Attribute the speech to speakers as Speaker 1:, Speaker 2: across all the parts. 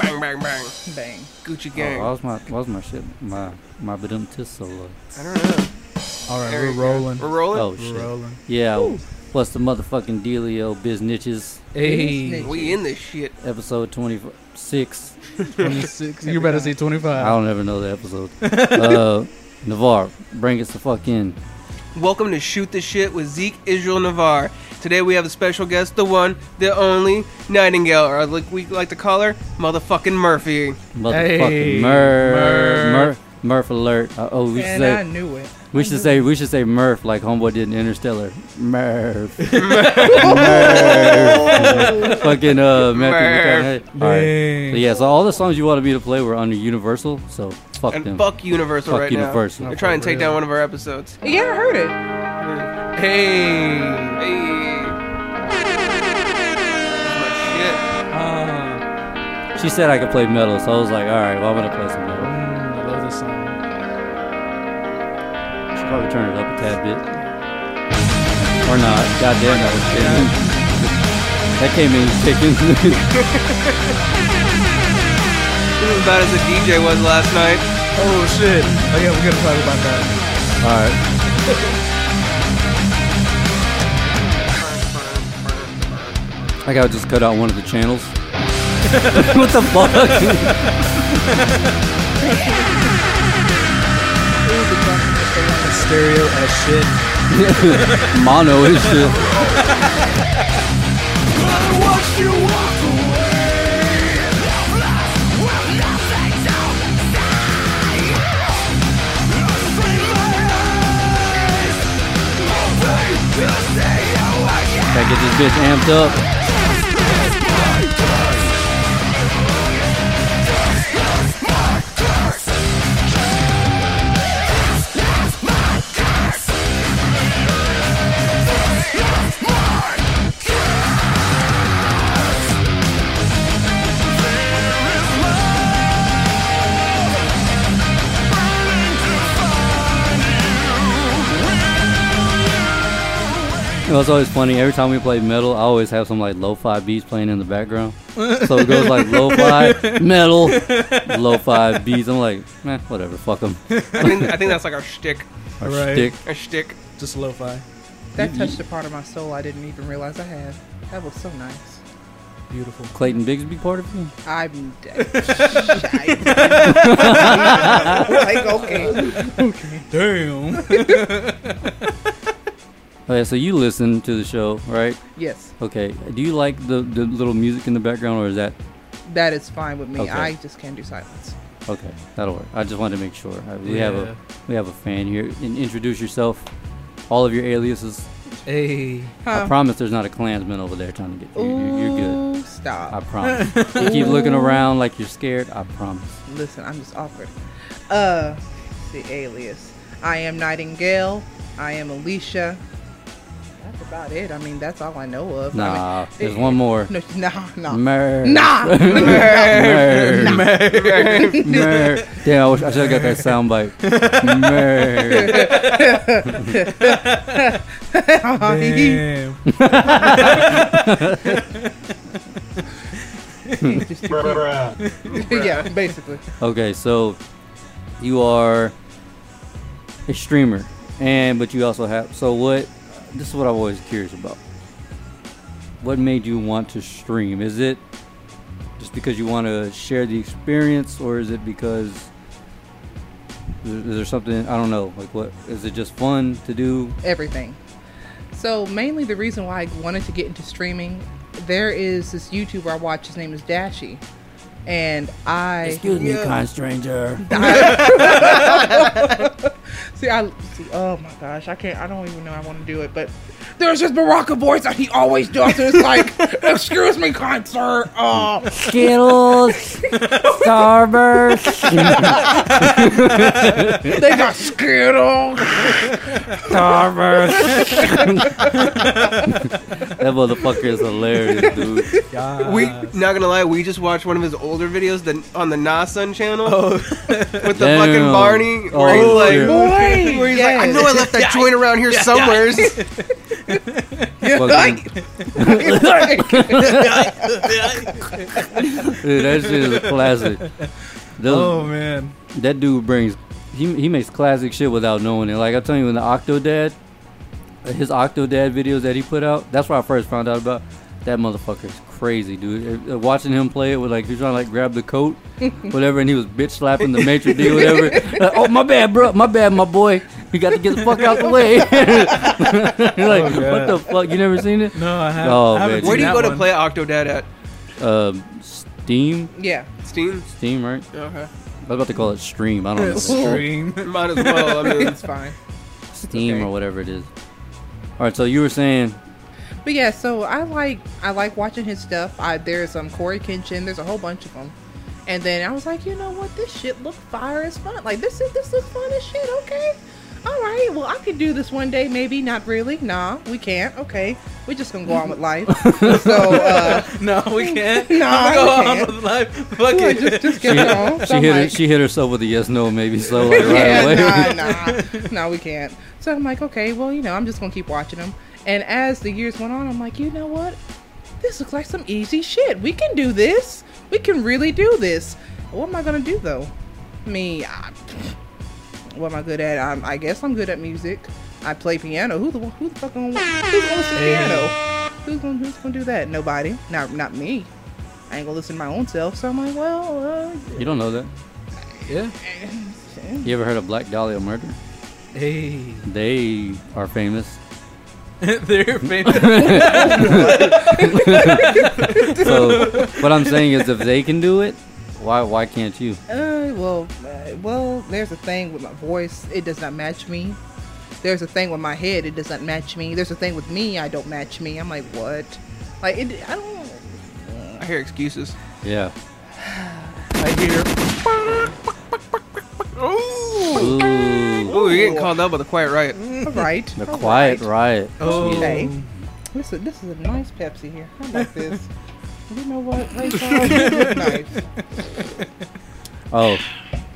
Speaker 1: bang, bang.
Speaker 2: Bang.
Speaker 1: Gucci
Speaker 3: Oh,
Speaker 1: gang.
Speaker 3: what was my what was my shit my my badum tis solo?
Speaker 1: I don't know.
Speaker 2: All right,
Speaker 1: There
Speaker 2: we're
Speaker 1: you go.
Speaker 2: rolling.
Speaker 1: We're rolling.
Speaker 3: Oh
Speaker 2: We're
Speaker 3: shit!
Speaker 2: rolling.
Speaker 3: Yeah, what's the motherfucking dealio, biznitches?
Speaker 2: Hey,
Speaker 1: We in this shit.
Speaker 3: Episode twenty six.
Speaker 2: 26. you better say
Speaker 3: I
Speaker 2: 25.
Speaker 3: don't ever know the episode. uh, Navar, bring us the fuck in.
Speaker 1: Welcome to Shoot the Shit with Zeke Israel Navarre. Today we have a special guest, the one, the only Nightingale, or like we like to call her, motherfucking Murphy.
Speaker 3: Motherfucking
Speaker 2: Hey,
Speaker 3: Murph,
Speaker 2: Murph.
Speaker 3: Murph, Murph alert! Uh, oh, we should
Speaker 4: and I
Speaker 3: say
Speaker 4: knew it.
Speaker 3: we should say we should say Murph like Homeboy did in Interstellar. Murph, Murph, fucking uh, Matthew McConaughey. All right. So
Speaker 2: Dang.
Speaker 3: yeah, so all the songs you wanted me to play were under Universal, so fuck
Speaker 1: and
Speaker 3: them.
Speaker 1: fuck Universal
Speaker 3: Fuck
Speaker 1: right
Speaker 3: Universal.
Speaker 1: now. They're
Speaker 2: No,
Speaker 1: trying to
Speaker 2: for
Speaker 1: take
Speaker 2: real.
Speaker 1: down one of our episodes.
Speaker 4: You ever heard it?
Speaker 2: Hey.
Speaker 1: Hey. Shit.
Speaker 2: Ah,
Speaker 3: She said I could play metal, so I was like, all right, well I'm gonna play some metal.
Speaker 2: mm, I love this song.
Speaker 3: Should probably turn it up a tad bit, or not. God damn, that was chicken. that came in chicken.
Speaker 1: This is about as a DJ was last night.
Speaker 2: Oh, shit. Oh, yeah, we got to talk about that.
Speaker 3: all right, I gotta just cut out one of the channels. what the fuck?
Speaker 2: Stereo as shit.
Speaker 3: Mono and shit. Gotta get this bitch amped up. You know, it's always funny. Every time we play metal, I always have some like lo-fi beats playing in the background. So it goes like lo-fi, metal, lo-fi beats. I'm like, man, whatever, fuck them.
Speaker 1: I think I think that's like our shtick.
Speaker 3: Or
Speaker 2: Right.
Speaker 3: shtick.
Speaker 1: Our shtick.
Speaker 2: Just lo fi.
Speaker 4: That touched a part of my soul I didn't even realize I had. That was so nice.
Speaker 2: Beautiful.
Speaker 3: Clayton Bigsby part of you?
Speaker 4: I'm dead. like okay.
Speaker 2: Damn.
Speaker 3: Okay, Oh, so you listen to the show, right?
Speaker 4: Yes,
Speaker 3: Okay. Do you like the, the little music in the background, or is that
Speaker 4: that is fine with me.
Speaker 3: Okay.
Speaker 4: I just can't do silence.
Speaker 3: okay? That'll work. I just wanted to make sure I, we have a we have a fan here. And introduce yourself. All of your aliases.
Speaker 2: Hey.
Speaker 3: I promise there's not a Klansman over there trying to get you. You're, you're good.
Speaker 4: Ooh,
Speaker 3: I
Speaker 4: Stop.
Speaker 3: promise. you keep looking around like you're scared. I promise.
Speaker 4: Listen, I'm just awkward. Uh, the alias. I am Nightingale. I am Alicia. That's about it. I mean, that's all I know of. I
Speaker 3: Nah, there's one more.
Speaker 4: mean, no, nah, nah,
Speaker 3: Mer.
Speaker 4: nah.
Speaker 3: Mer. Mer. Damn, I, wish, I should have got that sound bite. Mer.
Speaker 2: Damn.
Speaker 4: yeah, basically.
Speaker 3: Okay, so you are a streamer, and but you also have. So what? This is what I'm always curious about. What made you want to stream? Is it just because you want to share the experience, or is it because is is there something I don't know? Like what? Is it just fun to do?
Speaker 4: everything. So mainly the reason why I wanted to get into streaming, there is this YouTuber I watch. His name is Dashy, and I
Speaker 3: me, kind stranger.
Speaker 4: see. I see. Oh my gosh, I can't. I don't even know I want to do it, but there's this Baraka voice that he always does. And it's like, excuse me, kind sir. Oh,
Speaker 3: Skittles, Starburst,
Speaker 4: they got Skittles.
Speaker 3: Starburst. that motherfucker is hilarious, dude.
Speaker 2: Yeah.
Speaker 1: We not gonna lie, we just watched one of his older videos the, on the Nah Sun channel with the fucking
Speaker 3: Damn.
Speaker 1: Barney,
Speaker 3: Oh,
Speaker 1: where he's like,
Speaker 3: shit.
Speaker 4: Boy,
Speaker 1: where he's like, I
Speaker 4: yes.
Speaker 1: know I left that joint around here somewhere.
Speaker 3: fucking. Dude, that shit is a classic. Those-
Speaker 2: oh man.
Speaker 3: That dude brings he he makes classic shit without knowing it. Like I tell you, in the Octodad, his Octodad videos that he put out, that's where I first found out about. That motherfucker is crazy, dude. Uh, uh, Watching him play it with like he's trying to like grab the coat, whatever, and he was bitch slapping the maitre d' whatever. Like, oh my bad, bro. My bad, my boy. You got to get the fuck out the way. You're like,
Speaker 2: Oh,
Speaker 3: what
Speaker 2: God.
Speaker 3: the fuck? You never seen it?
Speaker 2: No, I haven't.
Speaker 3: Oh,
Speaker 2: I haven't
Speaker 3: man.
Speaker 2: seen
Speaker 1: Where do you
Speaker 2: that
Speaker 1: go to
Speaker 2: one.
Speaker 1: play Octodad at?
Speaker 3: Um, Steam,
Speaker 4: yeah.
Speaker 1: Steam?
Speaker 3: Steam, right?
Speaker 1: Okay.
Speaker 3: I was about to call it stream. I don't know.
Speaker 2: Stream.
Speaker 1: Might as well. I mean,
Speaker 4: It's fine.
Speaker 3: Steam
Speaker 4: Okay.
Speaker 3: or whatever it is. All right, so you were saying,
Speaker 4: But yeah, so I like I like watching his stuff. I there's um Corey Kenshin. There's a whole bunch of them. And then I was like, you know what? This shit look fire as fun. Like this is this looks fun as shit. Okay, all right. Well, I could do this one day. Maybe not really. Nah, we can't. Okay, we're just gonna go on with life. so uh,
Speaker 2: no, we can't.
Speaker 4: No,
Speaker 2: I'm
Speaker 4: we
Speaker 2: go
Speaker 4: can't.
Speaker 2: on with life. Fuck
Speaker 4: yeah,
Speaker 2: it.
Speaker 4: just just
Speaker 3: she,
Speaker 4: get it on. So
Speaker 3: she
Speaker 4: I'm
Speaker 3: hit her,
Speaker 4: like-
Speaker 3: she hit herself with a yes no maybe so like right away.
Speaker 4: yeah, nah, nah, nah, we can't. So I'm like, okay, well, you know, I'm just gonna keep watching them. And as the years went on, I'm like, you know what? This looks like some easy shit. We can do this. We can really do this. What am I gonna do though? Me, I, what am I good at? I'm, I guess I'm good at music. I play piano. Who the who the fuck gonna, who's gonna listen to
Speaker 2: Hey.
Speaker 4: piano? Who's gonna who's gonna do that? Nobody. Not not me. I ain't gonna listen to my own self. So I'm like, well,
Speaker 3: You don't know that.
Speaker 2: Yeah.
Speaker 4: uh,
Speaker 3: You ever heard of Black Dahlia Murder?
Speaker 2: Hey.
Speaker 3: They are famous.
Speaker 2: They're famous.
Speaker 3: So what I'm saying is, if they can do it, why why can't you?
Speaker 4: Uh, well, uh, well, there's a thing with my voice; it does not match me. There's a thing with my head; it doesn't match me. There's a thing with me; I don't match me. I'm like, what? Like, it, I don't.
Speaker 1: I hear excuses.
Speaker 3: Yeah.
Speaker 1: I hear.
Speaker 3: Ooh,
Speaker 1: Oh, you're getting called out by the Quiet Riot.
Speaker 4: All right.
Speaker 3: the
Speaker 4: all
Speaker 3: Quiet
Speaker 4: right.
Speaker 3: Riot.
Speaker 2: oh.
Speaker 4: Okay. This is this is a nice Pepsi here. I like this. You know what? Rachel, this is nice.
Speaker 3: Oh,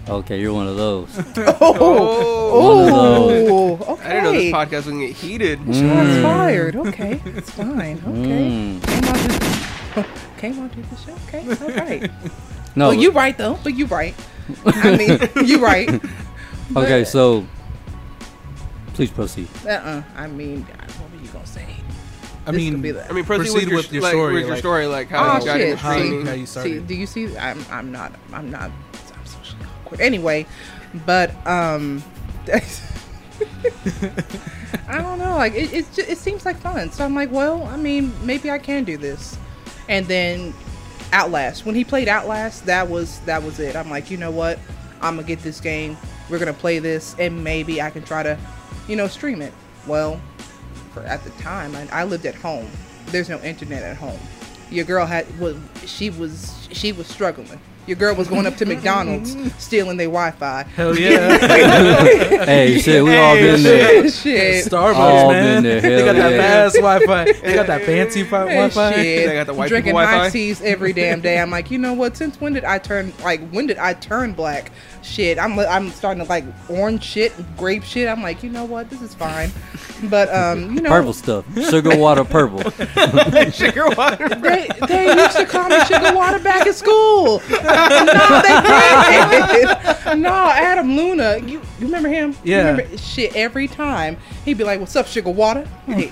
Speaker 3: okay. You're one of those.
Speaker 1: Oh,
Speaker 3: One of those.
Speaker 4: Oh, okay.
Speaker 1: I didn't know this Mm. podcast was gonna get heated.
Speaker 4: Shots fired. Okay, it's fine. Okay.
Speaker 3: Mm.
Speaker 4: Came on to, came on to the show. Okay, all right.
Speaker 3: No.
Speaker 4: well, you right though. But you right. I mean, you right.
Speaker 3: okay. So please proceed.
Speaker 4: Uh. uh I mean, God, what were you gonna say?
Speaker 2: I
Speaker 4: This
Speaker 2: mean,
Speaker 4: could be the-
Speaker 1: I mean, proceed,
Speaker 2: Proceed
Speaker 1: with,
Speaker 2: with
Speaker 1: your,
Speaker 2: your
Speaker 1: like,
Speaker 2: story,
Speaker 1: With your
Speaker 2: like-
Speaker 1: story, like how
Speaker 4: Oh,
Speaker 1: you got
Speaker 4: shit.
Speaker 1: into
Speaker 2: how,
Speaker 1: streaming.
Speaker 2: how
Speaker 4: See,
Speaker 2: you started.
Speaker 4: do you see? I'm. I'm not. I'm not. I'm socially awkward. Anyway, but um, I don't know. Like it. It, just, it seems like fun. So I'm like, well, I mean, maybe I can do this. And then Outlast. When he played Outlast, that was that was it. I'm like, you know what? I'm gonna get this game. We're gonna play this, and maybe I can try to, you know, stream it. Well, for at the time, I, I lived at home. There's no internet at home. Your girl had was she was she was struggling. Your girl was going up to McDonald's stealing their Wi-Fi.
Speaker 2: Hell yeah.
Speaker 3: Hey, shit. We all
Speaker 2: Hey,
Speaker 3: been there.
Speaker 4: Shit.
Speaker 2: Starbucks,
Speaker 3: All been
Speaker 2: man.
Speaker 3: there,
Speaker 2: they
Speaker 3: hell
Speaker 2: got that
Speaker 3: yeah.
Speaker 2: fast Wi-Fi. They got that fancy fi- Wi-Fi.
Speaker 4: Shit.
Speaker 1: They got the white
Speaker 4: Drinking
Speaker 1: people Wi-Fi?
Speaker 4: high teas every damn day. I'm like, you know what? Since when did I turn like when did I turn black? Shit, I'm I'm starting to like orange shit, grape shit. I'm like, you know what? This is fine. But um, you know,
Speaker 3: Purple stuff. Sugar water purple.
Speaker 1: Sugar water.
Speaker 4: They, they used to call me sugar water back at school. no, they did. No, Adam Luna, you, you remember him? You
Speaker 2: Yeah.
Speaker 4: remember- shit, every time he'd be like, "What's up, sugar water?" Hey,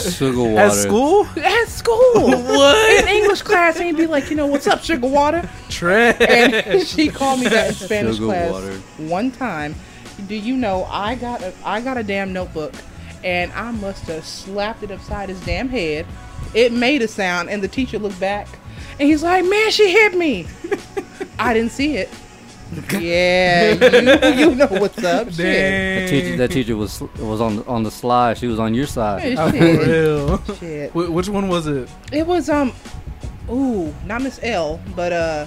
Speaker 3: Sugar water.
Speaker 2: At school?
Speaker 4: at school, in English class, and he'd be like, "You know, what's up, sugar water?"
Speaker 2: Trash.
Speaker 4: And she called me that in Spanish
Speaker 3: Sugar
Speaker 4: class
Speaker 3: water.
Speaker 4: one time. Do you know I got a I got a damn notebook, and I must have slapped it upside his damn head. It made a sound, and the teacher looked back, and he's like, "Man, she hit me." I didn't see it. Yeah, you, you know what's up. Shit.
Speaker 3: That teacher, that teacher was was on on the slide. She was on your side.
Speaker 2: Oh, for
Speaker 4: Shit.
Speaker 2: real.
Speaker 4: Shit.
Speaker 2: Wh- which one was it?
Speaker 4: It was um, ooh, not Miss L, but uh,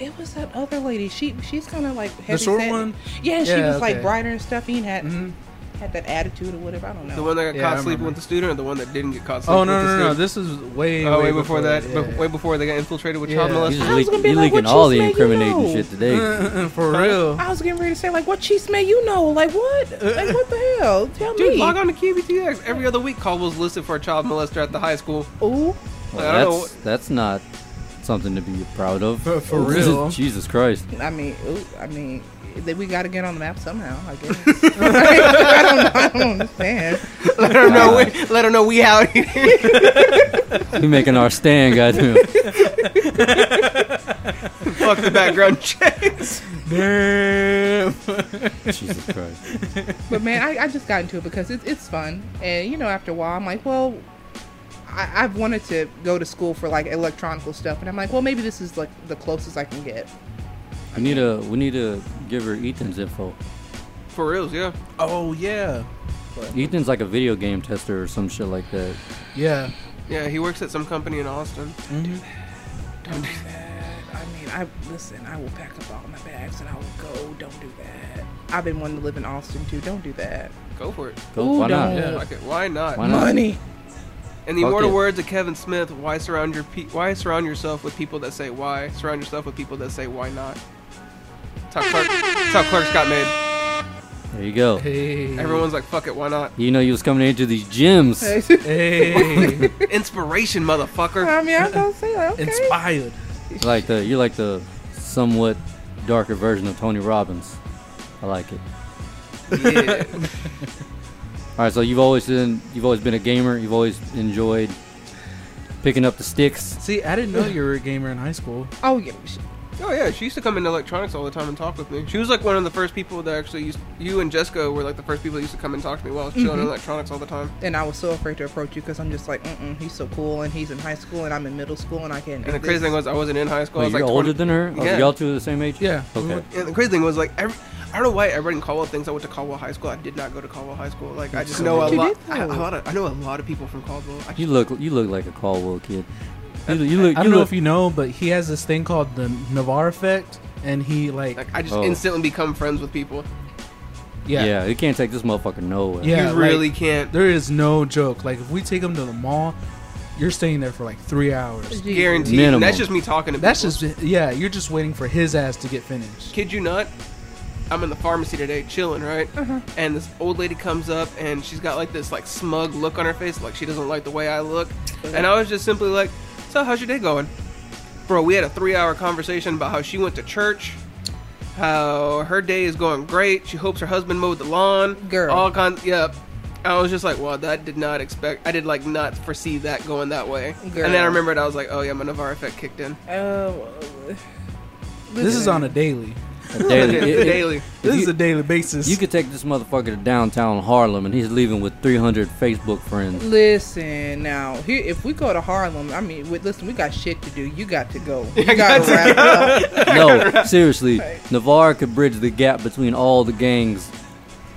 Speaker 4: it was that other lady. She she's kind of like heavy
Speaker 2: short
Speaker 4: set.
Speaker 2: one?
Speaker 4: Yeah, she
Speaker 2: Yeah,
Speaker 4: was like
Speaker 2: okay.
Speaker 4: brighter and stuff. He had
Speaker 2: Mhm.
Speaker 4: had that attitude or whatever. I don't know.
Speaker 1: The one that got
Speaker 2: Yeah, I
Speaker 1: caught sleeping
Speaker 2: remember.
Speaker 1: with the student, or the one that didn't get caught sleeping
Speaker 2: Oh no
Speaker 1: with the
Speaker 2: no no!
Speaker 1: student?
Speaker 2: This is way
Speaker 1: oh, way before that,
Speaker 2: yeah.
Speaker 1: be- way before they got infiltrated with
Speaker 2: Yeah.
Speaker 1: child
Speaker 2: You
Speaker 3: You
Speaker 1: molesters.
Speaker 3: just
Speaker 4: I was
Speaker 3: leak-
Speaker 4: gonna be
Speaker 3: you
Speaker 4: like,
Speaker 3: leaking
Speaker 4: what
Speaker 3: all
Speaker 4: you
Speaker 3: the
Speaker 4: smell, you
Speaker 3: incriminating
Speaker 4: know.
Speaker 3: shit
Speaker 2: Uh,
Speaker 3: today.
Speaker 2: for real.
Speaker 4: I was getting ready to say like, what cheese may you know? Like what? Like what the hell? Tell
Speaker 1: Dude,
Speaker 4: me.
Speaker 1: log on to KBTX every other week. Caldwell's listed for a child molester at the high school. I
Speaker 4: Ooh,
Speaker 3: Well,
Speaker 1: don't know
Speaker 3: that's that's not something to be proud of.
Speaker 2: For- for real.
Speaker 3: Jesus Christ.
Speaker 4: I mean, ooh, I mean, that we got to get on the map somehow. I guess. I, don't, I don't understand.
Speaker 1: Let her know. We, let her know we out here.
Speaker 3: You making our stand, goddamn.
Speaker 1: Fuck the background checks.
Speaker 2: Damn.
Speaker 3: Jesus Christ.
Speaker 4: But man, I, I just got into it because it's it's fun, and you know, after a while, I'm like, well, I, I've wanted to go to school for like electronical stuff, and I'm like, well, maybe this is like the closest I can get.
Speaker 3: We need to we need to give her Ethan's info.
Speaker 1: For reals, yeah.
Speaker 2: Oh yeah,
Speaker 3: Ethan's like a video game tester or some shit like that.
Speaker 2: yeah.
Speaker 1: Yeah, he works at some company in Austin.
Speaker 4: Don't do that. I mean, I listen. I will pack up all my bags and I will go. Don't do that. I've been wanting to live in Austin too. Don't do that.
Speaker 1: Go for it.
Speaker 3: Go,
Speaker 4: Ooh,
Speaker 3: why
Speaker 4: don't.
Speaker 3: not?
Speaker 2: Yeah.
Speaker 1: Fuck it. Why not?
Speaker 3: Why not?
Speaker 4: Money.
Speaker 1: In the
Speaker 3: Fuck
Speaker 1: immortal
Speaker 3: it.
Speaker 1: words of Kevin Smith, why surround your pe- why surround yourself with people that say why? Surround yourself with people that say why not. That's how, Clark, that's how Clark's got made.
Speaker 3: There you go. Mm.
Speaker 2: Hey.
Speaker 1: Everyone's like, fuck it, why not?
Speaker 3: You know you was coming into these gyms.
Speaker 2: Hey.
Speaker 1: Inspiration, motherfucker.
Speaker 4: I mean, I'm gonna say like, okay.
Speaker 2: Inspired.
Speaker 3: Like the you're like the somewhat darker version of Tony Robbins. I like it.
Speaker 1: Yeah.
Speaker 3: Alright, so you've always been you've always been a gamer, you've always enjoyed picking up the sticks.
Speaker 2: See, I didn't know you were a gamer in high school.
Speaker 4: oh yeah. sh-
Speaker 1: Oh yeah, she used to come into electronics all the time and talk with me. She was like one of the first people that actually used. You and Jessica were like the first people that used to come and talk to me while I was chilling in electronics all the time.
Speaker 4: And I was so afraid to approach you because I'm just like, mm-mm, he's so cool, and he's in high school, and I'm in middle school, and I can't.
Speaker 1: And
Speaker 4: do
Speaker 1: the crazy
Speaker 4: this.
Speaker 1: thing was, I wasn't in high school. I
Speaker 3: Wait,
Speaker 1: was
Speaker 3: you're
Speaker 1: like
Speaker 3: older
Speaker 1: 20
Speaker 3: than her? Oh,
Speaker 1: Yeah.
Speaker 3: Y'all two are the same age?
Speaker 2: Yeah. Mm-hmm. we
Speaker 3: Okay.
Speaker 2: went-
Speaker 1: And the crazy thing was like every, I don't know why everybody in Caldwell thinks I went to Caldwell High School. I did not go to Caldwell High School. Like I just know a
Speaker 4: You
Speaker 1: lot.
Speaker 4: did,
Speaker 1: I, a
Speaker 4: though.
Speaker 1: lot of, I know a lot of people from Caldwell. I
Speaker 3: You
Speaker 1: just,
Speaker 3: look you look like a Caldwell kid. You, you look
Speaker 2: I
Speaker 3: you
Speaker 2: don't know
Speaker 3: look,
Speaker 2: if you know, but he has this thing called the Navarre effect, and he like,
Speaker 1: like I just
Speaker 3: Oh.
Speaker 1: instantly become friends with people.
Speaker 2: yeah,
Speaker 3: Yeah, you can't take this motherfucker nowhere.
Speaker 2: Yeah.
Speaker 1: you
Speaker 2: like-
Speaker 1: really can't
Speaker 2: There is no joke. Like if we take him to the mall, you're staying there for like three hours.
Speaker 4: Jeez.
Speaker 1: guarantee.
Speaker 3: Minimum.
Speaker 1: And that's just me talking to
Speaker 2: That's
Speaker 1: people.
Speaker 2: just yeah. You're just waiting for his ass to get finished.
Speaker 1: kid you not, I'm in the pharmacy today chilling, right?
Speaker 4: Uh-huh.
Speaker 1: And this old lady comes up and she's got like this like smug look on her face, like she doesn't like the way I look.
Speaker 4: Uh-huh.
Speaker 1: And I was just simply like, "So how's your day going, bro?" We had a three-hour conversation about how she went to church, how her day is going great. She hopes her husband mowed the lawn.
Speaker 4: Girl.
Speaker 1: all kinds. Yep. I was just like, "Wow, that did not expect. I did like not foresee that going that way." And then I
Speaker 4: Girl.
Speaker 1: remembered, I was like, "Oh yeah, my Navarre effect kicked in."
Speaker 4: Oh,
Speaker 2: This is on a daily.
Speaker 3: A daily, it- it-
Speaker 1: Daily.
Speaker 2: This
Speaker 3: you-
Speaker 2: is a daily basis.
Speaker 3: You could take this motherfucker to downtown Harlem and he's leaving with 300 Facebook friends.
Speaker 4: Listen now, here if we go to Harlem, I mean, we, listen, we got shit to do. You got to go. You got to wrap up.
Speaker 3: No, seriously, Navarre could bridge the gap between all the gangs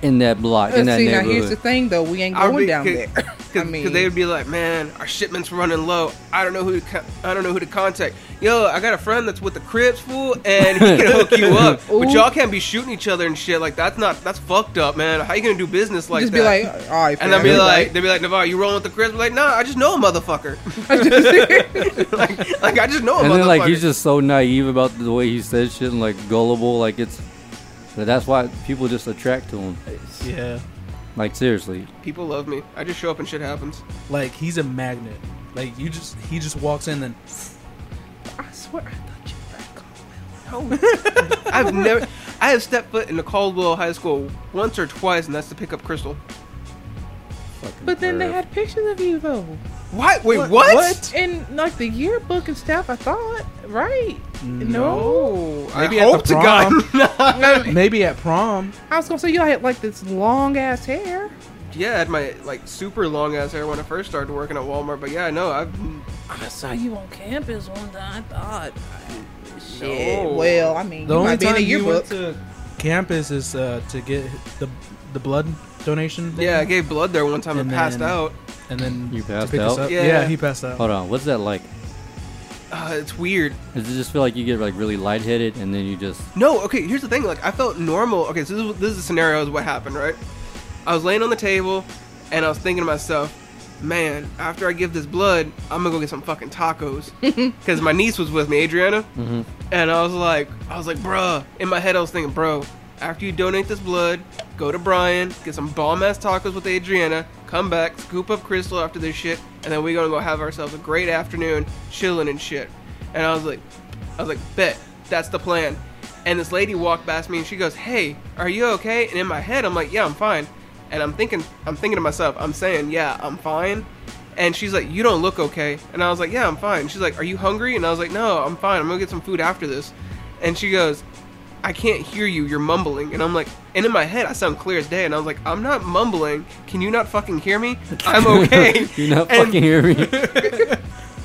Speaker 3: in that block,
Speaker 1: Uh,
Speaker 3: in
Speaker 4: But
Speaker 3: that
Speaker 4: see, now here's the
Speaker 3: neighborhood.
Speaker 4: thing, though, we ain't
Speaker 1: I
Speaker 4: going
Speaker 1: mean,
Speaker 4: down
Speaker 1: cause,
Speaker 4: there.
Speaker 1: Cause,
Speaker 4: I mean,
Speaker 1: 'cause they would be like, "Man, our shipments running low. I don't know who to co- I don't know who to contact. Yo, I got a friend that's with the Crips fool, and he can hook you up. But
Speaker 4: Ooh.
Speaker 1: y'all can't be shooting each other and shit. Like that's not that's fucked up, man. How you gonna do business like
Speaker 4: just
Speaker 1: that?
Speaker 4: be like, all right,
Speaker 1: and
Speaker 4: fam,
Speaker 1: I'd be
Speaker 4: you're
Speaker 1: like, they'd be like, Navarre, you rolling with the Crips? I'm like, nah, I just know a motherfucker. like, like, I just know a
Speaker 3: and
Speaker 1: motherfucker.
Speaker 3: then, like, he's just so naive about the way he says shit and, like, gullible. Like, it's. but That's why people just attract to him.
Speaker 2: yeah.
Speaker 3: Like, seriously.
Speaker 1: people love me. I just show up and shit happens.
Speaker 2: Like he's a magnet. Like you just he just walks in and
Speaker 4: I swear, I thought you were at Caldwell.
Speaker 1: I've never. I have stepped foot in the Caldwell High School once or twice, and that's to pick up Crystal.
Speaker 3: fucking
Speaker 4: But then they
Speaker 3: perv.
Speaker 4: had pictures of you though,
Speaker 1: What? Wait,
Speaker 2: What-
Speaker 1: what?
Speaker 2: what?
Speaker 4: in like the yearbook and stuff. I thought, right?
Speaker 1: No,
Speaker 2: Maybe
Speaker 1: Oh, I
Speaker 2: at the
Speaker 1: hope to
Speaker 2: prom.
Speaker 1: God.
Speaker 4: No.
Speaker 2: maybe at prom.
Speaker 4: I was gonna say you had like this long ass hair.
Speaker 1: yeah, I had my like super long ass hair when I first started working at Walmart, but yeah, no, I've
Speaker 4: I saw you on campus one time. I thought. Shit.
Speaker 1: No.
Speaker 4: Well, I mean,
Speaker 2: The
Speaker 4: you
Speaker 2: only
Speaker 4: might be in
Speaker 2: time
Speaker 4: a
Speaker 2: you went
Speaker 4: yearbook.
Speaker 2: to campus is uh, to get the the blood donation. thing,
Speaker 1: yeah, I gave blood there one time and,
Speaker 2: And
Speaker 1: passed
Speaker 2: then-
Speaker 1: out.
Speaker 2: and then
Speaker 3: You
Speaker 2: to
Speaker 3: passed
Speaker 2: pick us
Speaker 3: out?
Speaker 2: up.
Speaker 1: Yeah.
Speaker 2: Yeah. he passed out.
Speaker 3: Hold on, what's that like?
Speaker 1: Uh, it's weird.
Speaker 3: Does it just feel like you get, like, really lightheaded and then you just.
Speaker 1: No, okay, here's the thing. Like, I felt normal. Okay, so this, is- this is the scenario is what happened, right? I was laying on the table and I was thinking to myself, man, after I give this blood, I'm gonna go get some fucking tacos. Because my niece was with me, Adriana.
Speaker 3: Mhm.
Speaker 1: And I was like, I was like, bruh. In my head, I was thinking, bro, after you donate this blood, go to Brian, get some bomb ass tacos with Adriana, come back, scoop up Crystal after this shit, and then we're gonna go have ourselves a great afternoon, chilling and shit. And I was like, I was like, bet, that's the plan. And this lady walked past me and she goes, hey, are you okay? And in my head, I'm like, yeah, I'm fine. And I'm thinking, I'm thinking to myself, I'm saying, yeah, I'm fine. And she's like, You don't look okay. And I was like, Yeah, I'm fine. She's like, Are you hungry? And I was like, No, I'm fine. I'm going to get some food after this. And she goes, I can't hear you. You're mumbling. And I'm like, And in my head, I sound clear as day. And I was like, I'm not mumbling. Can you not fucking hear me? I'm okay.
Speaker 3: You're not
Speaker 1: And-
Speaker 3: fucking hearing me.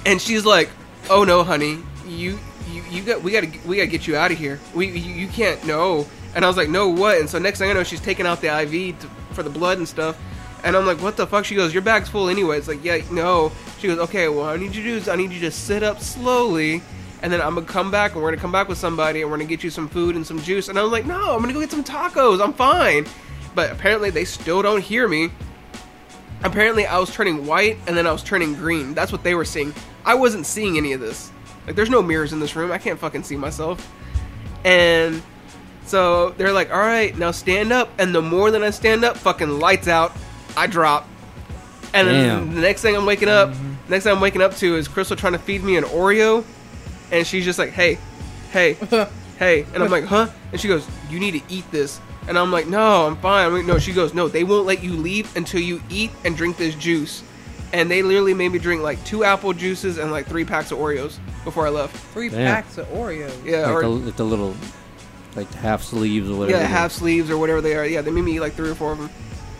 Speaker 1: and she's like, "Oh no, honey, you you, you got we got to we got to get you out of here. We you, you can't no." And I was like, "No, what?" And so next thing I know, she's taking out the IV to, for the blood and stuff. And I'm like, "What the fuck?" She goes, "Your bag's full anyway." It's like, "Yeah, no." She goes, "Okay, well, I need you to do is I need you to sit up slowly." And then I'm gonna come back, and we're gonna come back with somebody, and we're gonna get you some food and some juice. And I was like, "No, I'm gonna go get some tacos. I'm fine." But apparently, they still don't hear me apparently I was turning white and then I was turning green. That's what they were seeing. I wasn't seeing any of this. Like there's no mirrors in this room. I can't fucking see myself. And so they're like, "All right, now stand up." And the more that I stand up, fucking lights out. I drop. And then
Speaker 3: Damn. Mm-hmm.
Speaker 1: the next thing I'm waking up, next thing I'm waking up to is Crystal trying to feed me an Oreo, and she's just like, "Hey, hey, hey," and I'm like, "Huh?" And she goes, "You need to eat this," and I'm like, "No, I'm fine." I'm like, no, she goes, "No, they won't let you leave until you eat and drink this juice," and they literally made me drink like two apple juices and like three packs of Oreos before I left.
Speaker 4: Three
Speaker 3: Damn.
Speaker 4: packs of Oreos.
Speaker 1: Yeah,
Speaker 3: like,
Speaker 1: or
Speaker 3: the, like the little, like the half sleeves or whatever.
Speaker 1: yeah,
Speaker 3: it is.
Speaker 1: half sleeves or whatever they are. Yeah, they made me eat like three or four of them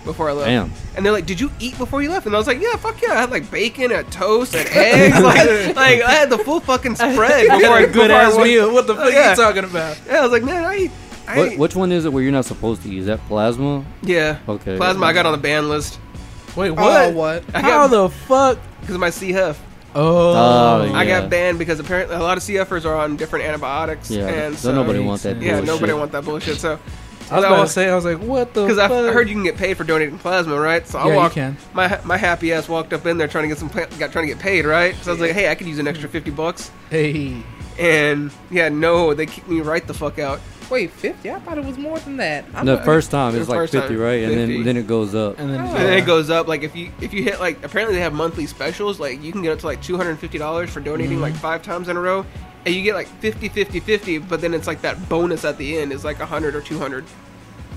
Speaker 1: before I left.
Speaker 3: Damn.
Speaker 1: And they're like, "Did you eat before you left?" And I was like, "Yeah, fuck yeah! I had like bacon, and toast, and eggs. like, like I had the full fucking spread before I before
Speaker 2: Good ass
Speaker 1: I went-
Speaker 2: meal. What the fuck
Speaker 1: yeah.
Speaker 2: you talking about?
Speaker 1: Yeah, I was like, "Man, I, eat- I
Speaker 3: What,
Speaker 1: eat-
Speaker 3: which one is it where you're not supposed to use that plasma?
Speaker 1: yeah,
Speaker 3: Okay.
Speaker 1: plasma. I got on the ban list
Speaker 2: Wait,
Speaker 4: Oh,
Speaker 2: what?
Speaker 4: what?
Speaker 1: I
Speaker 2: How
Speaker 1: got-
Speaker 2: the fuck?
Speaker 1: because of my CHF.
Speaker 2: Oh,
Speaker 3: Oh,
Speaker 1: I
Speaker 3: yeah.
Speaker 1: got banned because apparently a lot of CFers are on different antibiotics.
Speaker 3: Yeah.
Speaker 1: and
Speaker 3: don't
Speaker 1: so,
Speaker 3: nobody
Speaker 2: makes
Speaker 3: want that.
Speaker 2: sense.
Speaker 1: Yeah,
Speaker 3: bullshit.
Speaker 1: nobody want that bullshit. So.
Speaker 2: I was about to say, I was like, what the?
Speaker 1: Because
Speaker 2: fuck?
Speaker 1: I heard you can get paid for donating plasma, right? So I
Speaker 2: Yeah, you
Speaker 1: walked.
Speaker 2: can.
Speaker 1: My my happy ass walked up in there trying to get some pla- got trying to get paid, right? So I was like, hey, I could use an extra fifty bucks.
Speaker 2: Hey,
Speaker 1: And yeah, no, they kicked me right the fuck out.
Speaker 4: Wait, fifty? I thought it was more than that. I'm
Speaker 3: The
Speaker 4: not-
Speaker 3: first time
Speaker 1: The
Speaker 3: it's like
Speaker 1: first
Speaker 3: 50,
Speaker 1: time,
Speaker 3: right? And
Speaker 1: 50.
Speaker 3: then then it goes up.
Speaker 2: and then,
Speaker 4: Oh.
Speaker 1: And then
Speaker 2: yeah.
Speaker 1: it goes up. Like if you if you hit like apparently they have monthly specials. Like you can get up to like two hundred and fifty dollars for donating
Speaker 2: Mm-hmm.
Speaker 1: like five times in a row, and you get like 50, 50, 50, But then it's like that bonus at the end is like hundred or two hundred.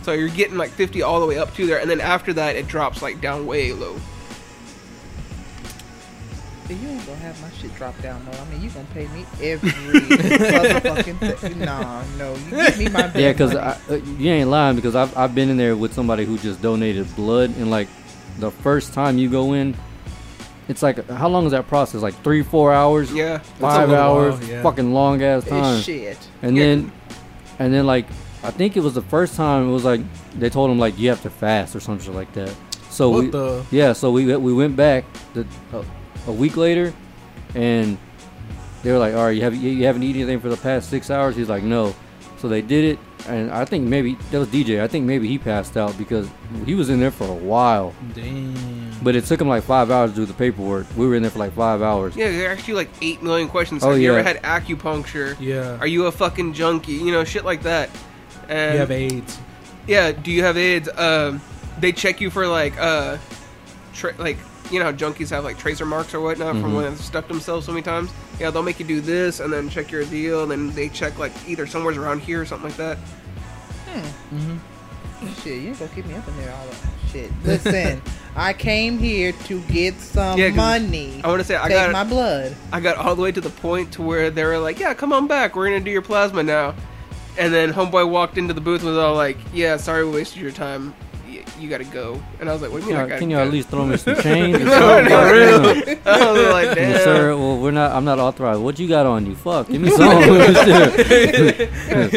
Speaker 1: So you're getting like fifty all the way up to there, and then after that it drops like down way low.
Speaker 4: You ain't gonna have my shit drop down low. I mean, you gonna pay me every motherfucking thing. Nah, no, you give me my bad
Speaker 3: Yeah, because
Speaker 4: money.
Speaker 3: you ain't lying because I've, I've been in there with somebody who just donated blood and like the first time you go in, it's like how long is that process? Like three, four hours,
Speaker 1: Yeah.
Speaker 3: five
Speaker 2: little
Speaker 3: hours,
Speaker 2: while, yeah.
Speaker 3: fucking long ass time.
Speaker 4: It's shit.
Speaker 3: And
Speaker 1: Yeah.
Speaker 3: then, and then like I think it was the first time it was like they told him like you have to fast or something like that. So
Speaker 2: What
Speaker 3: we,
Speaker 2: the-
Speaker 3: yeah, so we we went back the, a, a week later, and they were like, "All right, you have you, you haven't eaten anything for the past six hours." He's like, "No," so they did it, and I think maybe that was DJ. I think maybe he passed out because he was in there for a while,
Speaker 2: damn.
Speaker 3: but it took him like five hours to do the paperwork. We were in there for like five hours.
Speaker 1: Yeah, they ask you like eight million questions.
Speaker 3: Oh,
Speaker 1: Have you ever
Speaker 3: yeah.
Speaker 1: had acupuncture?
Speaker 2: Yeah,
Speaker 1: Are you a fucking junkie? You know, shit like that. And
Speaker 2: you have AIDS.
Speaker 1: yeah, do you have AIDS? Um, they check you for like uh, tra- like you know how junkies have like tracer marks or whatnot
Speaker 2: Mm-hmm.
Speaker 1: from when they've stuck themselves so many times. Yeah, they'll make you do this and then check your deal, and then they check like either somewhere's around here or something like that.
Speaker 4: Hmm.
Speaker 1: Mm-hmm.
Speaker 4: Shit, you ain't gonna keep me up in there all that shit. Listen, I came here to get some
Speaker 1: Yeah, 'cause
Speaker 4: money.
Speaker 1: I want to say I
Speaker 4: Take
Speaker 1: got
Speaker 4: my blood.
Speaker 1: I got all the way to the point to where they were like, "Yeah, come on back. We're gonna do your plasma now." And then homeboy walked into the booth and was all like, "Yeah, sorry we wasted your time. Y- you gotta go." And I was like, "What do you mean? I
Speaker 3: Uh, Can,
Speaker 1: gotta
Speaker 3: you
Speaker 1: go?"
Speaker 3: at least throw me some change? or
Speaker 1: No,
Speaker 3: something?
Speaker 1: no,
Speaker 3: Yeah.
Speaker 1: I was like, "Damn."
Speaker 3: Yes, sir. Well, we're not. I'm not authorized. What you got on you? Fuck. Give me some.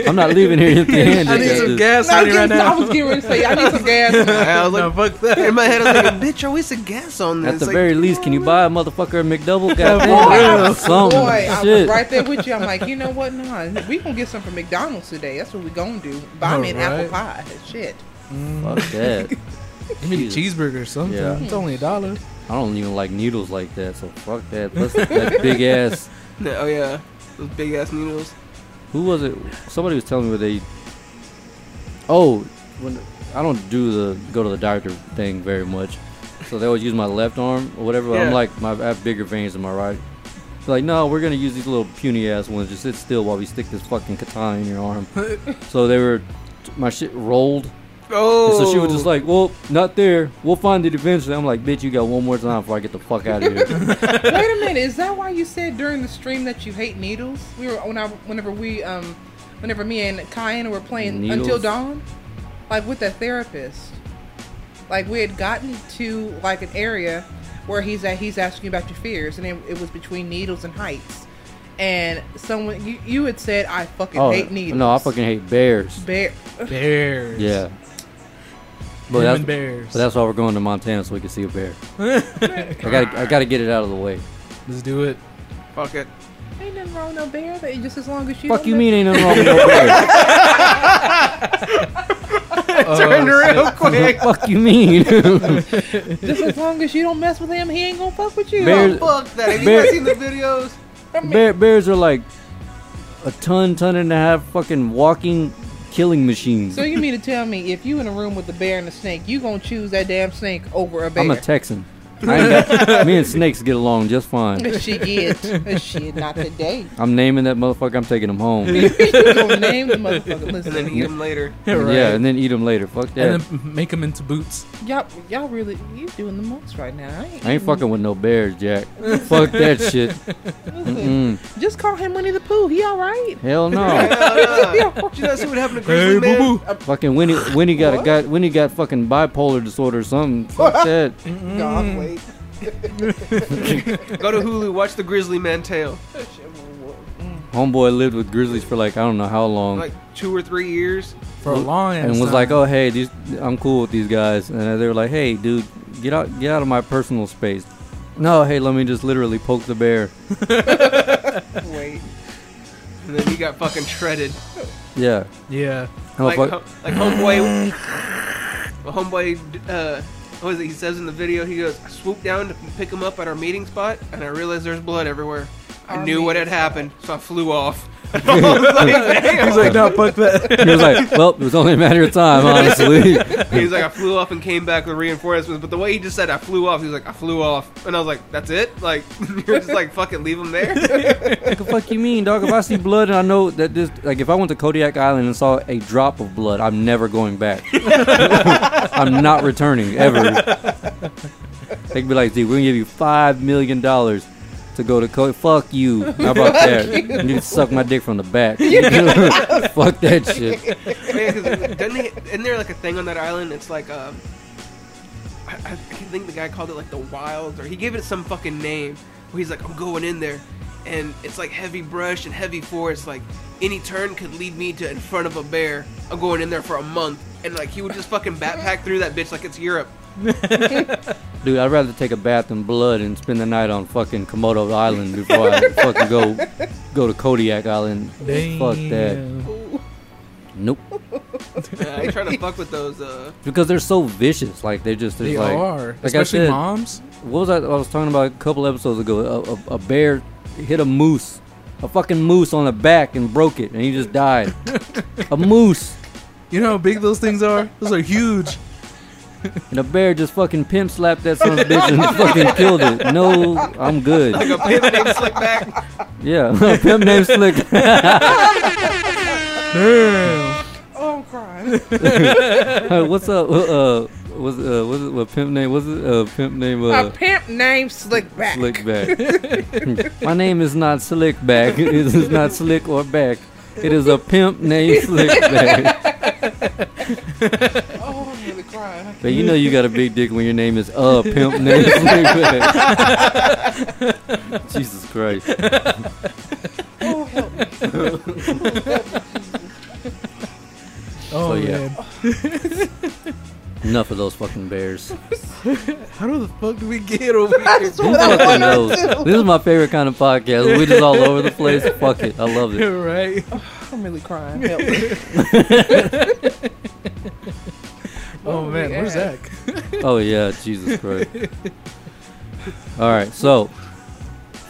Speaker 3: I'm not leaving here empty-handed.
Speaker 2: I need some gas
Speaker 4: No, I,
Speaker 2: on
Speaker 4: was
Speaker 2: you right
Speaker 4: getting- I
Speaker 2: now.
Speaker 4: was getting ready to say, I need some gas.
Speaker 1: I was like,
Speaker 2: no, fuck that.
Speaker 1: in my head, I was like, "Bitch, I wasted gas on this."
Speaker 3: At the
Speaker 1: Like,
Speaker 3: very least, can you buy a motherfucker a McDouble? God
Speaker 4: Boy, Oh, I
Speaker 3: damn,
Speaker 4: was,
Speaker 3: some
Speaker 4: boy, I was
Speaker 3: shit.
Speaker 4: right there with you. I'm like, you know what? Nah, we gonna get some from McDonald's today. That's what we gonna do. Buy me an
Speaker 2: All
Speaker 4: apple pie.
Speaker 2: right.
Speaker 4: Shit.
Speaker 3: Fuck that.
Speaker 2: Give me the
Speaker 3: Jesus.
Speaker 2: Mm. cheeseburger or something.
Speaker 3: Yeah.
Speaker 2: It's only a dollar.
Speaker 3: I don't even like needles like that, so fuck that. Plus that big ass.
Speaker 1: No, oh yeah, those big ass noodles.
Speaker 3: Who was it? Somebody was telling me where they. Oh, when I don't do the go to the doctor thing very much, so they always use my left arm or whatever.
Speaker 1: Yeah.
Speaker 3: I'm like my I have bigger veins than my right. They're like, no, we're gonna use these little puny ass ones. Just sit still while we stick this fucking katana in your arm. so they were, my shit rolled. And
Speaker 1: Oh,
Speaker 3: so she was just like, well, not there. We'll find it eventually. I'm like, bitch, you got one more time before I get the fuck out of here.
Speaker 4: Wait a minute, is that why you said during the stream that you hate needles? We were when I, whenever we um whenever me and Kyan were playing
Speaker 3: Needles?
Speaker 4: Until Dawn, like with that therapist. Like we had gotten to like an area where he's at he's asking you about your fears and it, it was between needles and heights. And someone you, you had said I fucking
Speaker 3: oh,
Speaker 4: hate needles.
Speaker 3: no, I fucking hate bears.
Speaker 4: Bear-
Speaker 2: Bears.
Speaker 3: Yeah. But
Speaker 2: But
Speaker 3: that's,
Speaker 2: bears.
Speaker 3: but that's why we're going to Montana so we can see a bear. I gotta, I gotta get it out of the way.
Speaker 2: Let's do it.
Speaker 1: fuck it.
Speaker 4: Ain't nothing wrong with no bear, but just as long as you
Speaker 3: Fuck
Speaker 4: don't
Speaker 3: you
Speaker 4: let-
Speaker 3: mean ain't nothing wrong with no bear? uh,
Speaker 1: Turned real quick.
Speaker 3: Fuck you mean?
Speaker 4: just as long as you don't mess with him, he ain't gonna fuck with you.
Speaker 3: Bears-
Speaker 1: fuck that. Have you
Speaker 3: Bear-
Speaker 1: guys seen the videos?
Speaker 3: bear, bears are like a ton, ton and a half fucking walking killing machines.
Speaker 4: So you mean to tell me if you in a room with a bear and a snake, you gonna choose that damn snake over a bear?
Speaker 3: I'm a Texan. I ain't got, me and snakes get along just fine.
Speaker 4: she is. Shit, not today.
Speaker 3: I'm naming that motherfucker. I'm taking him home.
Speaker 4: you gonna name the motherfucker.
Speaker 1: And then
Speaker 4: Listen,
Speaker 1: eat them later.
Speaker 2: Right.
Speaker 3: Yeah, and then eat him later. Fuck that.
Speaker 2: And then make them into boots.
Speaker 4: y'all, y'all really, you doing the most right now. I ain't,
Speaker 3: I ain't fucking with no bears, Jack. Fuck that shit.
Speaker 4: listen,
Speaker 3: Mm,
Speaker 4: just call him Winnie the Pooh. He all right.
Speaker 3: hell no.
Speaker 1: Hell nah. Did you not see what happened to Grizzly Man?
Speaker 2: Hey, boo-boo.
Speaker 1: Uh,
Speaker 3: fucking Winnie, Winnie got a,
Speaker 1: What?
Speaker 3: got Winnie got fucking bipolar disorder or something. Fuck that.
Speaker 4: God, wait.
Speaker 1: Go to Hulu, watch the Grizzly Man tale.
Speaker 3: Homeboy lived with grizzlies for like I don't know how long,
Speaker 1: Like two or three years.
Speaker 2: For a long
Speaker 3: and was like, "Oh hey, these I'm cool with these guys," and they were like, "Hey, dude, get out, get out of my personal space." No, hey, let me just literally poke the bear.
Speaker 4: Wait.
Speaker 1: And then he got fucking shredded.
Speaker 3: Yeah.
Speaker 2: Yeah.
Speaker 3: I'm a
Speaker 1: like,
Speaker 3: fuck-
Speaker 1: hom- like homeboy, well, homeboy, uh, what is it? He says in the video, he goes, I swooped down to pick him up at our meeting spot, and I realized there's blood everywhere. I
Speaker 4: Our
Speaker 1: knew what had
Speaker 4: meeting
Speaker 1: happened, so I flew off. I was like, "Damn."
Speaker 2: He's like, no, fuck that.
Speaker 3: he was like, "Well, it was only a matter of time, honestly."
Speaker 1: He's like, I flew off and came back with reinforcements. But the way he just said, I flew off, he was like, I flew off. And I was like, that's it? Like, you're just like, fucking leave him there?
Speaker 3: What the fuck you mean, dog? If I see blood and I know that this, like, if I went to Kodiak Island and saw a drop of blood, I'm never going back. I'm not returning ever. They'd be like, dude, we're gonna give you five million dollars to go to Kodiak. Fuck you. How about that? You need to suck my dick from the back. fuck that shit.
Speaker 1: Man, 'cause doesn't he, isn't there like a thing on that island? It's like, um, I, I think the guy called it like the wilds, or he gave it some fucking name. Where he's like, I'm going in there, and it's like heavy brush and heavy forest. Like any turn could lead me to in front of a bear. I'm going in there for a month, and like he would just fucking backpack through that bitch like it's Europe.
Speaker 3: Dude, I'd rather take a bath in blood and spend the night on fucking Komodo Island before I fucking go go to Kodiak Island.
Speaker 2: Damn.
Speaker 3: Fuck that. Nope.
Speaker 1: Yeah, I ain't trying to fuck with those. Uh,
Speaker 3: because they're so vicious. Like they're just
Speaker 2: They
Speaker 3: it's like,
Speaker 2: are.
Speaker 3: like I
Speaker 2: Especially
Speaker 3: said,
Speaker 2: moms.
Speaker 3: What was I? I was talking about a couple episodes ago. A, a, a bear hit a moose, a fucking moose on the back and broke it, and he just died. a moose
Speaker 2: You know how big those things are? Those are huge.
Speaker 3: and a bear just fucking pimp slapped that son of a bitch and fucking killed it. No, I'm
Speaker 1: like
Speaker 3: good.
Speaker 1: a pimp named Slickback.
Speaker 3: Yeah, pimp named Slick.
Speaker 2: Damn.
Speaker 4: Oh, I'm crying.
Speaker 3: Uh, What's up? Uh, uh, was uh, was it what pimp name? Was it uh, pimp name?
Speaker 4: A
Speaker 3: Uh,
Speaker 4: pimp named Slickback.
Speaker 3: Slickback. My name is not Slickback. It is not Slick or Back. It is a pimp named Slickback.
Speaker 4: Oh, I'm really crying.
Speaker 3: But you know you got a big dick when your name is a pimp named Slickback. Jesus Christ.
Speaker 4: Oh, help me.
Speaker 2: Oh,
Speaker 3: So, yeah.
Speaker 2: man.
Speaker 3: Enough of those fucking bears.
Speaker 2: How the fuck do we get over here?
Speaker 3: Who fucking knows? This is my favorite kind of podcast. We're just all over the place. Fuck it. I love it.
Speaker 2: right.
Speaker 4: I'm really crying. Help me.
Speaker 2: Oh, Oh
Speaker 1: Holy
Speaker 2: man, where's
Speaker 1: ass.
Speaker 2: Zach?
Speaker 3: Oh yeah, Jesus Christ. All right, so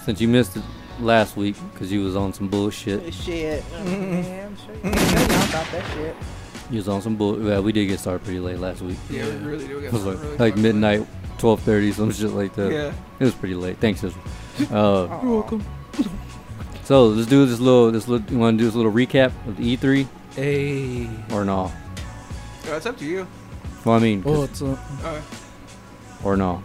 Speaker 3: since you missed it last week because you was on some bullshit,
Speaker 4: Shit.
Speaker 2: Mm-hmm.
Speaker 4: Yeah, I'm sure you know y'all about that shit.
Speaker 3: you was on some bull. Yeah, we did get started pretty late last week.
Speaker 1: Yeah, we really do. We
Speaker 3: It
Speaker 1: got
Speaker 3: was
Speaker 1: some
Speaker 3: like,
Speaker 1: really
Speaker 3: like
Speaker 1: fucking-
Speaker 3: midnight, twelve thirty, some shit like that.
Speaker 1: Yeah.
Speaker 3: It was pretty late. Thanks, Israel. Uh,
Speaker 2: You're welcome.
Speaker 3: so let's do this little. This little. You want to do this little recap of the E3
Speaker 2: Hey.
Speaker 3: or no?
Speaker 1: Oh, it's up to you.
Speaker 3: Well, I mean,
Speaker 2: Oh, it's uh,
Speaker 1: All right.
Speaker 3: or no?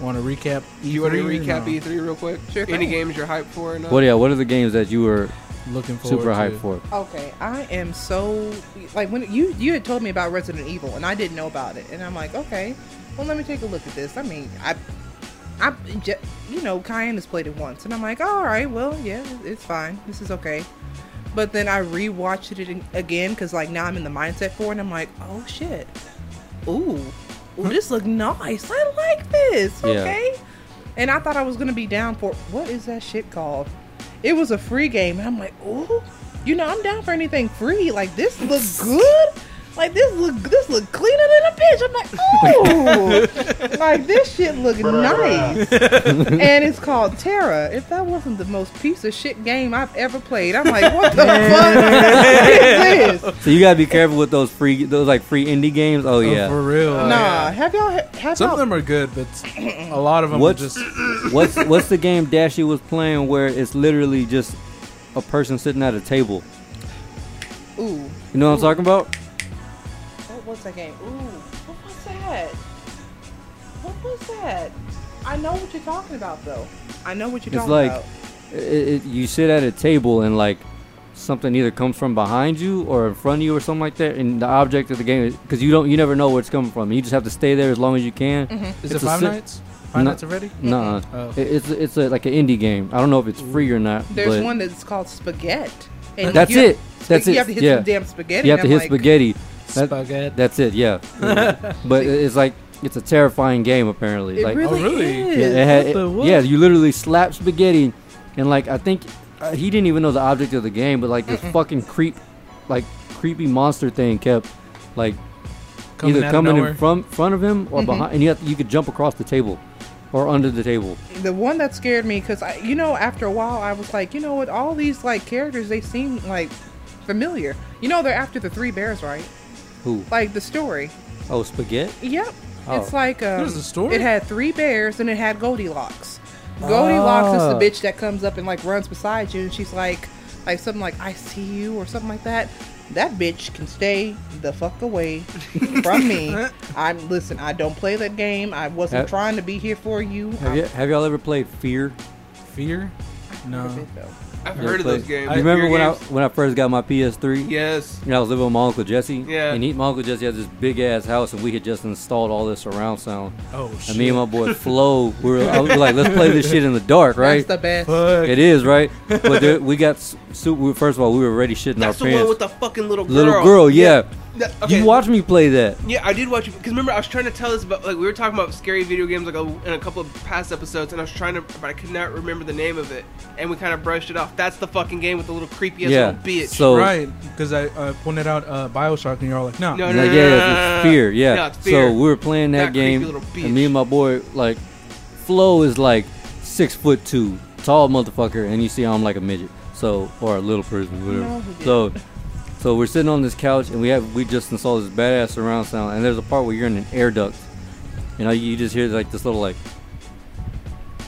Speaker 2: want to recap?
Speaker 1: You want to
Speaker 2: E3 or
Speaker 1: recap E
Speaker 2: no?
Speaker 1: E3 real quick?
Speaker 4: Sure
Speaker 1: Any
Speaker 4: thing.
Speaker 1: games you're hyped for? Or not?
Speaker 3: What? Yeah. What are the games that you were
Speaker 2: Looking forward.
Speaker 3: super
Speaker 2: to.
Speaker 3: hyped for?
Speaker 4: Okay, I am so like when you you had told me about Resident Evil and I didn't know about it and I'm like, okay, well let me take a look at this. I mean, I I ju- you know, Cayenne has played it once and I'm like, all right, well yeah, it's fine, this is okay. But then I rewatched it again because like now I'm in the mindset for it and I'm like, oh shit, ooh, ooh this look nice. I like this.
Speaker 3: Yeah.
Speaker 4: Okay. And I thought I was gonna be down for what is that shit called? It was a free game, and I'm like, ooh, you know, I'm down for anything free. Like this look good. Like this look this look cleaner than a bitch. I'm like, ooh, like this shit look nice. and it's called Terra. If that wasn't the most piece of shit game I've ever played, I'm like, what the fuck is this?
Speaker 3: So you gotta be careful with those free, those like free indie games. Oh
Speaker 2: Oh,
Speaker 3: yeah.
Speaker 2: for real.
Speaker 1: Oh,
Speaker 4: Nah,
Speaker 1: yeah.
Speaker 4: have y'all have
Speaker 2: Some
Speaker 4: y'all
Speaker 2: of them are good, but a lot of them
Speaker 3: What-
Speaker 2: are just
Speaker 3: what's what's the game Dashy was playing where it's literally just a person sitting at a table?
Speaker 4: ooh.
Speaker 3: You know what I'm talking about?
Speaker 4: What was that game? Ooh, what was that? What was that? I know what you're talking about, though. I know what you're
Speaker 3: It's
Speaker 4: talking
Speaker 3: like-
Speaker 4: about.
Speaker 3: It, it, you sit at a table and like something either comes from behind you or in front of you or something like that, and the object of the game is because you don't you never know where it's coming from. You just have to stay there as long as you can.
Speaker 4: Mm-hmm.
Speaker 2: Is
Speaker 3: It's
Speaker 2: it
Speaker 3: a
Speaker 2: Five
Speaker 3: si-
Speaker 2: Nights? Five
Speaker 3: No.
Speaker 2: Nights already?
Speaker 3: Nah,
Speaker 2: Oh.
Speaker 3: it, it's it's a, like an indie game. I don't know if it's free or not.
Speaker 4: There's
Speaker 3: but
Speaker 4: one that's called Spaghetti.
Speaker 3: That's
Speaker 4: you-
Speaker 3: it. That's
Speaker 4: you
Speaker 3: it.
Speaker 4: have to hit
Speaker 3: Yeah.
Speaker 4: some damn spaghetti.
Speaker 3: you have to
Speaker 4: and
Speaker 3: hit
Speaker 4: I'm like,
Speaker 3: spaghetti. That-
Speaker 2: Spaghetti.
Speaker 3: That's it, yeah. but it- it's like it's a terrifying game apparently.
Speaker 4: It
Speaker 3: like
Speaker 4: really,
Speaker 2: Oh, really?
Speaker 4: is.
Speaker 3: yeah, it had-
Speaker 2: What the
Speaker 3: it-
Speaker 2: what?
Speaker 3: yeah, you literally slap spaghetti, and like I think uh, he didn't even know the object of the game, but like this fucking creep, like creepy monster thing kept like either
Speaker 2: out of
Speaker 3: coming in
Speaker 2: nowhere.
Speaker 3: front front of him
Speaker 1: Mm-hmm.
Speaker 3: or behind, and you have, you could jump across the table or under the table.
Speaker 4: The one that scared me, because I, you know, after a while, I was like, you know what? All these like characters, they seem like familiar. You know, they're after the three bears, right?
Speaker 3: Who?
Speaker 4: Like the story.
Speaker 3: Oh, spaghetti.
Speaker 4: Yep.
Speaker 3: Oh.
Speaker 4: It's like um,
Speaker 2: There's a story?
Speaker 4: It had three bears and it had Goldilocks. Goldilocks
Speaker 3: Ah.
Speaker 4: is the bitch that comes up and like runs beside you, and she's like, like something like "I see you" or something like that. That bitch can stay the fuck away from me. I'm listen. I don't play that game. I wasn't
Speaker 3: Have-
Speaker 4: trying to be here for you.
Speaker 3: Have,
Speaker 4: I'm-
Speaker 3: you, have y'all ever played Fear?
Speaker 2: Fear? No.
Speaker 1: I've
Speaker 3: You
Speaker 1: heard of
Speaker 3: ever
Speaker 1: those
Speaker 3: played-
Speaker 1: games.
Speaker 3: You remember
Speaker 1: Your
Speaker 3: when I
Speaker 1: games?
Speaker 3: when I first got my PS3?
Speaker 1: Yes.
Speaker 3: And I was living with my uncle Jesse.
Speaker 1: Yeah.
Speaker 3: And he, my uncle Jesse has this big ass house, and we had just installed all this surround sound.
Speaker 2: Oh shit.
Speaker 3: And me and my boy Flo, we were, I was like, let's play this shit in the dark, right?
Speaker 4: That's the best.
Speaker 2: Fuck.
Speaker 3: it is, right? But there, we got s- su- we, first of all, we were already shitting
Speaker 1: That's
Speaker 3: our
Speaker 1: the
Speaker 3: pants.
Speaker 1: one with the fucking little girl.
Speaker 3: Little girl, yeah.
Speaker 1: That- okay.
Speaker 3: You watched me play that.
Speaker 1: Yeah, I did watch it because remember I was trying to tell us about like we were talking about scary video games like a, in a couple of past episodes, and I was trying to, but I could not remember the name of it, and we kind of brushed it off. That's the fucking game with the little creepy ass
Speaker 3: Yeah,
Speaker 1: little bitch.
Speaker 3: so-
Speaker 2: Right, because I uh, pointed out uh, Bioshock, and you're all like, "No,
Speaker 1: No,
Speaker 3: And
Speaker 1: no,
Speaker 3: like,
Speaker 1: no,
Speaker 3: yeah,
Speaker 1: no,
Speaker 3: it's-
Speaker 1: no,
Speaker 3: it's
Speaker 1: no,
Speaker 3: fear, yeah.
Speaker 1: no, it's fear.
Speaker 3: So we were playing that,
Speaker 1: That creepy
Speaker 3: game,
Speaker 1: little
Speaker 3: and me
Speaker 1: bitch.
Speaker 3: and my boy, like, Flo is like six foot two, tall motherfucker, and you see I'm like a midget, so or a little person,
Speaker 4: No,
Speaker 3: whatever.
Speaker 4: he
Speaker 3: so, so we're sitting on this couch, and we have we just installed this badass surround sound, and there's a part where you're in an air duct, and all you just hear like this little like.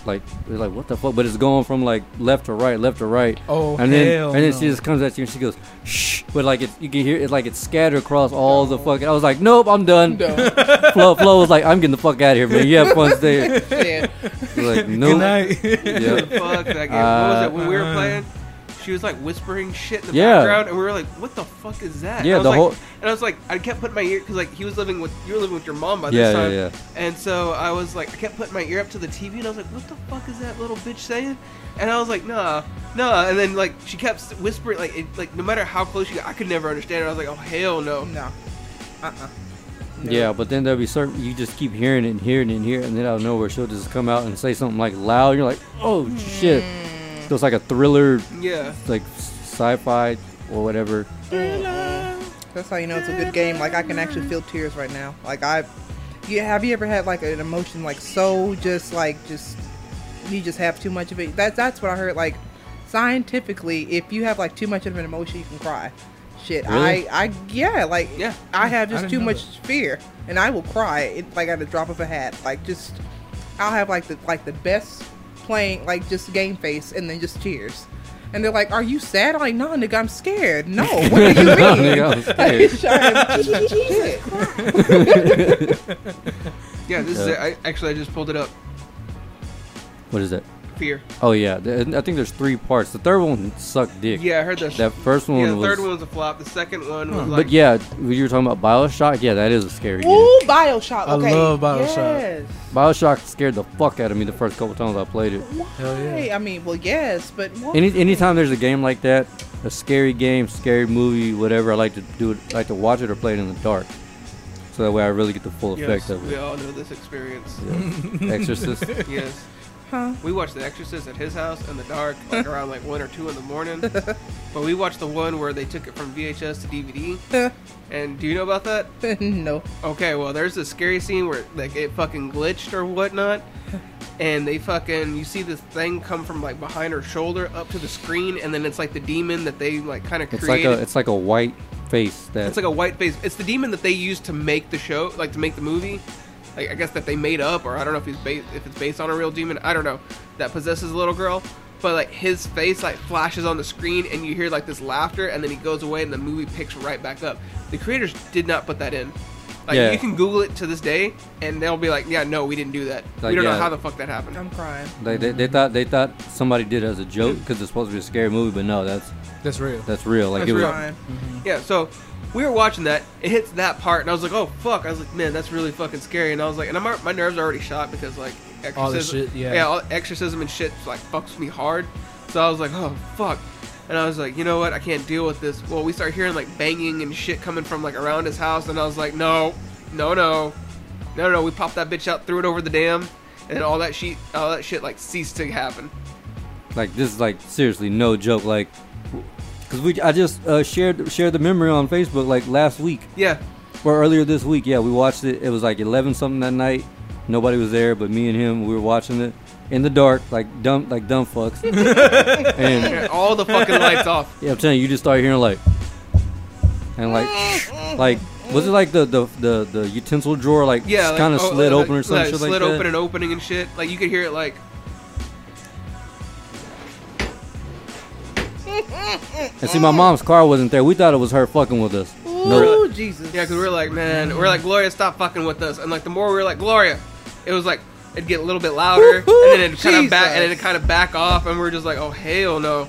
Speaker 3: Like, we're like, what the fuck? But it's going from like left to right, left to right.
Speaker 2: Oh,
Speaker 3: and then
Speaker 2: hell
Speaker 3: and then she
Speaker 2: no.
Speaker 3: just comes at you and she goes, shh. But like, it, you can hear it like it's scattered across all the fucking. I was like, nope, I'm done. Flo, Flo was like, I'm getting the fuck out of here, man. You have fun staying.
Speaker 4: Yeah.
Speaker 3: Like,
Speaker 2: good
Speaker 3: nope.
Speaker 2: night."
Speaker 3: Yeah.
Speaker 1: fuck that game. what was it when we were playing? She was like whispering shit in the
Speaker 3: Yeah.
Speaker 1: background, and we were like, "What the fuck is that?" and I
Speaker 3: Yeah,
Speaker 1: was
Speaker 3: the
Speaker 1: like,
Speaker 3: whole-
Speaker 1: And I was like, I kept putting my ear because like he was living with you were living with your mom by
Speaker 3: Yeah,
Speaker 1: this
Speaker 3: yeah,
Speaker 1: time,
Speaker 3: yeah.
Speaker 1: and so I was like, I kept putting my ear up to the TV, and I was like, "What the fuck is that little bitch saying?" And I was like, "Nah, nah," and then like she kept whispering, like it, like no matter how close you got, I could never understand. it. I was like, "Oh hell no."
Speaker 4: No. Uh-uh. No.
Speaker 3: Yeah, but then there'll be certain you just keep hearing it and hearing it and hearing, it, and then out of nowhere she'll just come out and say something like loud. You're like, oh
Speaker 1: Hmm.
Speaker 3: shit! So it's like a thriller,
Speaker 1: Yeah.
Speaker 3: like sci-fi or whatever.
Speaker 4: That's how you know it's a good game. Like I can actually feel tears right now. Like I, you have you ever had like an emotion like so just like just you just have too much of it. That's that's what I heard. Like scientifically, if you have like too much of an emotion, you can cry. Shit,
Speaker 3: Really?
Speaker 4: I I yeah like
Speaker 1: Yeah.
Speaker 4: I have
Speaker 2: I
Speaker 4: just
Speaker 2: didn't
Speaker 4: too
Speaker 2: know
Speaker 4: much fear, and I will cry it, like at the drop of a hat. Like just I'll have like the like the best playing like just game face, and then just tears. And they're like, "Are you sad?" I'm like, "No, nigga, I'm scared." No, what do you mean?
Speaker 3: Nigga, I'm scared.
Speaker 4: Shit.
Speaker 1: Yeah, this is
Speaker 3: Yeah.
Speaker 1: it. I, actually, I just pulled it up.
Speaker 3: What is that?
Speaker 1: Fear.
Speaker 3: Oh yeah, th- I think there's three parts. The third one sucked dick.
Speaker 1: Yeah, I heard that.
Speaker 3: That first one
Speaker 1: yeah, the
Speaker 3: was.
Speaker 1: third one was a flop. The second one was
Speaker 2: Huh.
Speaker 1: like.
Speaker 3: but yeah, when you were talking about Bioshock, yeah, that is a scary game.
Speaker 4: Ooh, Bioshock.
Speaker 2: I
Speaker 4: Okay.
Speaker 2: love Bioshock.
Speaker 4: Yes.
Speaker 3: Bioshock scared the fuck out of me the first couple times I played it.
Speaker 4: Why?
Speaker 2: Hell yeah.
Speaker 4: I mean, well, yes, but why?
Speaker 3: Any anytime there's a game like that, a scary game, scary movie, whatever, I like to do it, I like to watch it or play it in the dark, so that way I really get the full
Speaker 1: Yes,
Speaker 3: effect of
Speaker 1: we
Speaker 3: it.
Speaker 1: all know this experience.
Speaker 3: Yeah. Exorcist.
Speaker 1: yes.
Speaker 4: Huh?
Speaker 1: We watched The Exorcist at his house in the dark, like around like one or two in the morning. but we watched the one where they took it from VHS to DVD. And do you know about that?
Speaker 4: no.
Speaker 1: Okay, well, there's a scary scene where like it fucking glitched or whatnot, and they fucking you see this thing come from like behind her shoulder up to the screen, and then it's like the demon that they like kind of
Speaker 3: It's like
Speaker 1: created.
Speaker 3: a it's like a white face that
Speaker 1: It's like a white face. It's the demon that they used to make the show, like to make the movie. Like, I guess that they made up, or I don't know if he's ba- if it's based on a real demon. I don't know that possesses a little girl. But like his face like flashes on the screen, and you hear like this laughter, and then he goes away, and the movie picks right back up. The creators did not put that in. Like
Speaker 3: Yeah.
Speaker 1: you can Google it to this day, and they'll be like, "Yeah, no, we didn't do that.
Speaker 3: Like,
Speaker 1: we don't know
Speaker 3: yeah.
Speaker 1: how the fuck that happened."
Speaker 4: I'm crying.
Speaker 3: They, they, they thought they thought somebody did it as a joke because it's supposed to be a scary movie, but no, that's
Speaker 2: That's real.
Speaker 3: that's real. Like
Speaker 1: That's
Speaker 3: it was,
Speaker 1: real.
Speaker 4: Crying.
Speaker 1: Yeah, so we were watching that. It hits that part, and I was like, "Oh fuck!" I was like, "Man, that's really fucking scary." And I was like, "And I'm, al- my nerves are already shot because like exorcism,
Speaker 2: All this shit, yeah.
Speaker 1: all, exorcism and shit like fucks me hard." So I was like, "Oh fuck," and I was like, "You know what? I can't deal with this." Well, we start hearing like banging and shit coming from like around his house, and I was like, "No, no, no, no, no!" We popped that bitch out, threw it over the dam, and all that shit, all that shit like ceased to happen.
Speaker 3: like this is like seriously no joke. Like because we I just uh, shared shared the memory on Facebook like last week
Speaker 1: Yeah,
Speaker 3: or earlier this week. Yeah, we watched it. It was like eleven something that night. Nobody was there but me and him. We were watching it in the dark, like dumb like dumb fucks. and
Speaker 1: and all the fucking lights off.
Speaker 3: yeah, I'm telling you, you just start hearing like and like like was it like the the the, the utensil drawer like
Speaker 1: yeah,
Speaker 3: kind of
Speaker 1: like, oh,
Speaker 3: slid
Speaker 1: like,
Speaker 3: open or something
Speaker 1: yeah,
Speaker 3: shit like
Speaker 1: slid
Speaker 3: that?
Speaker 1: open and opening and shit. Like you could hear it like
Speaker 3: And see, my mom's car wasn't there. We thought it was her fucking with us.
Speaker 4: Ooh,
Speaker 3: No,
Speaker 4: Jesus.
Speaker 1: yeah, because we were like man, we are like Gloria, stop fucking with us. And like the more we were like Gloria, it was like it'd get a little bit louder and then it'd kind of back and then it
Speaker 4: Jesus.
Speaker 1: kind of back off and we are just like oh hell no.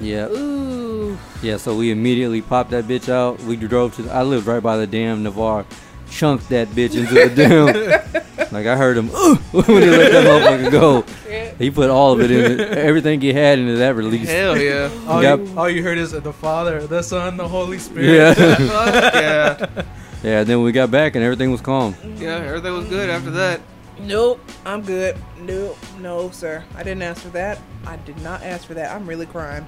Speaker 3: yeah,
Speaker 4: Ooh.
Speaker 3: yeah. So we immediately popped that bitch out. We drove to. The, I lived right by the damn Navarre. Chunked that bitch into the dam. Like I heard him when they let that motherfucker go. He put all of it in, it. everything he had into that release.
Speaker 1: Hell yeah.
Speaker 2: All,
Speaker 3: Yep.
Speaker 2: you, all you heard is uh, the Father, the Son, the Holy Spirit.
Speaker 3: Yeah,
Speaker 1: Fuck yeah.
Speaker 3: yeah. Then we got back and everything was calm.
Speaker 1: Yeah, everything was good after that.
Speaker 4: Nope. I'm good. Nope. No, sir. I didn't ask for that. I did not ask for that. I'm really crying.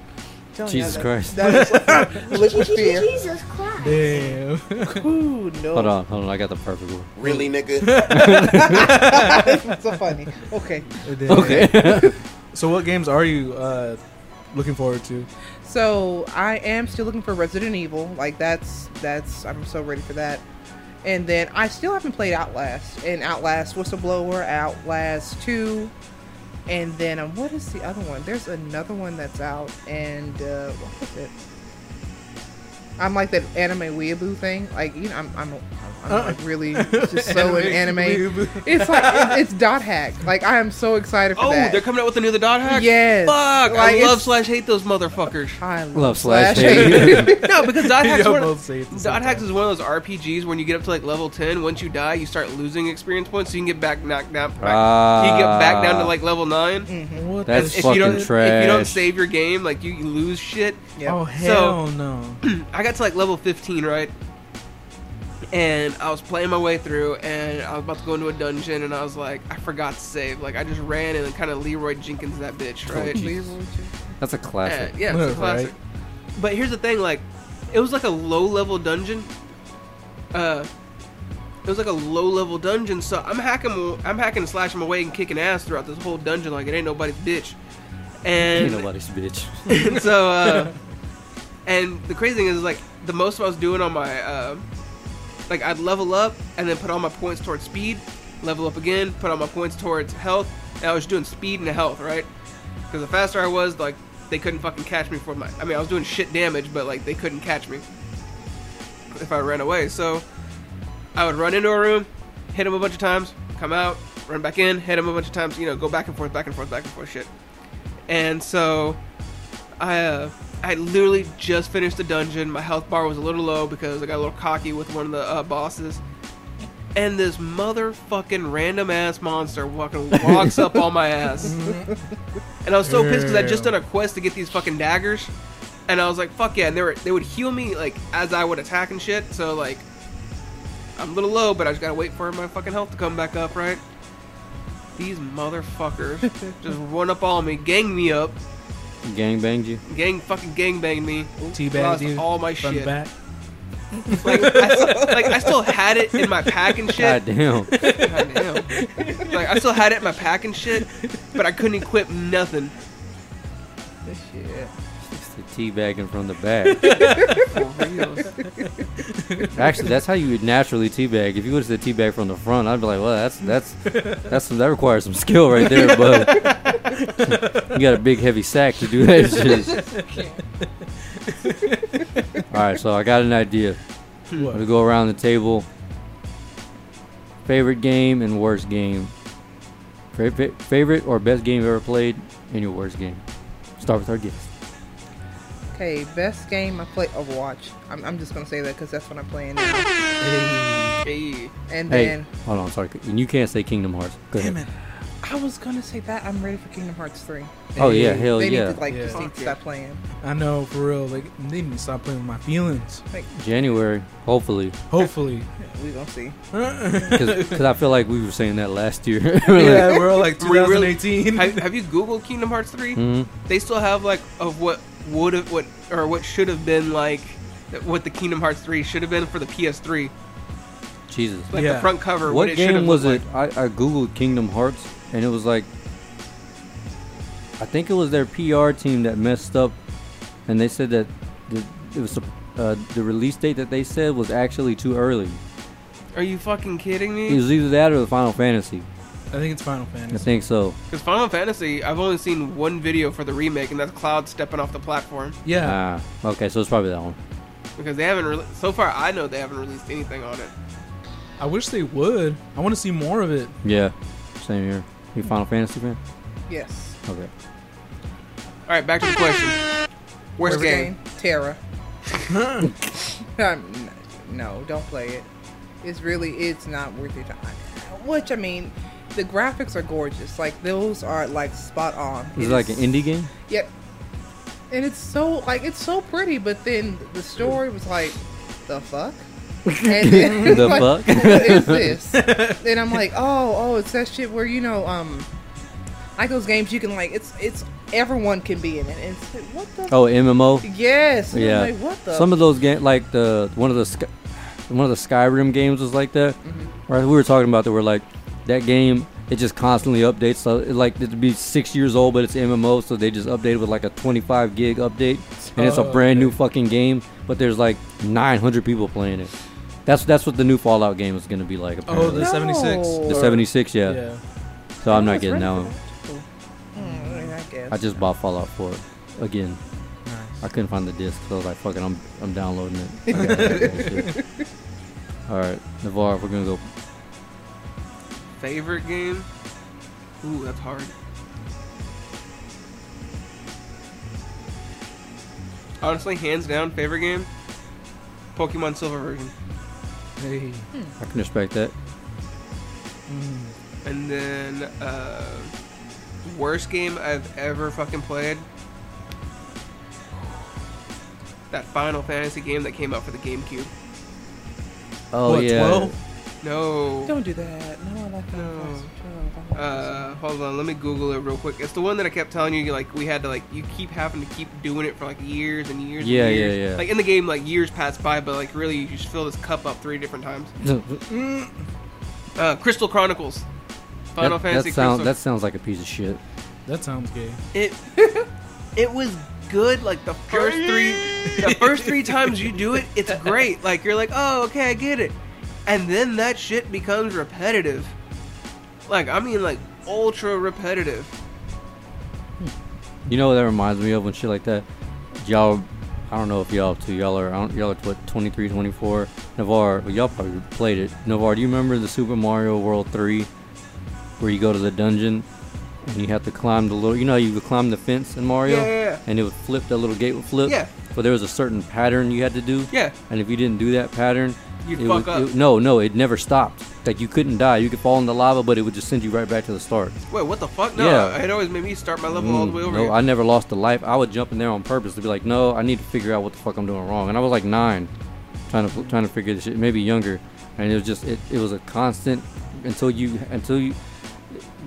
Speaker 4: Tell you
Speaker 3: Jesus
Speaker 4: that-
Speaker 3: Christ.
Speaker 4: That is liquid fear.
Speaker 5: Jesus Christ.
Speaker 2: Damn.
Speaker 4: Ooh, no.
Speaker 3: Hold on, hold on. I got the perfect one.
Speaker 6: Really, nigga?
Speaker 4: so funny. Okay.
Speaker 3: Okay.
Speaker 2: So, what games are you uh, looking forward to?
Speaker 4: So I am still looking for Resident Evil. Like that's that's I'm so ready for that. And then I still haven't played Outlast and Outlast Whistleblower, Outlast Two, and then um, what is the other one? There's another one that's out, and uh, what was it? I'm like that anime weeaboo thing. Like you know, I'm I'm, I'm like really just so in
Speaker 2: Anime
Speaker 4: anime.
Speaker 2: weeaboo.
Speaker 4: It's like it's, it's dot hack. Like I am so excited for
Speaker 1: Oh,
Speaker 4: that.
Speaker 1: they're coming out with another dot hack.
Speaker 4: Yes.
Speaker 1: Fuck.
Speaker 4: Like,
Speaker 1: I love
Speaker 4: it's-
Speaker 1: slash hate those motherfuckers.
Speaker 4: I love,
Speaker 3: Love slash
Speaker 4: slash.
Speaker 3: hate.
Speaker 1: no, because dot hacks.
Speaker 2: Y'all
Speaker 1: one-
Speaker 2: both say it at the same
Speaker 1: Dot hacks
Speaker 2: time.
Speaker 1: is one of those RPGs when you get up to like level ten. Once you die, you start losing experience points, so you can get back knocked down. Back, you get back down to like level nine.
Speaker 2: What
Speaker 3: Mm. That's
Speaker 2: the
Speaker 1: If
Speaker 2: sh-
Speaker 1: you don't
Speaker 3: fucking
Speaker 1: if you don't
Speaker 3: trash.
Speaker 1: save your game, like you, you lose shit.
Speaker 4: Yeah.
Speaker 2: Oh, hell no.
Speaker 1: I got to like level fifteen, right? And I was playing my way through, and I was about to go into a dungeon, and I was like, I forgot to save. Like I just ran and kind of Leroy Jenkins that
Speaker 3: Oh,
Speaker 1: bitch, right?
Speaker 3: Jesus. That's a classic.
Speaker 1: Yeah, yeah, it's a
Speaker 2: Right.
Speaker 1: classic. But here's the thing, like, it was like a low level dungeon. Uh, it was like a low level dungeon. So I'm hacking, I'm hacking and slashing away and kicking ass throughout this whole dungeon like it ain't nobody's bitch. And
Speaker 3: Ain't nobody's bitch.
Speaker 1: and so uh, and the crazy thing is like the most I was doing on my uh, like I'd level up and then put all my points towards speed, level up again, put all my points towards health, and I was doing speed and health, right? Because the faster I was, like they couldn't fucking catch me for my. I mean, I was doing shit damage, but like they couldn't catch me if I ran away. So I would run into a room, hit him a bunch of times, come out, run back in, hit him a bunch of times, you know, go back and forth, back and forth, back and forth, shit. And so I uh, I literally just finished the dungeon. My health bar was a little low because I got a little cocky with one of the uh, bosses. And this motherfucking random ass monster fucking walks up on my ass. And I was so pissed because I just done a quest to get these fucking daggers. And I was like, fuck yeah. And they, were, they would heal me like as I would attack and shit. So like, I'm a little low, but I just gotta wait for my fucking health to come back up, right? These motherfuckers just run up on me, gang me up,
Speaker 3: Gang banged you.
Speaker 1: gang fucking gangbang me.
Speaker 2: Teabag
Speaker 1: lost
Speaker 2: dude.
Speaker 1: all my
Speaker 2: from
Speaker 1: shit.
Speaker 2: the back.
Speaker 1: Like I, s- like I still had it in my pack and shit.
Speaker 3: God damn.
Speaker 1: God damn. Like I still had it in my pack and shit, but I couldn't equip nothing.
Speaker 4: Shit.
Speaker 3: It's the tea bagging from the back.
Speaker 2: Oh,
Speaker 1: For real.
Speaker 3: Actually, that's how you would naturally teabag. If you would have said teabag from the front, I'd be like, well, that's that's that's that requires some skill right there, bud. you got a big heavy sack to do that shit. All right, so I got an idea.
Speaker 1: Hmm.
Speaker 2: What?
Speaker 3: We'll go around the table. Favorite game and worst game. Favorite, favorite or best game you've ever played and your worst game. Start with our guest.
Speaker 4: Okay, best game I play Overwatch. I'm, I'm just gonna say that because that's what I'm playing now.
Speaker 1: Hey.
Speaker 4: And
Speaker 3: Hey,
Speaker 4: then
Speaker 3: hold on, sorry. And you can't say Kingdom Hearts. Go ahead.
Speaker 2: Damn it.
Speaker 4: I was gonna say that I'm ready for Kingdom Hearts three.
Speaker 3: Oh yeah,
Speaker 2: Hey,
Speaker 3: hell
Speaker 4: they
Speaker 3: yeah.
Speaker 4: need to like
Speaker 2: Yeah.
Speaker 4: just need
Speaker 1: Fuck
Speaker 4: to
Speaker 1: yeah.
Speaker 4: stop playing.
Speaker 2: I know, for real. Like, they need to stop playing with my feelings.
Speaker 3: January, hopefully,
Speaker 2: Hopefully.
Speaker 4: We gonna see.
Speaker 3: because I feel like we were saying that last year.
Speaker 2: yeah, we're all like
Speaker 1: We really-
Speaker 2: 2018.
Speaker 1: Have, have you Googled Kingdom Hearts 3?
Speaker 3: hmm
Speaker 1: They still have like of what would have what or what should have been like what the Kingdom Hearts 3 should have been for the PS3.
Speaker 3: Jesus.
Speaker 1: Like the
Speaker 2: Yeah.
Speaker 1: front cover.
Speaker 3: what
Speaker 1: it should have
Speaker 3: game was it?
Speaker 1: looked
Speaker 3: I, I googled Kingdom Hearts, and it was like, I think it was their PR team that messed up, and they said that the, it was sup- uh, the release date that they said was actually too early.
Speaker 1: like? Are you fucking kidding
Speaker 3: It
Speaker 1: me?
Speaker 3: was either that or the Final Fantasy.
Speaker 2: I think it's Final
Speaker 3: I
Speaker 2: Fantasy.
Speaker 3: think so.
Speaker 1: Because Final Fantasy, I've only seen one video for the remake, and that's Cloud stepping off the platform.
Speaker 2: Yeah.
Speaker 3: Ah, okay, so it's probably that one.
Speaker 1: Because they haven't, re- so far I know they haven't released anything on it.
Speaker 2: I wish they would. I want to see more of it.
Speaker 3: Yeah, same here. You Final Fantasy fan?
Speaker 4: Yes.
Speaker 3: Okay.
Speaker 1: All right, back to the question. Worst
Speaker 4: Worst
Speaker 1: game.
Speaker 4: Terra.
Speaker 2: Huh.
Speaker 4: Um, no, don't play it. It's really it's not worth your time. Which I mean, the graphics are gorgeous. Like those are like spot on.
Speaker 3: Is it like an indie game?
Speaker 4: Yep. And it's so like it's so pretty, but then the story was like, the fuck. And then,
Speaker 3: The
Speaker 4: like,
Speaker 3: fuck?
Speaker 4: What is this? and I'm like, oh, oh, it's that shit where you know, um, like those games you can like, it's it's everyone can be in it. And it's like, what the?
Speaker 3: Oh, MMO.
Speaker 4: Yes. And I'm
Speaker 3: Yeah.
Speaker 4: like, what the?
Speaker 3: Some of those games, like the one of the Sky- one of the Skyrim games was like that.
Speaker 4: Mm-hmm.
Speaker 3: Right, we were talking about that. We're like that game. It just constantly updates. So it, like it'd be six years old, but it's MMO, so they just updated with like a 25 gig update, and it's a
Speaker 2: Oh,
Speaker 3: brand new
Speaker 2: okay.
Speaker 3: fucking game. But there's like 900 people playing it. That's that's what the new Fallout game is gonna be like.
Speaker 2: Oh,
Speaker 3: Apparently.
Speaker 2: the 76.
Speaker 4: No.
Speaker 3: the 76, yeah.
Speaker 2: Yeah.
Speaker 3: So I'm
Speaker 4: I
Speaker 3: not
Speaker 4: was
Speaker 3: getting
Speaker 4: ready
Speaker 3: that
Speaker 4: for
Speaker 3: one.
Speaker 4: Mm, I guess.
Speaker 3: I just bought Fallout 4 again.
Speaker 2: Nice.
Speaker 3: I couldn't find the disc, so I was like, "Fuck it, I'm I'm downloading it." I gotta have that shit. All right, Navarre, we're gonna go.
Speaker 1: Favorite game? Ooh, that's hard. Honestly, hands down, favorite game? Pokemon Silver version.
Speaker 2: Hey.
Speaker 3: I can respect that.
Speaker 2: Mm.
Speaker 1: And then, uh, worst game I've ever fucking played? That Final Fantasy game that came out for the GameCube.
Speaker 3: Oh
Speaker 2: What,
Speaker 3: yeah,
Speaker 2: 12?
Speaker 1: No.
Speaker 4: Don't do that. No, I like Final
Speaker 1: No.
Speaker 4: Fantasy XII.
Speaker 1: Uh, hold on. Let me Google it real quick. It's the one that I kept telling you. Like we had to like you keep having to keep doing it for like years and years.
Speaker 3: Yeah,
Speaker 1: and
Speaker 3: yeah,
Speaker 1: years.
Speaker 3: yeah.
Speaker 1: Like in the game, like years pass by, but like really, you just fill this cup up three different times. Uh, Crystal Chronicles, Final
Speaker 3: that,
Speaker 1: Fantasy.
Speaker 3: That sounds
Speaker 1: Crystal-
Speaker 3: that sounds like a piece of shit.
Speaker 2: That sounds gay.
Speaker 1: it it was good like the first three the first three times you do it it's great like you're like oh okay i get it and then that shit becomes repetitive like i mean like ultra repetitive
Speaker 3: You know what that reminds me of when shit like that. Y'all, I don't know if y'all too. Y'all are I don't, y'all are what 23, 24. Navar, but y'all probably played it. Navar, do you remember the Super Mario World 3, where you go to the dungeon and you have to climb the little? You know how you would climb the fence in Mario,
Speaker 1: Yeah, yeah, yeah.
Speaker 3: and it would flip. That little gate would flip.
Speaker 1: Yeah.
Speaker 3: But there was a certain pattern you had to do.
Speaker 1: yeah
Speaker 3: And if you didn't do that pattern,
Speaker 1: You'd
Speaker 3: it
Speaker 1: fuck
Speaker 3: would-
Speaker 1: up.
Speaker 3: it- no, no, it never stopped. Like you couldn't die. You could fall in the lava, but it would just send you right back to the start.
Speaker 1: wait what the fuck no
Speaker 3: Yeah.
Speaker 1: it always made me start my level all the
Speaker 3: Mm,
Speaker 1: way over
Speaker 3: no,
Speaker 1: here.
Speaker 3: I never lost a life. I would jump in there on purpose to be like, no, I need to figure out what the fuck I'm doing wrong. And I was like nine, trying to trying to figure this shit, maybe younger. And it was just it, it was a constant until you until you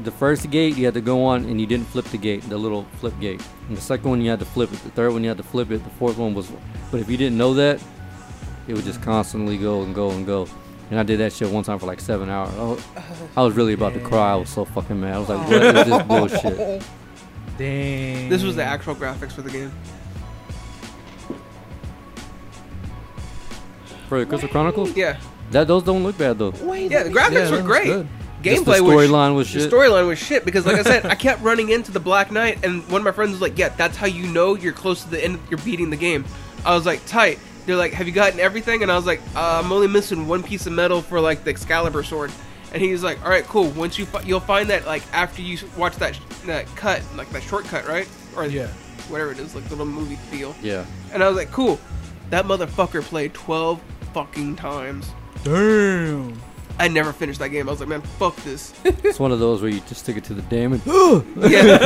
Speaker 3: the first gate you had to go on and you didn't flip the gate, the little flip gate. And the second one you had to flip it. The third one you had to flip it. The fourth one was, but if you didn't know that, it would just constantly go and go and go. And I did that shit one time for like seven hours. I was, I was really about to cry. I was so fucking mad. I was like, what is this bullshit?
Speaker 2: Dang.
Speaker 1: this was the actual graphics for the game
Speaker 3: For the Crystal Chronicles?
Speaker 1: yeah
Speaker 3: That those don't look bad though.
Speaker 4: Wait,
Speaker 1: yeah the graphics
Speaker 2: Yeah,
Speaker 1: were
Speaker 2: no,
Speaker 1: great
Speaker 2: good.
Speaker 3: Just
Speaker 1: gameplay
Speaker 3: the
Speaker 1: was
Speaker 3: storyline was
Speaker 1: The
Speaker 3: shit.
Speaker 1: storyline was shit because, like I said, I kept running into the Black Knight, and one of my friends was like, "Yeah, that's how you know you're close to the end. You're beating the game." I was like, "Tight." They're like, "Have you gotten everything?" And I was like, uh, "I'm only missing one piece of metal for like the Excalibur sword." And he's like, "All right, cool. Once you fi- you'll find that like after you watch that sh- that cut, like that shortcut, right? Or
Speaker 2: Yeah.
Speaker 1: whatever it is, like the little movie deal."
Speaker 3: yeah.
Speaker 1: And I was like, "Cool." That motherfucker played twelve fucking times.
Speaker 2: Damn.
Speaker 1: I never finished that game. I was like, "Man, fuck this."
Speaker 3: It's one of those where you just stick it to the damn and
Speaker 1: Yeah.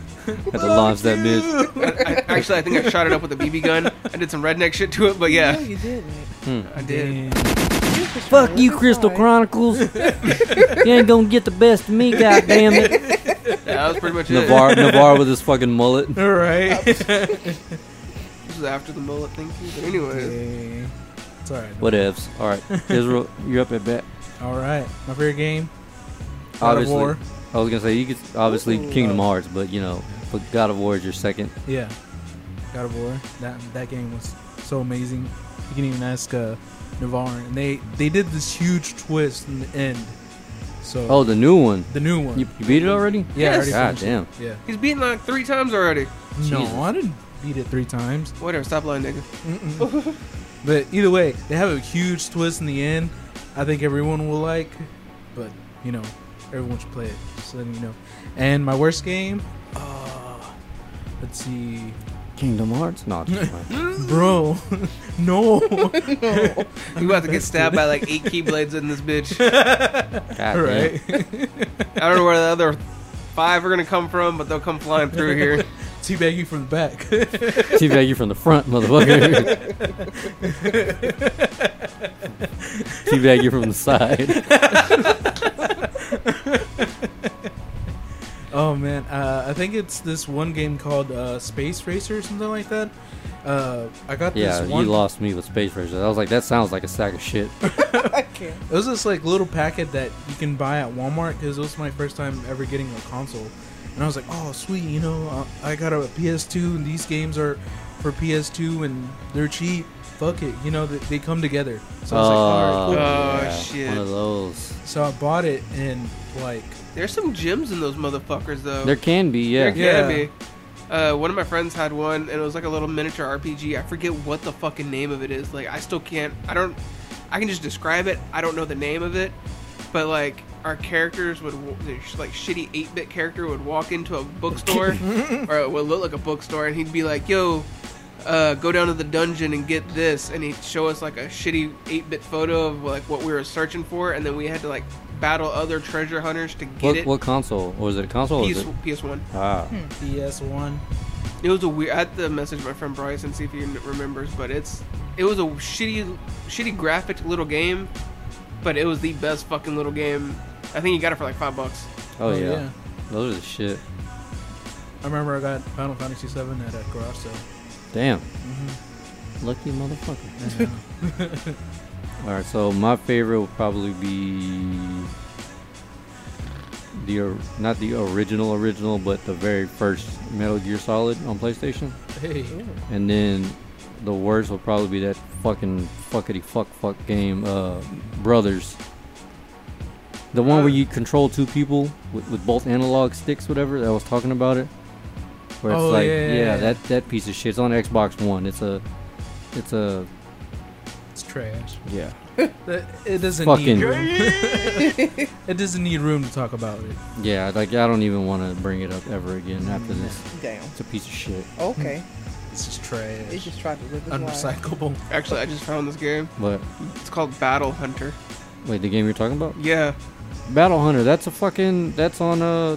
Speaker 3: have to launch that bitch.
Speaker 1: I, actually, I think I shot it up with a BB gun. I did some redneck shit to it, but
Speaker 4: No,
Speaker 1: yeah,
Speaker 4: you didn't.
Speaker 1: I did.
Speaker 4: You're just
Speaker 3: Fuck
Speaker 4: really
Speaker 3: you, Crystal
Speaker 4: fine.
Speaker 3: Chronicles. you ain't gonna get the best of me, goddamn it.
Speaker 1: Yeah, that was pretty much it.
Speaker 3: Navar Navar with his fucking mullet.
Speaker 2: All right.
Speaker 1: This was after the mullet thing too. But anyway,
Speaker 2: Dang. It's all right.
Speaker 3: Whatevs. All right, Israel, you're up at bat.
Speaker 2: All right. My favorite game. God of
Speaker 3: Obviously,
Speaker 2: War.
Speaker 3: I was gonna say you could obviously
Speaker 2: Ooh.
Speaker 3: Kingdom Hearts, but you know, but God of War is your second.
Speaker 2: Yeah. God of War. That that game was so amazing. You can even ask uh, Navarre. And they they did this huge twist in the end. So
Speaker 3: Oh, the new one.
Speaker 2: the new one.
Speaker 3: You, you beat it already?
Speaker 2: yeah. I
Speaker 1: Yes.
Speaker 2: already
Speaker 3: God
Speaker 2: finished it.
Speaker 3: damn.
Speaker 2: Yeah.
Speaker 1: he's beaten like three times already.
Speaker 3: Jesus.
Speaker 2: No, I didn't beat it three times.
Speaker 1: Whatever, stop lying, nigga.
Speaker 2: Mm-mm. but either way, they have a huge twist in the end. I think everyone will like, but you know, everyone should play it. Just letting you know. And my worst game, uh, let's see,
Speaker 3: Kingdom Hearts? No. I'm just playing.
Speaker 2: bro, no.
Speaker 1: You about to get stabbed by like eight keyblades in this bitch.
Speaker 3: God damn.
Speaker 2: All right,
Speaker 1: I don't know where the other five are gonna come from, but they'll come flying through here.
Speaker 2: teabag you from the back.
Speaker 3: Teabag you from the front, motherfucker. Teabag you from the side.
Speaker 2: Oh man, uh, I think it's this one game called uh, Space Racer or something like that. Uh, I got
Speaker 3: Yeah,
Speaker 2: this
Speaker 3: you
Speaker 2: one.
Speaker 3: lost me with Space Racers. I was like, that sounds like a sack of shit.
Speaker 4: I can't.
Speaker 2: It was this like little packet that you can buy at Walmart because it was my first time ever getting a console, and I was like, oh sweet, you know, I, I got a PS2 and these games are for PS2 and they're cheap. Fuck it, you know, they, they come together. So I was like, all right,
Speaker 1: Uh,
Speaker 2: cool.
Speaker 1: Oh,
Speaker 3: yeah,
Speaker 1: shit.
Speaker 3: One of those.
Speaker 2: So I bought it and like,
Speaker 1: There's some gems in those motherfuckers though.
Speaker 3: Oh. There can be, yeah.
Speaker 1: There can
Speaker 2: Yeah.
Speaker 1: be. Uh, one of my friends had one, and it was like a little miniature RPG. I forget what the fucking name of it is. Like, I still can't. I don't. I can just describe it. I don't know the name of it, but like our characters would w- this, like shitty eight bit character would walk into a bookstore or it would look like a bookstore, and he'd be like, "Yo." Uh, go down to the dungeon and get this, and he'd show us like a shitty 8-bit photo of like what we were searching for, and then we had to like battle other treasure hunters to get
Speaker 3: What,
Speaker 1: it.
Speaker 3: what console? Or is it a console? Or is
Speaker 1: PS,
Speaker 3: it?
Speaker 1: PS1.
Speaker 3: Ah.
Speaker 2: PS One.
Speaker 1: It was a weird. I had to message my friend Bryce and see if he remembers, but it's it was a shitty, shitty graphic little game, but it was the best fucking little game. I think you got it for like five bucks.
Speaker 3: Oh, yeah. those are the shit.
Speaker 2: I remember I got Final Fantasy VII at a garage sale.
Speaker 3: Damn,
Speaker 2: Mm-hmm.
Speaker 3: lucky motherfucker. All right, so my favorite would probably be the or- not the original original, but the very first Metal Gear Solid on PlayStation,
Speaker 2: hey,
Speaker 3: and then the worst will probably be that fucking fuckity fuck fuck game, uh, Brothers. The one where you control two people with, with both analog sticks, whatever. That was talking about it. Where it's
Speaker 2: Oh,
Speaker 3: like,
Speaker 2: yeah, yeah, yeah.
Speaker 3: that that piece of shit. It's on Xbox One. It's a, it's a
Speaker 2: it's trash.
Speaker 3: yeah.
Speaker 2: That- It doesn't
Speaker 3: Fucking-
Speaker 2: need room. it doesn't need room to talk about it.
Speaker 3: Yeah, like I don't even want to bring it up ever again after this.
Speaker 4: Damn.
Speaker 3: It's a piece of shit.
Speaker 4: Okay.
Speaker 2: It's just
Speaker 4: It
Speaker 2: trash.
Speaker 4: just tried to live its life.
Speaker 2: Unrecyclable.
Speaker 1: Actually, I just found this game.
Speaker 3: But
Speaker 1: It's called Battle Hunter.
Speaker 3: wait, the game you're talking about,
Speaker 1: Yeah,
Speaker 3: Battle Hunter. That's a fucking. That's on uh.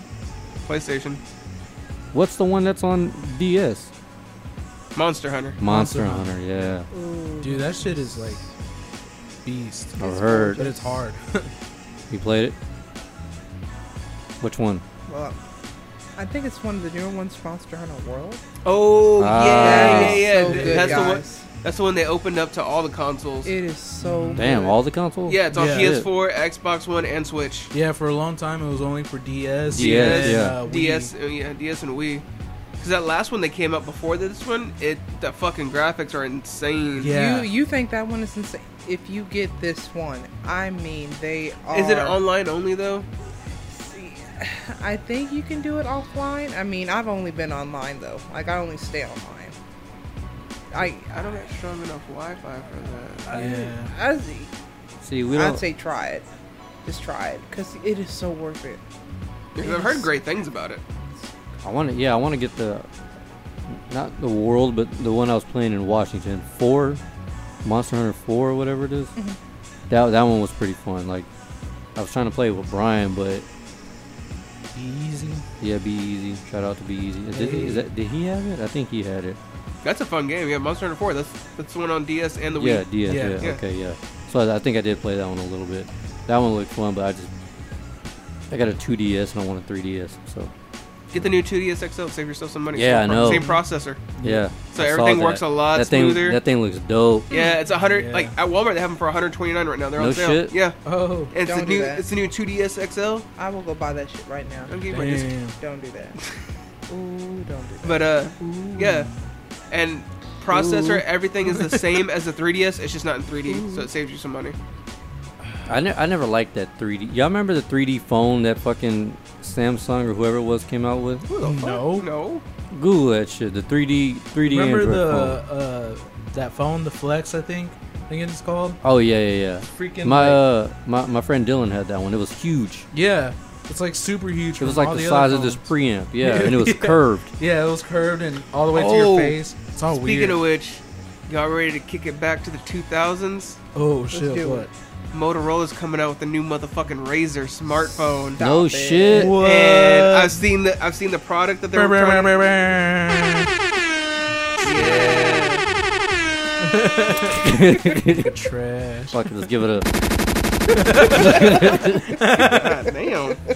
Speaker 1: PlayStation.
Speaker 3: What's the one that's on DS?
Speaker 1: Monster Hunter.
Speaker 3: Monster,
Speaker 2: Monster
Speaker 3: Hunter. Yeah,
Speaker 4: Ooh.
Speaker 2: Dude, that shit is like beast.
Speaker 3: I've
Speaker 4: It's
Speaker 3: heard.
Speaker 2: But it's hard.
Speaker 3: You played it? Which one?
Speaker 4: Well, I think it's one of the newer ones, Monster Hunter World.
Speaker 1: Oh
Speaker 3: Ah.
Speaker 1: yeah, yeah,
Speaker 4: That is
Speaker 1: yeah.
Speaker 4: so
Speaker 1: Th-
Speaker 4: good,
Speaker 1: that's the one.
Speaker 4: guys.
Speaker 1: That's the one they opened up to all the consoles.
Speaker 4: It is so.
Speaker 3: Mm. Damn,
Speaker 4: good.
Speaker 3: all the consoles.
Speaker 1: yeah, it's on
Speaker 2: Yeah.
Speaker 1: PS4, Xbox One, and Switch.
Speaker 2: yeah, for a long time it was only for DS.
Speaker 3: DS,
Speaker 2: and,
Speaker 3: yeah.
Speaker 2: uh, Wii.
Speaker 1: DS, uh, yeah, DS and Wii. Because that last one that came out before this one, it the fucking graphics are insane.
Speaker 2: Yeah.
Speaker 4: You you think that one is insane? If you get this one, I mean, they are.
Speaker 1: Is it online only though?
Speaker 4: I think you can do it offline. I mean, I've only been online though. Like I only stay online. I
Speaker 1: I don't have strong enough Wi-Fi for that.
Speaker 2: Yeah.
Speaker 4: I,
Speaker 3: See, we don't.
Speaker 4: I'd say try it. Just try it because it is so worth it.
Speaker 1: 'Cause I've heard great things about it.
Speaker 3: I want to. Yeah, I want to get the. Not the world, but the one I was playing in Washington. Four, Monster Hunter Four, or whatever it is.
Speaker 1: Mm-hmm.
Speaker 3: That that one was pretty fun. Like, I was trying to play it with Brian, but
Speaker 2: Be easy.
Speaker 3: yeah, Be Easy. Shout out to Be Easy. Is- Did, he, is that, did he have it? I think he had it.
Speaker 1: That's a fun game. Yeah, Monster Hunter 4. That's that's the one on DS and the
Speaker 3: Yeah,
Speaker 1: Wii.
Speaker 3: DS. Yeah,
Speaker 2: Yeah.
Speaker 1: Yeah.
Speaker 3: okay, yeah. So I, I think I did play that one a little bit. That one looked fun, but I just I got a 2DS and I want a 3DS. So
Speaker 1: Get the new 2DS XL. Save yourself some money.
Speaker 3: Yeah,
Speaker 1: Same
Speaker 3: I
Speaker 1: pro-
Speaker 3: know.
Speaker 1: Same processor.
Speaker 3: yeah.
Speaker 1: So
Speaker 3: I saw
Speaker 1: everything works a
Speaker 3: that.
Speaker 1: lot
Speaker 3: that
Speaker 1: smoother.
Speaker 3: Thing, that thing looks dope.
Speaker 1: Yeah, it's a hundred.
Speaker 2: Yeah.
Speaker 1: Like at Walmart, they have them for 129 right now. They're
Speaker 3: No
Speaker 1: on sale.
Speaker 3: shit.
Speaker 1: Yeah,
Speaker 2: Oh.
Speaker 1: and it's
Speaker 4: Don't
Speaker 1: the
Speaker 4: do
Speaker 1: new.
Speaker 4: that.
Speaker 1: It's the new 2DS XL.
Speaker 4: I will go buy that shit right now.
Speaker 1: I'm getting my disc-
Speaker 2: Damn.
Speaker 4: Don't do that. Ooh, don't do that.
Speaker 1: But uh, yeah, and processor, everything is the same as the 3DS. It's just not in 3D, so it saves you some money.
Speaker 3: I, ne- I never liked that 3D. Y'all remember the 3D phone that fucking Samsung or whoever it was came out with?
Speaker 2: No.
Speaker 1: No.
Speaker 3: Google that shit. The 3D 3D
Speaker 2: Remember
Speaker 3: Android
Speaker 2: the
Speaker 3: phone.
Speaker 2: uh, that phone, the Flex, I think. I think it's called.
Speaker 3: Oh yeah, yeah, yeah.
Speaker 2: Freaking.
Speaker 3: My
Speaker 2: like-
Speaker 3: uh, my my friend Dylan had that one. It was huge.
Speaker 2: yeah. It's like super huge.
Speaker 3: It was
Speaker 2: from
Speaker 3: like
Speaker 2: all
Speaker 3: the,
Speaker 2: the
Speaker 3: size
Speaker 2: other
Speaker 3: of this
Speaker 2: phones.
Speaker 3: preamp. Yeah, and it was
Speaker 2: Yeah.
Speaker 3: curved.
Speaker 2: Yeah, it was curved and all the way to
Speaker 1: Oh.
Speaker 2: your face. It's all
Speaker 1: Speaking
Speaker 2: weird.
Speaker 1: of which, y'all ready to kick it back to the 2000s?
Speaker 2: oh shit!
Speaker 4: do
Speaker 2: What?
Speaker 4: it.
Speaker 1: Motorola's coming out with a new motherfucking Razor smartphone.
Speaker 4: Stop
Speaker 3: no
Speaker 4: it.
Speaker 3: shit.
Speaker 2: What?
Speaker 1: And I've seen the I've seen the product that they're trying. to- Yeah.
Speaker 2: Trash.
Speaker 3: Fuck it, let's give it a.
Speaker 1: God damn.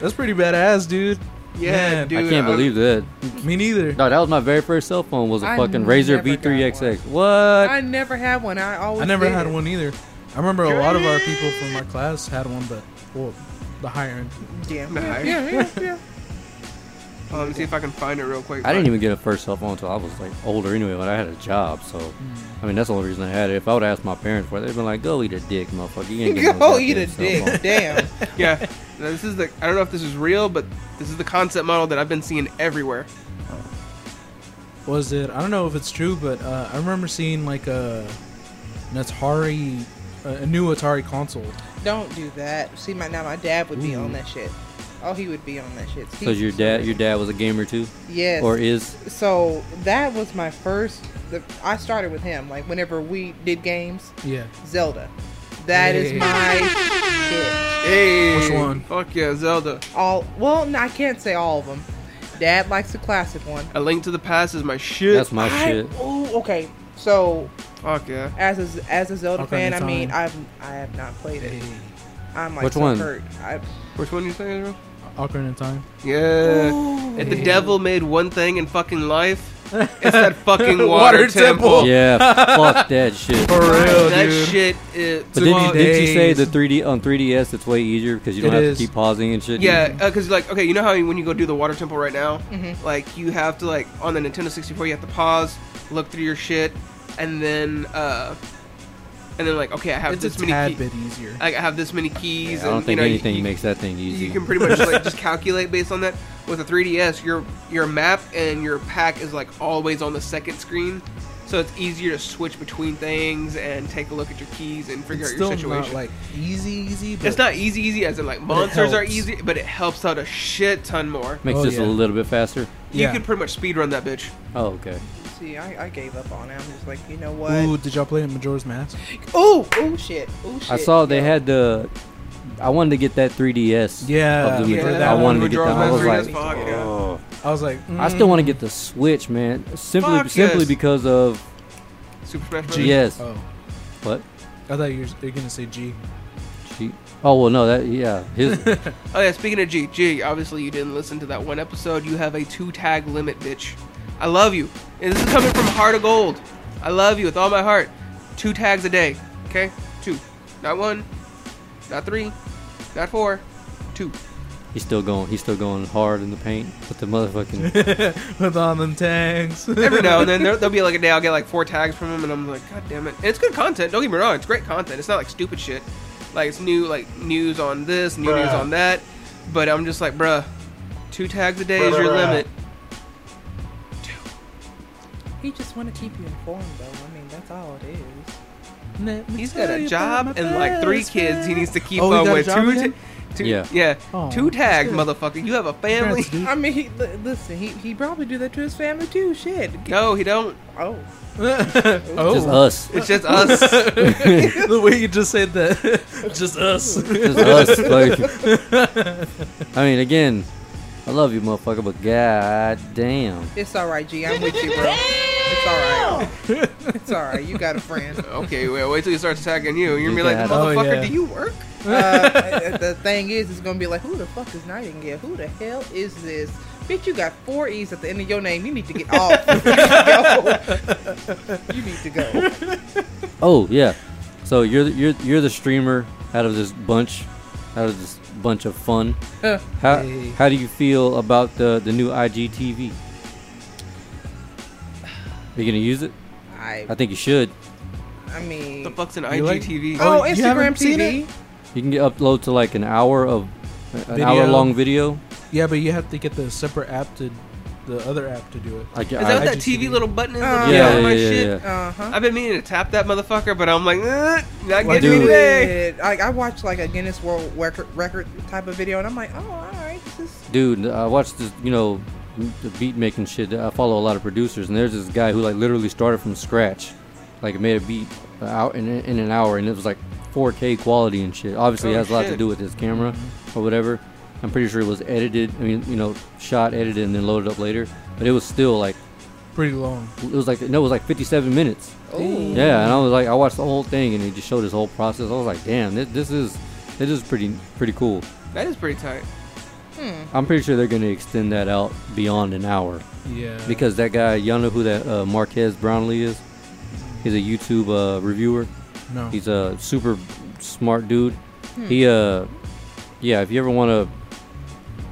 Speaker 2: That's pretty badass, dude.
Speaker 1: Yeah,
Speaker 2: Man,
Speaker 1: dude.
Speaker 3: I can't
Speaker 1: I'm-
Speaker 3: believe that.
Speaker 2: Me neither.
Speaker 3: No, that was my very first cell phone. Was a
Speaker 4: I
Speaker 3: fucking Razor
Speaker 4: never got
Speaker 3: V3XX. What?
Speaker 4: I never had one. I always.
Speaker 2: I never
Speaker 4: did.
Speaker 2: had one either. I remember a lot of our people from our class had one, but well, the higher end.
Speaker 4: Yeah.
Speaker 1: Nah.
Speaker 4: Yeah, yeah, yeah.
Speaker 1: Oh, let me see if I can find it real quick.
Speaker 3: I didn't even get a first cell phone until I was like older anyway, when I had a job. So, I mean, that's the only reason I had it. If I would ask my parents for it, they'd been like, "Go eat a dick, motherfucker. You ain't get no
Speaker 4: Go eat a
Speaker 3: goddamn cell phone."
Speaker 4: dick. Damn.
Speaker 1: Yeah. Now, This is the I don't know if this is real, but this is the concept model that I've been seeing everywhere.
Speaker 2: Was it? I don't know if it's true, but uh, I remember seeing like a an Atari, a new Atari console.
Speaker 4: Don't do that. See, my now my dad would be
Speaker 2: Ooh.
Speaker 4: on that shit. Oh, he would be on that shit.
Speaker 3: Mm. So your dad, your dad was a gamer too,
Speaker 4: yes.
Speaker 3: or is?
Speaker 4: so that was my first. The, I started with him. Like whenever we did games,
Speaker 2: Yeah.
Speaker 4: Zelda. That is
Speaker 2: Hey.
Speaker 4: my
Speaker 1: Hey,
Speaker 2: Which one?
Speaker 1: Fuck yeah, Zelda.
Speaker 4: shit. All well, no, I can't say all of them. Dad likes the classic one.
Speaker 1: A
Speaker 3: Oh,
Speaker 1: Link to the Past is my shit.
Speaker 3: That's my
Speaker 4: I,
Speaker 3: shit.
Speaker 4: Oh, okay. So
Speaker 1: Fuck yeah.
Speaker 4: As a, as a Zelda
Speaker 2: Ocarina
Speaker 4: fan, I
Speaker 2: of
Speaker 4: mean,
Speaker 2: Time.
Speaker 4: I've I have not played it. I'm like
Speaker 3: Which
Speaker 4: so
Speaker 3: one?
Speaker 4: hurt. I,
Speaker 1: Which one you say, Israel?
Speaker 2: Ocarina of Time.
Speaker 1: Yeah. if the devil made one thing in fucking life, it's that fucking water,
Speaker 2: Water
Speaker 1: temple.
Speaker 2: temple.
Speaker 3: Yeah, fuck that shit.
Speaker 2: For real,
Speaker 1: that
Speaker 2: dude.
Speaker 1: shit. Is,
Speaker 3: But
Speaker 2: Two
Speaker 3: did, did you say
Speaker 2: days.
Speaker 3: the 3D on 3DS? It's way easier because you don't
Speaker 2: It
Speaker 3: have
Speaker 2: is.
Speaker 3: to keep pausing and shit.
Speaker 1: yeah, because like, okay, you know how when you go do the water temple right now, like you have to like on the Nintendo 64, you have to pause, look through your shit, and then uh, and then like, okay, I have
Speaker 2: It's a
Speaker 1: this many.
Speaker 2: tad
Speaker 1: key-
Speaker 2: bit easier.
Speaker 1: Like, I have this many keys.
Speaker 3: Yeah, I
Speaker 1: and,
Speaker 3: don't think
Speaker 1: you know, you-
Speaker 3: anything
Speaker 1: you-
Speaker 3: makes that thing easy.
Speaker 1: You can pretty much like just calculate based on that. With a 3DS, your your map and your pack is like always on the second screen, so it's easier to switch between things and take a look at your keys and figure
Speaker 2: It's
Speaker 1: out your
Speaker 2: still
Speaker 1: situation.
Speaker 2: not like easy, easy. But
Speaker 1: it's not easy, easy as in like
Speaker 2: it
Speaker 1: monsters are
Speaker 2: helps.
Speaker 1: easy, but it helps out a shit ton more.
Speaker 3: Makes
Speaker 2: Oh,
Speaker 3: this
Speaker 2: yeah.
Speaker 3: a little bit faster.
Speaker 2: Yeah.
Speaker 1: You could pretty much speed run that bitch.
Speaker 3: Oh, okay.
Speaker 4: see, I, I gave up on it. I'm just like, you know what?
Speaker 2: Ooh, did y'all play Majora's Mask?
Speaker 4: Ooh, ooh, shit, ooh, shit.
Speaker 3: I saw they
Speaker 4: Yeah.
Speaker 3: had the. I wanted to get that 3DS.
Speaker 2: Yeah,
Speaker 3: of the-
Speaker 2: yeah,
Speaker 3: I
Speaker 2: that
Speaker 3: wanted
Speaker 2: one
Speaker 3: to get that. I was
Speaker 1: Majora's
Speaker 3: like,
Speaker 1: Mask, fuck, yeah.
Speaker 3: oh.
Speaker 2: I was like, mm,
Speaker 3: I still want to get the Switch, man. Simply,
Speaker 1: Fuck
Speaker 3: simply
Speaker 1: yes.
Speaker 3: because of
Speaker 1: Super Smash Bros.
Speaker 3: G- yes.
Speaker 2: Oh,
Speaker 3: What?
Speaker 2: I thought you were gonna say G.
Speaker 3: She, oh well, no, that yeah. His
Speaker 1: Oh yeah, speaking of G, G, obviously you didn't listen to that one episode. You have a two tag limit, bitch. I love you. And this is coming from heart of gold. I love you with all my heart. Two tags a day. Okay? Two. Not one. Not three. Not four. Two.
Speaker 3: he's still going. He's still going hard in the paint with the motherfucking.
Speaker 2: With all them tags.
Speaker 1: Every now and then there, there'll be like a day I'll get like four tags from him and I'm like, God damn it. And it's good content, don't get me wrong, it's great content. It's not like stupid shit. Like it's new like news on this, new news
Speaker 2: Bruh.
Speaker 1: on that. But I'm just like, bruh, two tags a day is your
Speaker 2: Bruh.
Speaker 1: limit.
Speaker 4: He just want to keep you informed, though. I mean, that's all it is.
Speaker 2: Let me
Speaker 1: He's
Speaker 2: tell
Speaker 1: got a
Speaker 2: you
Speaker 1: job
Speaker 2: about my
Speaker 1: and like three
Speaker 2: best
Speaker 1: kids. He
Speaker 2: friend.
Speaker 1: needs to keep
Speaker 2: Oh, he
Speaker 1: up
Speaker 2: got a
Speaker 1: with
Speaker 2: job
Speaker 1: two,
Speaker 2: again?
Speaker 1: ta- two,
Speaker 3: Yeah.
Speaker 1: yeah, yeah,
Speaker 2: Aw,
Speaker 1: two tags,
Speaker 2: good.
Speaker 1: motherfucker. You have a family.
Speaker 2: Congrats, dude.
Speaker 4: I mean, he, li- listen, he he probably do that to his family too. Shit.
Speaker 1: No, he don't.
Speaker 4: Oh,
Speaker 3: Just
Speaker 2: oh,
Speaker 3: us.
Speaker 1: It's just us.
Speaker 2: the way you just said that. just us.
Speaker 3: Just us. Like, I mean, again, I love you, motherfucker, but god damn.
Speaker 4: it's all right, G. I'm with you, bro. It's all right. It's all right. You got a friend.
Speaker 1: okay, wait, wait till he starts attacking you. You're gonna be like,
Speaker 3: Yeah.
Speaker 2: Oh,
Speaker 1: motherfucker,
Speaker 2: yeah.
Speaker 1: do you work?
Speaker 4: Uh, the thing is, it's gonna be like, who the fuck is Nightingale? Who the hell is this? Bitch, you got four E's at the end of your name. You need to get off. You need to go. You need to go.
Speaker 3: Oh yeah. So you're the- you're you're the streamer out of this bunch, out of this bunch of fun.
Speaker 4: Huh.
Speaker 3: How
Speaker 2: Hey.
Speaker 3: how do you feel about the the new IGTV? You gonna use it? I
Speaker 4: I,
Speaker 3: think you should.
Speaker 4: I mean,
Speaker 1: The fuck's an
Speaker 2: You like-
Speaker 1: IGTV?
Speaker 2: Oh,
Speaker 4: oh,
Speaker 2: you
Speaker 4: Instagram
Speaker 2: haven't seen
Speaker 4: TV.
Speaker 2: it?
Speaker 3: You can get upload to like an hour of an
Speaker 2: Video.
Speaker 3: hour long video.
Speaker 2: Yeah, but you have to get the separate app to the other app to do it.
Speaker 3: I,
Speaker 1: Is that what that
Speaker 2: IGTV.
Speaker 1: TV little button is?
Speaker 4: Uh,
Speaker 1: looking
Speaker 3: yeah,
Speaker 1: down
Speaker 3: yeah,
Speaker 1: my
Speaker 3: yeah,
Speaker 1: shit?
Speaker 3: yeah, yeah.
Speaker 4: Uh huh.
Speaker 1: I've been meaning to tap that motherfucker, but I'm like, eh, not
Speaker 2: Why
Speaker 1: getting
Speaker 3: do
Speaker 1: me
Speaker 3: it?
Speaker 1: today.
Speaker 4: Like I watched like a Guinness World Record, record type of video, and I'm like, oh, all right, this is
Speaker 3: Dude, I watched this. You know, the beat making shit. I follow a lot of producers, and there's this guy who like literally started from scratch, like made a beat out in, in an hour, and it was like 4K quality and shit. Obviously, it
Speaker 1: Oh,
Speaker 3: has a lot to
Speaker 1: shit.
Speaker 3: do with his camera or whatever. I'm pretty sure it was edited. I mean, you know, shot, edited, and then loaded up later. But it was still like
Speaker 2: Pretty long.
Speaker 3: it was like no, it was like 57 minutes.
Speaker 4: oh,
Speaker 3: Yeah, and I was like, I watched the whole thing, and it just showed his whole process. I was like, damn, this, this is this is pretty pretty cool.
Speaker 1: That is pretty tight.
Speaker 3: I'm pretty sure they're gonna extend that out beyond an hour
Speaker 2: Yeah.
Speaker 3: because that guy, y'all know who that uh, Marquez Brownlee is? He's a YouTube uh, reviewer.
Speaker 2: no.
Speaker 3: He's a super smart dude. He, uh, yeah, if you ever want to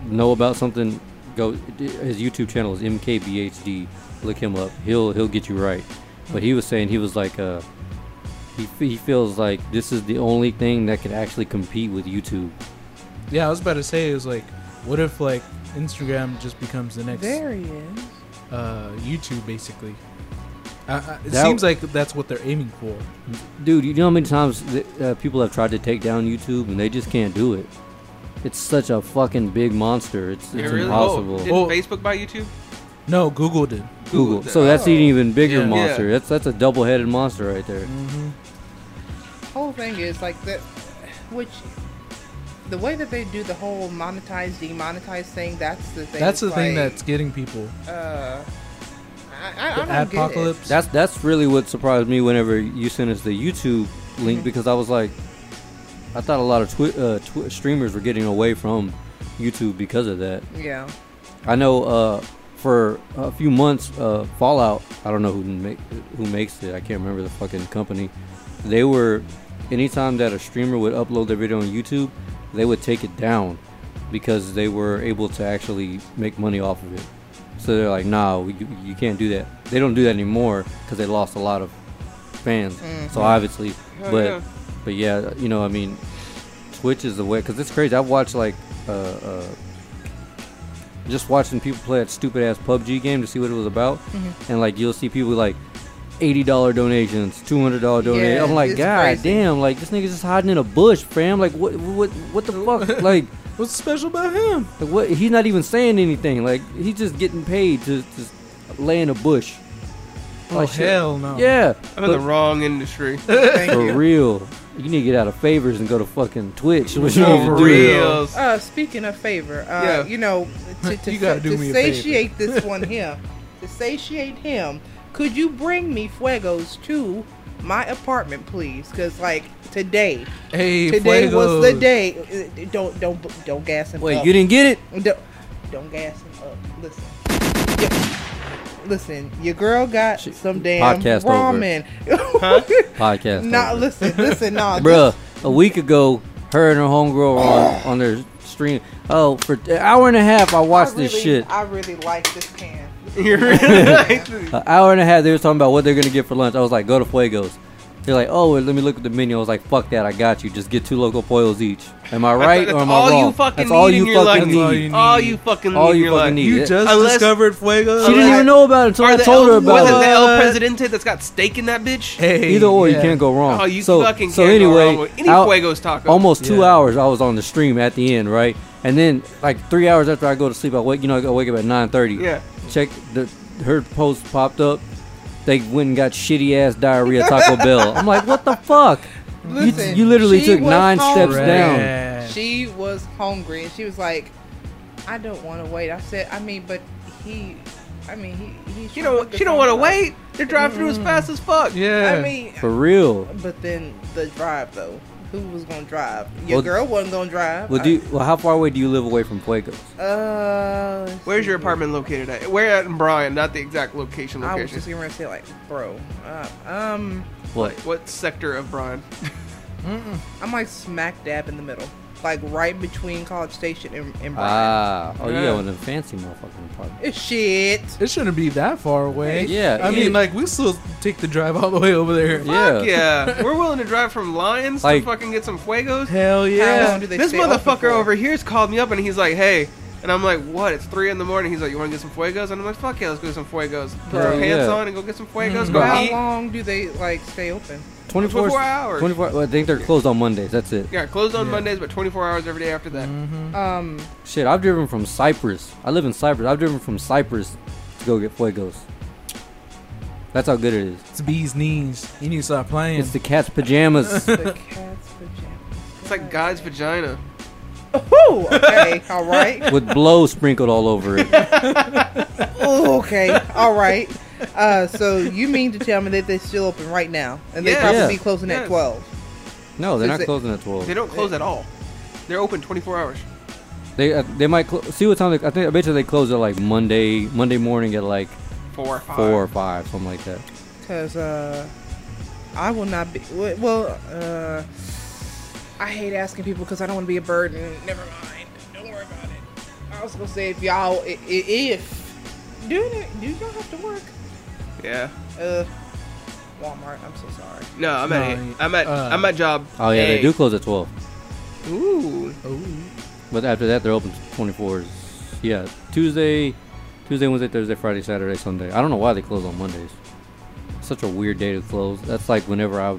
Speaker 3: know about something, go. His YouTube channel is MKBHD. Look him up. He'll he'll get you right. But he was saying he was like, uh, he f- he feels like this is the only thing that could actually compete with YouTube.
Speaker 2: yeah, I was about to say it was like, what if like Instagram just becomes the next
Speaker 4: there he is.
Speaker 2: uh, YouTube basically? I, I, it
Speaker 3: That-
Speaker 2: seems like that's what they're aiming for.
Speaker 3: Dude, you know how many times th- uh, people have tried to take down YouTube and they just can't do it. It's such a fucking big monster. It's,
Speaker 1: It
Speaker 3: it's
Speaker 1: really- oh,
Speaker 3: impossible.
Speaker 1: Did
Speaker 2: Oh.
Speaker 1: Facebook buy YouTube?
Speaker 2: No, Google did.
Speaker 3: Google.
Speaker 1: Googled it.
Speaker 3: So that's an even bigger
Speaker 1: Yeah. Mm-hmm.
Speaker 3: monster.
Speaker 1: Yeah.
Speaker 3: That's that's a double-headed monster right there.
Speaker 4: Whole thing is like that, which the way that they do the whole monetize demonetize thing. That's the thing.
Speaker 2: That's the thing
Speaker 4: like,
Speaker 2: that's getting people.
Speaker 4: Uh, I, I, I
Speaker 2: The
Speaker 4: don't get it.
Speaker 2: apocalypse.
Speaker 3: That's that's really what surprised me whenever you sent us the YouTube
Speaker 1: Mm-hmm.
Speaker 3: link because I was like, I thought a lot of twi- uh, twi- streamers were getting away from YouTube because of that.
Speaker 4: Yeah.
Speaker 3: I know uh, for a few months, uh, Fallout. I don't know who make, who makes it. I can't remember the fucking company. They were anytime that a streamer would upload their video on YouTube, they would take it down because they were able to actually make money off of it. So they're like, "Nah, you, you can't do that." They don't do that anymore because they lost a lot of fans. So obviously,
Speaker 1: Oh,
Speaker 3: but
Speaker 1: yeah.
Speaker 3: but yeah, you know, I mean, Twitch is the way because it's crazy. I've watched like. Uh, uh, just watching people play that stupid ass PUBG game to see what it was about,
Speaker 4: Mm-hmm.
Speaker 3: and like you'll see people like eighty dollar donations, two hundred dollar donations.
Speaker 4: Yeah,
Speaker 3: I'm like,
Speaker 4: it's
Speaker 3: God
Speaker 4: crazy.
Speaker 3: damn! Like this nigga's just hiding in a bush, fam. Like what, what, what the fuck? like,
Speaker 2: What's special about him?
Speaker 3: like, what? He's not even saying anything. Like he's just getting paid to just lay in a bush.
Speaker 2: Oh,
Speaker 3: Like, shit.
Speaker 2: hell no.
Speaker 3: Yeah,
Speaker 1: I'm in the
Speaker 3: but
Speaker 1: wrong industry.
Speaker 4: Thank
Speaker 3: for
Speaker 4: you.
Speaker 3: real, you need to get out of favors and go to fucking Twitch. What you
Speaker 1: Oh, For
Speaker 3: need to do.
Speaker 1: reals.
Speaker 4: Uh, speaking of favor, uh,
Speaker 1: Yeah.
Speaker 4: you know, to, to,
Speaker 2: You gotta
Speaker 4: to,
Speaker 2: do me a favor.
Speaker 4: satiate this one here, to satiate him, could you bring me fuegos to my apartment, please? Because like today,
Speaker 2: Hey,
Speaker 4: today was the
Speaker 2: Fuegos.
Speaker 4: day. Uh, Don't don't don't gas him
Speaker 3: Wait,
Speaker 4: up.
Speaker 3: you didn't get it?
Speaker 4: Don't, don't gas him up. Listen. Yeah. Listen, your girl got
Speaker 3: Shit.
Speaker 4: some damn
Speaker 3: Podcast over.
Speaker 4: ramen.
Speaker 3: Podcast.
Speaker 4: Nah,
Speaker 3: over.
Speaker 4: listen, listen, nah,
Speaker 3: Bruh, a week ago, her and her homegirl were on, on their stream. Oh, for an hour and a half, I watched
Speaker 4: I really,
Speaker 3: this shit.
Speaker 4: I really like this can.
Speaker 1: You're really like-
Speaker 3: An hour and a half, they were talking about what they're gonna get for lunch. I was like, go to Fuegos. They're like, oh, well, let me look at the menu. I was like, fuck that, I got you. Just get two local pollos each. Am I right
Speaker 1: that's
Speaker 3: or am
Speaker 1: all
Speaker 3: I
Speaker 1: you
Speaker 3: wrong?
Speaker 1: fucking
Speaker 3: that's all
Speaker 1: need
Speaker 3: you
Speaker 1: in your
Speaker 3: fucking
Speaker 2: life.
Speaker 3: need.
Speaker 1: all you fucking
Speaker 3: All
Speaker 1: need in
Speaker 3: you
Speaker 1: your
Speaker 3: fucking
Speaker 1: life.
Speaker 3: need.
Speaker 2: You
Speaker 3: Yeah.
Speaker 2: just
Speaker 1: Unless-
Speaker 2: discovered
Speaker 3: She
Speaker 2: Fuegos?
Speaker 3: didn't
Speaker 1: Unless-
Speaker 3: even know about it until
Speaker 1: Or
Speaker 3: I
Speaker 1: the
Speaker 3: told her
Speaker 1: El-
Speaker 3: about
Speaker 1: was it
Speaker 3: it.
Speaker 1: the El
Speaker 2: What?
Speaker 1: Presidente that's got steak in that bitch?
Speaker 2: Hey,
Speaker 3: Either or, you
Speaker 2: yeah.
Speaker 3: can't go wrong.
Speaker 1: Oh, you
Speaker 3: so,
Speaker 1: fucking
Speaker 3: so
Speaker 1: can't
Speaker 3: anyway,
Speaker 1: go wrong with any
Speaker 3: I'll-
Speaker 1: Fuegos taco.
Speaker 3: almost two
Speaker 2: Yeah.
Speaker 3: hours I was on the stream at the end, right? And then like three hours after I go to sleep, I wake you know I wake up at nine thirty.
Speaker 1: Yeah.
Speaker 3: Check the her post popped up. They went and got shitty ass diarrhea Taco Bell. I'm like, what the fuck?
Speaker 4: Listen,
Speaker 3: you literally
Speaker 4: she
Speaker 3: took
Speaker 4: was
Speaker 3: nine steps
Speaker 4: hungry.
Speaker 3: down.
Speaker 2: Yeah.
Speaker 4: She was hungry and she was like, I don't want to wait. I said, I mean, but he, I mean, he, he
Speaker 1: You don't. She don't want to wait. Their drive-through is fast as fuck.
Speaker 2: Yeah.
Speaker 4: I mean,
Speaker 3: For real.
Speaker 4: but then the drive though. Who was gonna drive? Your
Speaker 3: Well,
Speaker 4: girl wasn't gonna drive.
Speaker 3: Well, do you, well, how far away do you live away from Fuegos?
Speaker 4: I- uh, let's
Speaker 1: Where's
Speaker 4: see
Speaker 1: your
Speaker 4: here.
Speaker 1: apartment located at? Where at in Bryan? Not the exact location.
Speaker 4: I was
Speaker 1: Location.
Speaker 4: just gonna say like, bro, uh, um,
Speaker 3: What?
Speaker 1: What sector of Bryan?
Speaker 4: I'm like smack dab in the middle, like right between College Station and, and Bryan.
Speaker 3: Ah, oh yeah,
Speaker 1: Yeah.
Speaker 3: one of the fancy motherfucking apartment.
Speaker 4: It's shit.
Speaker 2: It shouldn't be that far away.
Speaker 3: Yeah,
Speaker 2: I
Speaker 3: it-
Speaker 2: mean, like, we still take the drive all the way over there.
Speaker 1: Fuck yeah. We're willing to drive from Lions
Speaker 3: Like-
Speaker 1: to fucking get some fuegos.
Speaker 4: How
Speaker 2: Hell
Speaker 4: long
Speaker 2: yeah.
Speaker 4: do they
Speaker 1: this
Speaker 4: stay open
Speaker 1: motherfucker
Speaker 4: for?
Speaker 1: over here's called me up and he's like, hey. And I'm like, what? It's three in the morning. He's like, you want to get some fuegos? And I'm like, fuck yeah, let's go get some fuegos. Put our
Speaker 3: Bro,
Speaker 1: pants
Speaker 3: yeah.
Speaker 1: on and go get some fuegos.
Speaker 2: Mhm.
Speaker 1: Go
Speaker 3: Bro,
Speaker 4: How
Speaker 1: out.
Speaker 4: long do they like stay open?
Speaker 3: 24,
Speaker 1: 24 hours.
Speaker 3: 24, well, I think they're closed on Mondays. That's it.
Speaker 1: Yeah, closed on
Speaker 2: Yeah.
Speaker 1: Mondays, but 24 hours every day after that.
Speaker 4: Um,
Speaker 3: Shit, I've driven from Cyprus. I live in Cyprus. I've driven from Cyprus to go get fuegos. That's how good it is.
Speaker 2: It's bee's knees. You need to stop playing.
Speaker 3: It's the cat's pajamas.
Speaker 4: the cat's pajamas.
Speaker 1: It's like God's vagina.
Speaker 4: Woo! Okay, all right.
Speaker 3: with blow sprinkled all over it.
Speaker 4: Ooh, okay, all right. Uh, so you mean to tell me that they're still open right now, and they
Speaker 1: Yeah.
Speaker 4: probably
Speaker 3: Yeah.
Speaker 4: be closing at
Speaker 1: Yes.
Speaker 4: twelve?
Speaker 3: No, they're
Speaker 4: Is
Speaker 3: not
Speaker 4: it-
Speaker 3: closing at
Speaker 1: They
Speaker 3: 12.
Speaker 1: don't close at all. They're open 24 hours.
Speaker 3: They uh, they might clo- see what time they I think I bet you they close at like Monday Monday morning at like
Speaker 1: Four or five.
Speaker 3: 4 or 5 something like that.
Speaker 4: Cause uh, I will not be. Well, uh, I hate asking people because I don't want to be a burden. Never mind. Don't worry about it. I was gonna say if y'all i- i- if do you- do y'all have to work?
Speaker 1: Yeah.
Speaker 4: Uh, Walmart. I'm so sorry.
Speaker 1: No, I'm at
Speaker 2: No,
Speaker 1: eight. I'm at
Speaker 2: uh,
Speaker 1: I'm at job.
Speaker 3: Oh yeah, they
Speaker 1: A.
Speaker 3: do close at 12.
Speaker 1: Ooh.
Speaker 2: Ooh.
Speaker 3: But after that they're open 24s. Yeah, Tuesday Tuesday, Wednesday, Thursday, Friday, Saturday, Sunday. I don't know why they close on Mondays. Such a weird day to close. That's like whenever I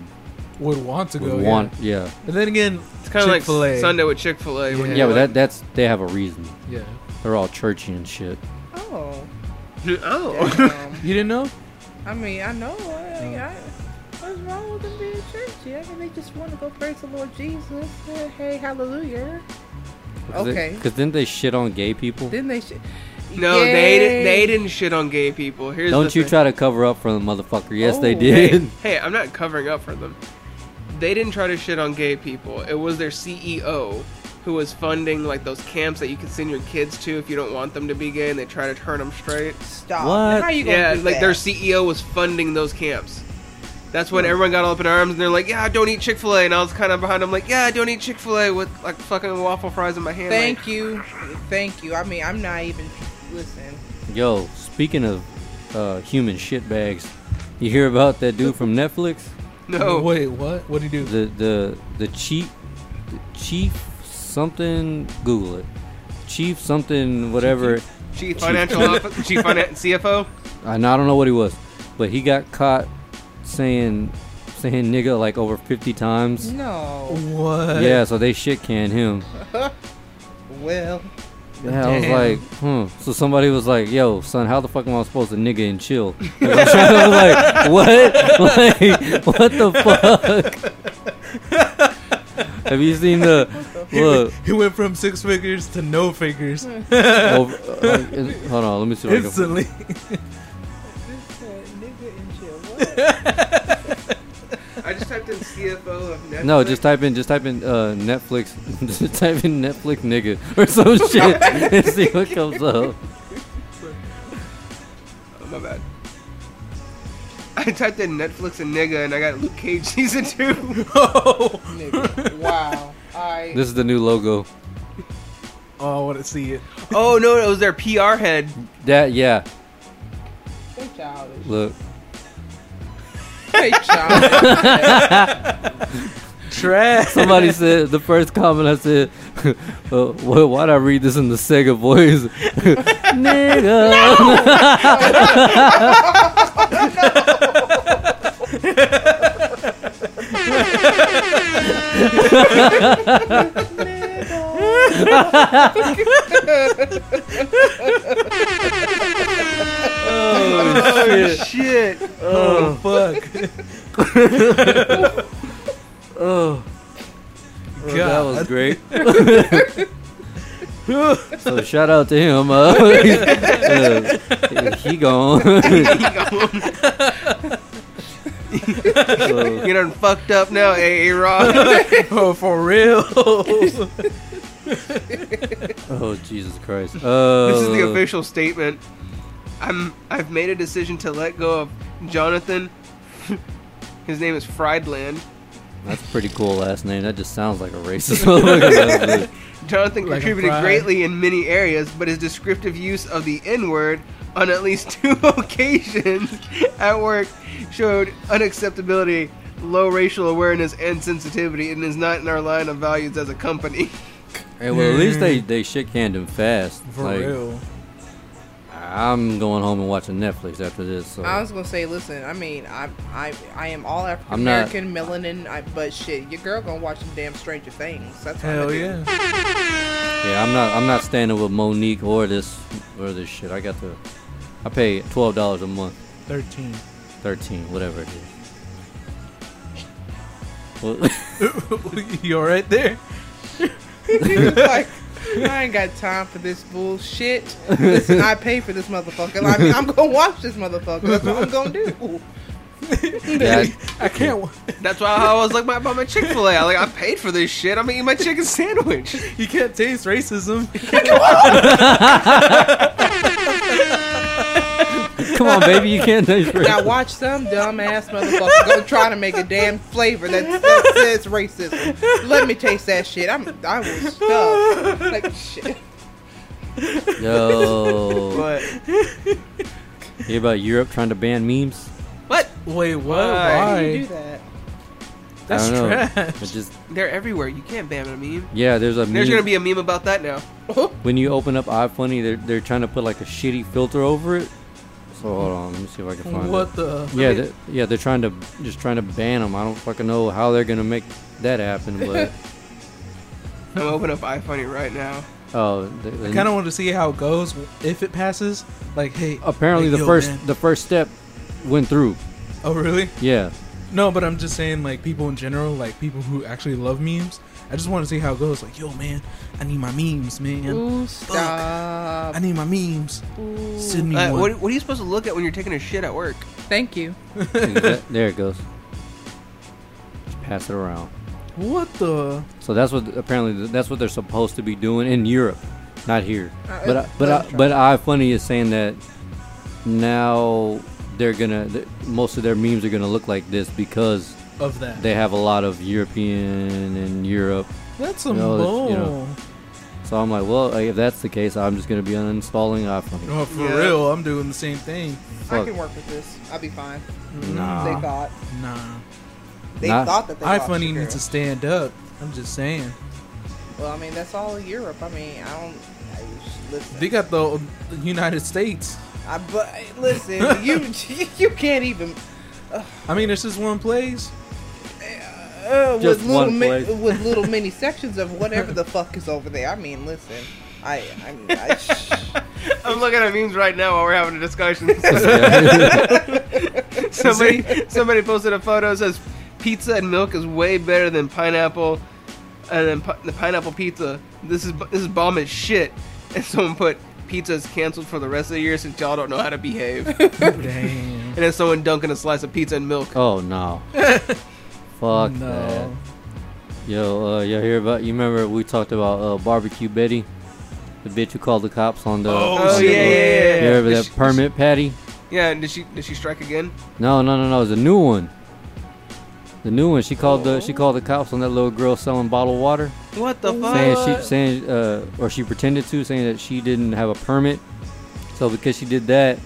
Speaker 2: Would want to
Speaker 3: would
Speaker 2: go. yeah.
Speaker 3: want yeah.
Speaker 2: And then again,
Speaker 1: It's kind of like
Speaker 2: Chick-fil-A.
Speaker 1: Sunday with Chick Fil A.
Speaker 2: Yeah,
Speaker 3: Yeah, but that, that's they have a reason.
Speaker 2: Yeah.
Speaker 3: They're all churchy and shit.
Speaker 4: Oh. um,
Speaker 1: oh.
Speaker 4: damn.
Speaker 2: You didn't know?
Speaker 4: I mean, I know. I, I, what's wrong with them being churchy? I mean, they just want to go praise the Lord Jesus. Uh, hey, hallelujah. Okay.
Speaker 3: Because didn't they shit on gay people?
Speaker 4: Then they should.
Speaker 1: No, they didn't. They
Speaker 4: Yay.
Speaker 1: didn't shit on gay people. Here's
Speaker 3: Don't
Speaker 1: the
Speaker 3: you
Speaker 1: thing.
Speaker 3: try to cover up for the motherfucker. Yes, they
Speaker 4: Oh.
Speaker 1: Hey,
Speaker 3: did.
Speaker 1: hey, I'm not covering up for them. They didn't try to shit on gay people. It was their CEO who was funding like those camps that you can send your kids to if you don't want them to be gay, and they try to turn them straight.
Speaker 4: Stop.
Speaker 3: What?
Speaker 4: How you gonna
Speaker 1: Yeah,
Speaker 4: do
Speaker 1: like
Speaker 4: that?
Speaker 1: their CEO was funding those camps. That's when everyone got all up in arms and they're like, "Yeah, don't eat Chick Fil A," and I was kind of behind them like, "Yeah, don't eat Chick Fil A" with like fucking waffle fries in my hand. like,
Speaker 4: Thank you, thank you. I mean, I'm not even. Listen,
Speaker 3: Yo, speaking of uh, human shitbags, you hear about that dude from Netflix?
Speaker 1: no,
Speaker 2: Wait, what? What do you do?
Speaker 3: The the the chief, the chief something. Google it. Chief something whatever.
Speaker 1: chief financial officer, chief finance CFO.
Speaker 3: I, know- I don't know what he was, but he got caught saying saying nigga like over fifty times.
Speaker 4: no.
Speaker 2: What?
Speaker 3: Yeah, so they shit canned him.
Speaker 4: Well,
Speaker 3: Yeah, I was
Speaker 2: Damn.
Speaker 3: like, hmm. So somebody was like, "Yo, son, how the fuck am I supposed to nigga and chill?" Like, I'm trying- I was like, "What? Like, what the fuck?" Have you seen the look?
Speaker 2: He went from six figures to no figures
Speaker 3: Hmm. Over, like, uh, is- hold on, let me see. If I can,
Speaker 2: instantly.
Speaker 1: I just typed in CFO of Netflix.
Speaker 3: no, just type in, just type in uh, Netflix, just type in Netflix nigga or some shit and see what comes up.
Speaker 1: Oh, my bad. I typed in Netflix and nigga, and I got Luke Cage season two.
Speaker 2: oh,
Speaker 4: nigga. wow. I.
Speaker 3: This is the new logo.
Speaker 2: I want to see it.
Speaker 1: oh no, it was their PR head.
Speaker 3: That yeah,
Speaker 4: They childish.
Speaker 3: look.
Speaker 4: They childish.
Speaker 2: Trash.
Speaker 3: Somebody said the first comment I said, uh, why, why'd I read this in the Sega voice? Nigga.
Speaker 1: Oh shit!
Speaker 2: Oh, fuck.
Speaker 3: Oh,
Speaker 2: God.
Speaker 3: that was great. so shout out to him. Uh, uh, he gone. So,
Speaker 1: You done fucked up now, AA Rob.
Speaker 2: oh, for real.
Speaker 3: oh Jesus Christ. Uh,
Speaker 1: this is the official statement. I'm. I've made a decision to let go of Jonathan. His name is Friedland.
Speaker 3: That's pretty cool last name. That just sounds like a racist. motherfucker.
Speaker 1: Jonathan
Speaker 2: Like a
Speaker 1: contributed
Speaker 2: fry.
Speaker 1: greatly in many areas, but his descriptive use of the N word on at least two occasions at work showed unacceptability, low racial awareness, and sensitivity, and is not in our line of values as a company.
Speaker 3: Hey, well, at least they they shit canned him fast.
Speaker 2: For
Speaker 3: like,
Speaker 2: real.
Speaker 3: I'm going home and watching Netflix after this. So
Speaker 4: I was gonna say, listen. I mean, I, I, I am all African
Speaker 3: I'm not-
Speaker 4: American, melanin. I, but shit, your girl gonna watch some damn Stranger Things. That's what I'ma
Speaker 2: Hell
Speaker 4: do.
Speaker 2: yeah.
Speaker 3: yeah, I'm not I'm not standing with Monique or this or this shit. I got the I pay twelve dollars a month,
Speaker 2: 13.
Speaker 3: thirteen, whatever it is. Well,
Speaker 2: you alright there?
Speaker 4: He was like, I ain't got time for this bullshit. Listen, I pay for this motherfucker. I mean, I'm gonna watch this motherfucker. That's what I'm gonna do.
Speaker 3: yeah,
Speaker 2: I can't. wa-
Speaker 1: That's why I was like my, about my Chick Fil A. Like I paid for this shit. I'm gonna eat my chicken sandwich.
Speaker 2: You can't taste racism.
Speaker 3: come on, baby, you can't taste
Speaker 4: Now
Speaker 3: racism.
Speaker 4: watch some dumbass motherfucker go try to make a damn flavor that, that says racism. Let me taste that shit. I'm I was stuffed. Like shit.
Speaker 3: Yo,
Speaker 1: But
Speaker 3: you about Europe trying to ban memes?
Speaker 1: what?
Speaker 2: Wait, what?
Speaker 1: Why?
Speaker 4: Why do you do
Speaker 2: Why?
Speaker 4: that?
Speaker 2: That's
Speaker 3: I don't know.
Speaker 2: trash.
Speaker 3: It just
Speaker 1: They're everywhere. You can't ban a meme.
Speaker 3: yeah, there's a
Speaker 1: There's
Speaker 3: meme-
Speaker 1: gonna be a meme about that now.
Speaker 3: when you open up iFunny, they're they're trying to put like a shitty filter over it. So hold on, let me see if I can find it.
Speaker 2: What the?
Speaker 3: Yeah,
Speaker 1: me-
Speaker 3: they yeah, they're trying to just trying to ban them. I don't fucking know how they're gonna make that happen, but
Speaker 1: I'm opening up iFunny right now.
Speaker 3: oh, they, they-
Speaker 2: I kind of want to see how it goes. If it passes, like, hey.
Speaker 3: apparently
Speaker 2: like,
Speaker 3: the
Speaker 2: yo,
Speaker 3: first
Speaker 2: man.
Speaker 3: the first step went through.
Speaker 2: Oh, really?
Speaker 3: Yeah,
Speaker 2: No, but I'm just saying, like people in general, like people who actually love memes. I just want to see how it goes. Like, yo, man, I need my memes, man.
Speaker 4: Ooh,
Speaker 2: Fuck.
Speaker 4: stop.
Speaker 2: I need my memes.
Speaker 4: Ooh.
Speaker 2: Send me
Speaker 1: Uh,
Speaker 2: one.
Speaker 1: what, what are you supposed to look at when you're taking a shit at work?
Speaker 4: Thank you.
Speaker 3: Exa- there it goes. Just pass it around.
Speaker 2: What the?
Speaker 3: So that's what apparently th- that's what they're supposed to be doing in Europe, not here.
Speaker 4: Uh,
Speaker 3: But
Speaker 4: uh,
Speaker 3: I, but I, but I funny is saying that now they're gonna th- most of their memes are gonna look like this because
Speaker 2: Of that?
Speaker 3: they have a lot of European and Europe.
Speaker 2: That's a
Speaker 3: No,
Speaker 2: bull.
Speaker 3: that's- you know. So I'm like, well, if that's the case, I'm just gonna be uninstalling iPhone.
Speaker 2: Oh, for
Speaker 1: Yeah.
Speaker 2: real, I'm doing the same thing.
Speaker 4: I
Speaker 3: Fuck.
Speaker 4: can work with this. I'll be fine.
Speaker 3: Nah.
Speaker 4: They thought.
Speaker 2: Nah.
Speaker 4: They
Speaker 3: Nah.
Speaker 4: thought that they. lost
Speaker 2: iFunny
Speaker 4: your
Speaker 2: needs to
Speaker 4: girl.
Speaker 2: stand up. I'm just saying.
Speaker 4: Well, I mean, that's all of Europe. I mean, I don't. I, just- listen.
Speaker 2: They got the the United States.
Speaker 4: I, but listen, you you can't even
Speaker 2: I mean, it's just one place.
Speaker 4: uh, with
Speaker 3: Just
Speaker 4: little
Speaker 3: one
Speaker 4: mi-
Speaker 3: place.
Speaker 4: with little mini sections of whatever the fuck is over there. I mean, listen, I I mean, I, sh-
Speaker 1: I'm looking at memes right now while we're having a discussion. somebody somebody posted a photo that says pizza and milk is way better than pineapple and then pi- the pineapple pizza this is this is bomb as shit and someone put pizza is canceled for the rest of the year since y'all don't know how to behave and
Speaker 2: Damn.
Speaker 1: then someone dunking a slice of pizza and milk
Speaker 3: Oh no. Fuck that.
Speaker 2: no.
Speaker 3: Yo, uh, you hear about? You remember we talked about uh, barbecue Betty, the bitch who called the cops on the.
Speaker 2: Oh,
Speaker 3: on the-
Speaker 2: yeah, yeah, yeah,
Speaker 3: You remember
Speaker 1: Did
Speaker 3: that
Speaker 1: she-
Speaker 3: permit, Patty?
Speaker 1: yeah and did she did she strike again
Speaker 3: No, no, no, no. It's a new one. The new one. She called the she called the cops on that little girl selling bottled water,
Speaker 1: what the
Speaker 3: saying
Speaker 1: fuck
Speaker 3: she saying uh, or she pretended to saying that she didn't have a permit. So because she did that,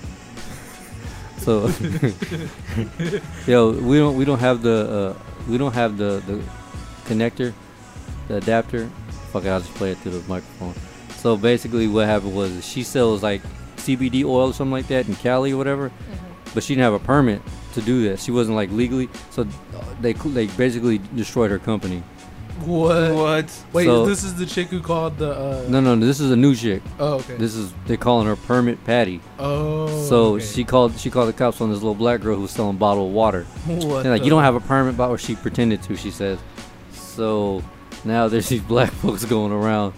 Speaker 3: so yo, we don't we don't have the uh, we don't have the the connector, the adapter. Fuck, it, I'll just play it through the microphone. So basically, what happened was she sells like CBD oil or something like that in Cali or whatever but she didn't have a permit to do this. She wasn't like legally, so uh, they cl- they basically destroyed her company.
Speaker 2: What?
Speaker 1: what
Speaker 2: Wait,
Speaker 3: So-
Speaker 2: this is the chick who called the. Uh,
Speaker 3: No, no, no, this is a new chick.
Speaker 2: Oh, okay.
Speaker 3: This is they're calling her permit Patty.
Speaker 2: oh.
Speaker 3: so
Speaker 2: okay.
Speaker 3: she called she called the cops on this little black girl who was selling bottled water.
Speaker 2: What
Speaker 3: They're like
Speaker 2: the-
Speaker 3: you don't have a permit, but or she pretended to. She says. So now there's these black folks going around,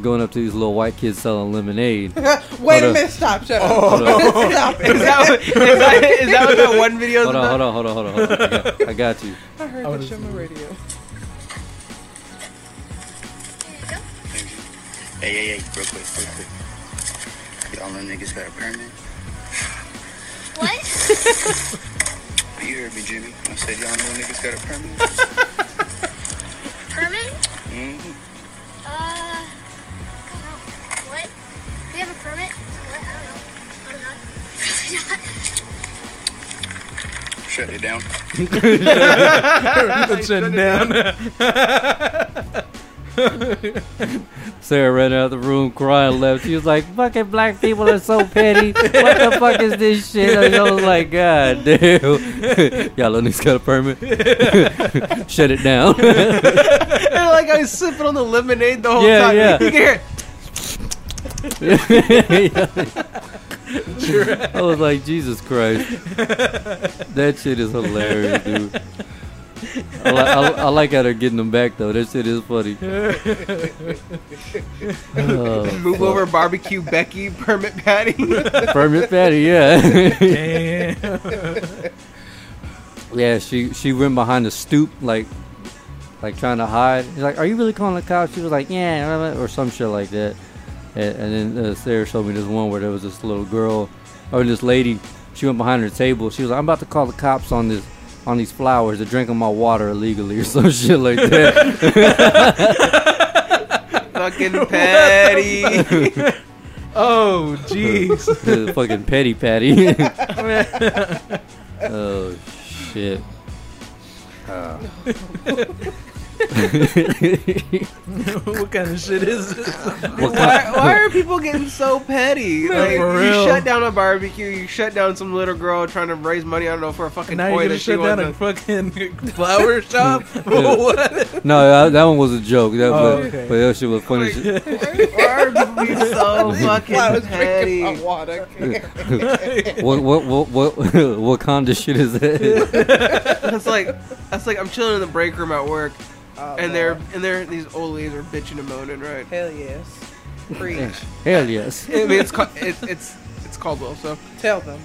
Speaker 3: going up to these little white kids selling lemonade.
Speaker 4: wait a
Speaker 3: Hold
Speaker 4: minute, stop, shut up,
Speaker 3: Hold up.
Speaker 4: stop
Speaker 1: is
Speaker 4: it.
Speaker 1: that, what- is, that, is that what that one video is
Speaker 3: Hold on,
Speaker 1: about?
Speaker 3: hold on, hold on, hold on, hold on. I got, I got you.
Speaker 4: I heard
Speaker 2: I
Speaker 4: that
Speaker 2: was-
Speaker 4: shit on the radio.
Speaker 5: Hey, hey, hey, real quick, real quick. Y'all them niggas got a permit?
Speaker 6: What?
Speaker 5: You heard me, Jimmy. I said y'all know niggas got a permit?
Speaker 6: Permit?
Speaker 5: mm-hmm.
Speaker 6: Uh, I don't know. What? We have a permit? What? I don't know. Probably not. Probably not.
Speaker 5: Shut it down.
Speaker 2: Shut down.
Speaker 3: Sarah ran out of the room crying left. She was like, fucking black people are so petty. What the fuck is this shit? And I was like, God damn. Y'all know niggas got a permit? Shut it down.
Speaker 1: And, like I was sipping on the lemonade the whole
Speaker 3: Yeah,
Speaker 1: time.
Speaker 3: yeah.
Speaker 1: You can hear it.
Speaker 3: I was like, Jesus Christ. That shit is hilarious, dude. I, li- I, I like how they're getting them back, though. That shit is funny. Oh,
Speaker 1: Move over barbecue Becky permit patty.
Speaker 3: permit patty, yeah.
Speaker 2: Damn.
Speaker 3: Yeah, she she went behind the stoop like like trying to hide. He's like, "Are you really calling the cops?" She was like, "Yeah," blah, blah," or some shit like that. And, and then uh, Sarah showed me this one where there was this little girl or this lady. She went behind her table. She was like, "I'm about to call the cops on this." On these flowers, they're drinking my water illegally or some shit like that.
Speaker 1: Fucking patty.
Speaker 2: Oh, jeez.
Speaker 3: The fucking petty patty. oh shit.
Speaker 2: what kind of shit is this?
Speaker 3: What
Speaker 1: why,
Speaker 3: kind-
Speaker 1: why are people getting so petty?
Speaker 2: No,
Speaker 1: Like,
Speaker 2: for
Speaker 1: you
Speaker 2: real.
Speaker 1: shut down a barbecue, you shut down some little girl trying to raise money, I don't know, for a fucking
Speaker 2: now
Speaker 1: toy
Speaker 2: you're
Speaker 1: that
Speaker 2: gonna
Speaker 1: she
Speaker 2: shut down a
Speaker 1: wants.
Speaker 2: fucking flower shop? what?
Speaker 3: no, that, that one was a joke. That,
Speaker 2: Oh,
Speaker 3: but,
Speaker 2: okay.
Speaker 3: but that shit was funny. as shit.
Speaker 1: to- Why are people being so fucking petty?
Speaker 4: water.
Speaker 3: what, what, what, what, what kind of shit is that?
Speaker 1: It's like, it's like I'm chilling in the break room at work,
Speaker 4: Oh,
Speaker 1: and they're and they're these old ladies are bitching and moaning, right?
Speaker 4: hell yes. Preach.
Speaker 3: Hell yes.
Speaker 1: I mean, it's ca- it's it's it's Caldwell, so.
Speaker 4: Tell them.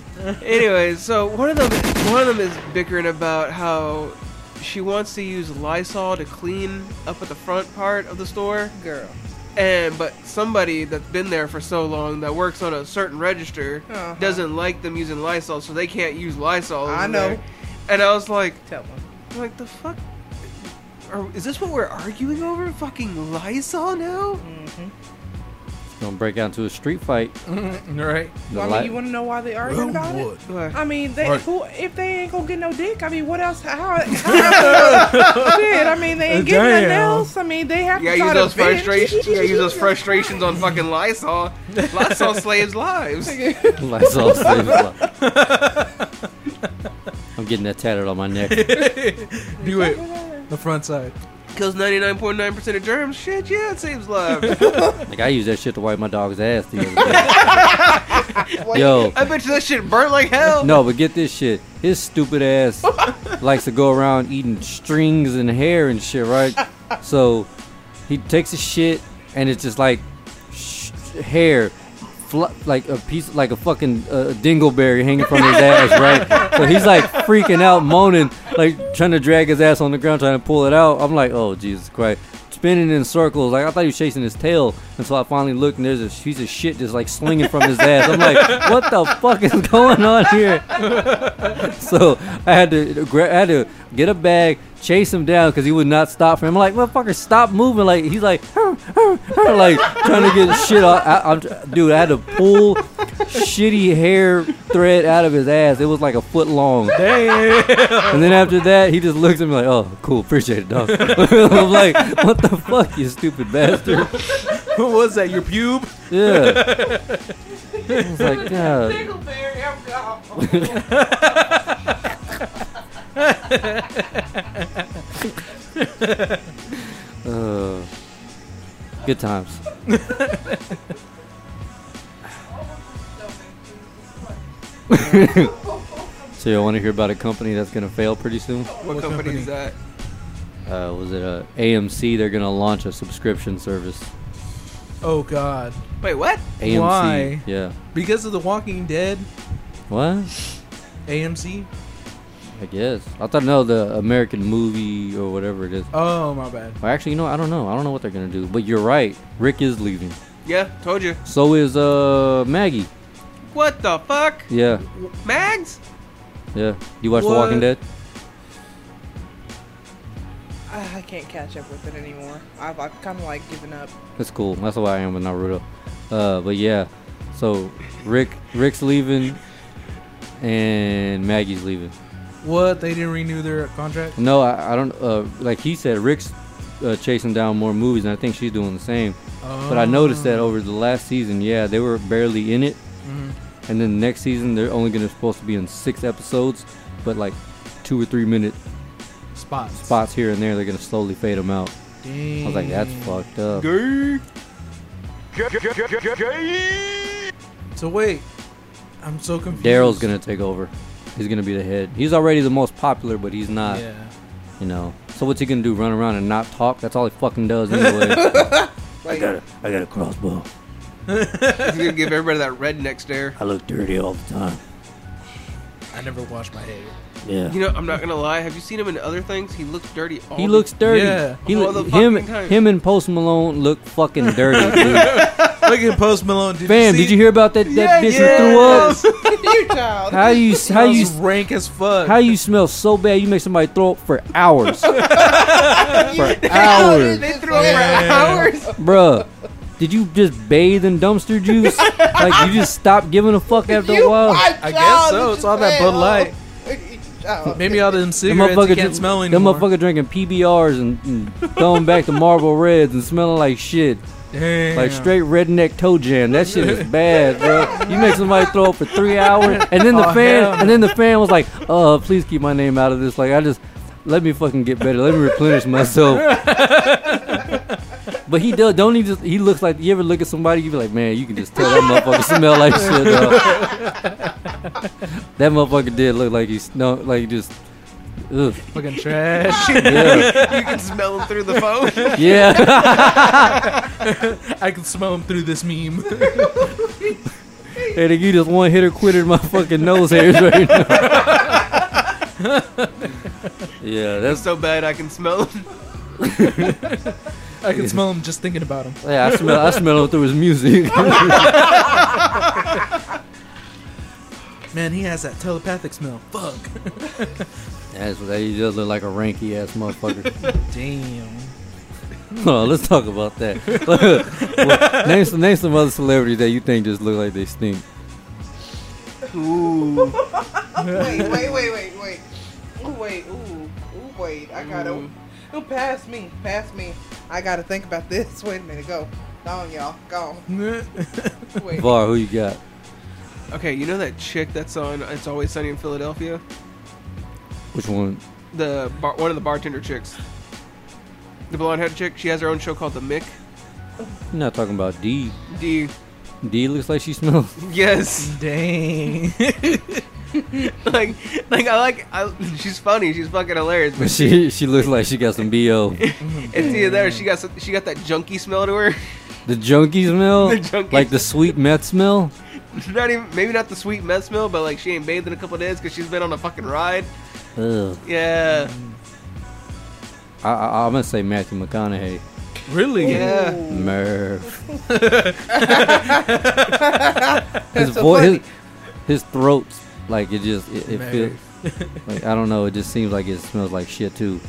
Speaker 1: Anyways, so one of them one of them is bickering about how she wants to use Lysol to clean up at the front part of the store.
Speaker 4: Girl.
Speaker 1: And but somebody that's been there for so long that works on a certain register
Speaker 4: Uh-huh.
Speaker 1: doesn't like them using Lysol, so they can't use Lysol.
Speaker 4: I
Speaker 1: over
Speaker 4: know.
Speaker 1: there. And I was like,
Speaker 4: Tell them.
Speaker 1: I'm like the fuck. Are, is this what we're arguing over? Fucking Lysol now?
Speaker 4: Mm.
Speaker 3: Gonna break out into a street fight.
Speaker 2: right?
Speaker 3: The
Speaker 4: Well, I mean,
Speaker 3: light-
Speaker 4: you want to know why they arguing about it?
Speaker 1: What?
Speaker 4: I mean, they
Speaker 2: Right.
Speaker 4: who, if they ain't gonna get no dick, I mean, what else? How? how shit, I mean, they ain't getting nothing
Speaker 2: Damn.
Speaker 4: else. I mean, they have
Speaker 1: You gotta
Speaker 4: to
Speaker 1: use
Speaker 4: try
Speaker 1: those
Speaker 4: to vent.
Speaker 1: frustrations. You gotta use those frustrations on fucking Lysol. Lysol slaves lives.
Speaker 3: Lysol saves life. I'm getting that tatted on my neck.
Speaker 2: Do it. The front side.
Speaker 1: Kills 99.9% of germs. Shit, yeah, it saves lives.
Speaker 3: Like I use that shit to wipe my dog's ass the other day. Yo,
Speaker 1: I bet you that shit burnt like hell.
Speaker 3: no, but get this shit. His stupid ass likes to go around eating strings and hair and shit, right? So he takes a shit and it's just like sh- hair, fl- like a piece, like a fucking uh, dingleberry hanging from his ass, right? So he's like freaking out, moaning, like trying to drag his ass on the ground, trying to pull it out. I'm like, oh Jesus Christ. Spinning in circles, like I thought he was chasing his tail until I finally looked and there's a piece of shit just like slinging from his ass. I'm like, what the fuck is going on here? So I had to gra- I had to get a bag, chase him down because he would not stop for him. I'm like, motherfucker, stop moving! Like he's like, "Hur, hur, hur," like trying to get shit off. I, I'm, tr- dude, I had to pull shitty hair thread out of his ass. It was like a foot long. And then after that, he just looks at me like, "Oh, cool, appreciate it, dog." I'm like, "What the fuck, you stupid bastard?"
Speaker 2: what was that? Your pube?
Speaker 3: Yeah. I was like, "God." Uh, good times. so you want to hear about a company that's gonna fail pretty soon?
Speaker 1: What, company, is that?
Speaker 3: Uh, was it uh, AMC? They're gonna launch a subscription service.
Speaker 2: Oh God!
Speaker 1: Wait, what?
Speaker 3: AMC.
Speaker 2: Why?
Speaker 3: Yeah.
Speaker 2: Because of The Walking Dead,
Speaker 3: What?
Speaker 2: AMC.
Speaker 3: I guess. I thought no, the American movie or whatever it is.
Speaker 2: Oh my bad.
Speaker 3: Or actually, you know, I don't know. I don't know what they're gonna do. But you're right. Rick is leaving.
Speaker 1: Yeah, told you.
Speaker 3: So is uh Maggie.
Speaker 1: What the fuck?
Speaker 3: Yeah.
Speaker 1: Mags?
Speaker 3: Yeah. You watch The
Speaker 2: What?
Speaker 3: Walking Dead?
Speaker 4: Ah, I, I can't catch up with it anymore. I've, I've kind of like given up.
Speaker 3: That's cool. That's why I am with Naruto. Uh, but yeah, so Rick Rick's leaving, and Maggie's leaving.
Speaker 2: What? They didn't renew their contract?
Speaker 3: No, I, I don't. Uh, like he said, Rick's uh, chasing down more movies, and I think she's doing the same. But I noticed that over the last season, yeah, they were barely in it,
Speaker 2: Mhm.
Speaker 3: and then next season they're only gonna supposed to be in six episodes, but like two or three minute
Speaker 2: spots.
Speaker 3: spots here and there, they're gonna slowly fade them out. I was like, that's
Speaker 2: Dang.
Speaker 3: fucked up.
Speaker 2: So wait, I'm so confused.
Speaker 3: Daryl's gonna take over. He's gonna be the head. He's already the most popular, but he's not.
Speaker 2: Yeah.
Speaker 3: You know. So what's he gonna do? Run around and not talk? That's all he fucking does anyway.
Speaker 4: Like,
Speaker 3: I got a crossbow.
Speaker 1: He's gonna give everybody that redneck stare.
Speaker 3: I look dirty all the time.
Speaker 2: I never wash my hair.
Speaker 3: Yeah.
Speaker 1: You know, I'm not gonna lie. Have you seen him in other things? He looks dirty. All
Speaker 3: He
Speaker 1: the-
Speaker 3: looks dirty.
Speaker 2: Yeah.
Speaker 3: He
Speaker 1: All
Speaker 3: look-
Speaker 1: the
Speaker 3: him
Speaker 1: fucking time.
Speaker 3: him and Post Malone look fucking dirty. dude.
Speaker 2: Look at Post Malone. Did
Speaker 3: Fam,
Speaker 2: you see?
Speaker 3: did you hear about that that
Speaker 2: Yeah,
Speaker 3: bitch
Speaker 2: yeah.
Speaker 3: who threw up?
Speaker 4: you child.
Speaker 3: How you how
Speaker 2: Smells
Speaker 3: you
Speaker 2: rank as fuck?
Speaker 3: how you smell so bad you make somebody throw up for hours. for hours.
Speaker 1: They threw him
Speaker 2: Yeah.
Speaker 1: for hours.
Speaker 3: Bruh, did you just bathe in dumpster juice? like you just stopped giving a fuck after a while?
Speaker 2: I guess so. It's all that Bud Light.
Speaker 4: Oh.
Speaker 2: Maybe all them
Speaker 3: Them
Speaker 2: cigarettes you can't
Speaker 3: drink-
Speaker 2: smell
Speaker 3: them
Speaker 2: anymore.
Speaker 3: motherfucker drinking PBRs and, and throwing back the Marble Reds and smelling like shit.
Speaker 2: Damn.
Speaker 3: Like straight redneck toe jam. That shit is bad, bro. You make somebody throw up for three hours, and then the
Speaker 2: Oh,
Speaker 3: fan,
Speaker 2: hell no.
Speaker 3: and then the fan was like, "Uh, please keep my name out of this." Like, I just let me fucking get better. Let me replenish myself. but he does. Don't he just? He looks like. You ever look at somebody? You be like, man, you can just tell that motherfucker smell like shit. Dog. that motherfucker did look like he no, like he just. Ugh.
Speaker 2: fucking trash.
Speaker 3: Yeah,
Speaker 1: You can smell them through the phone.
Speaker 3: yeah.
Speaker 2: I can smell them through this meme.
Speaker 3: hey, they you just one hitter quitter my fucking nose hairs right now. yeah, that's
Speaker 1: so bad I can smell them.
Speaker 2: I can smell them just thinking about them.
Speaker 3: yeah. I smell I smell him through his music.
Speaker 2: Man, he has that telepathic smell. Fuck.
Speaker 3: that's what he does look like a ranky ass motherfucker.
Speaker 2: Damn.
Speaker 3: Hold on, let's talk about that. Well, name some name some other celebrities that you think just look like they stink.
Speaker 1: Ooh.
Speaker 4: wait, wait, wait, wait, wait. Ooh, wait, ooh, ooh, wait. I gotta.
Speaker 1: Ooh.
Speaker 4: Ooh, pass me, pass me. I gotta think about this. Wait a minute, go. Go on, y'all. Go on. Wait.
Speaker 3: Var, who you got?
Speaker 1: Okay, you know that chick that's on It's Always Sunny in Philadelphia?
Speaker 3: Which one?
Speaker 1: The bar, one of the bartender chicks. The blonde-haired chick. She has her own show called The Mick.
Speaker 3: You're not talking about D.
Speaker 1: D.
Speaker 3: D looks like she smells.
Speaker 1: Yes.
Speaker 2: Dang.
Speaker 1: Like, like I like. I, she's funny. She's fucking hilarious.
Speaker 3: But
Speaker 1: But
Speaker 3: she she looks like she got some bo.
Speaker 1: it's either there. She got some- she got that junky smell to her.
Speaker 3: The junkie smell,
Speaker 1: The junkie
Speaker 3: like the sweet meth smell.
Speaker 1: not even maybe not the sweet mess smell, but like she ain't bathed in a couple days because she's been on a fucking ride.
Speaker 3: Ugh.
Speaker 1: Yeah.
Speaker 3: I, I, I'm gonna say Matthew McConaughey.
Speaker 2: really?
Speaker 1: Yeah.
Speaker 3: Merv. his
Speaker 4: That's so
Speaker 3: voice,
Speaker 4: funny.
Speaker 3: his, his throat's like it just it, it feels
Speaker 2: Merv.
Speaker 3: like I don't know. It just seems like it smells like shit too.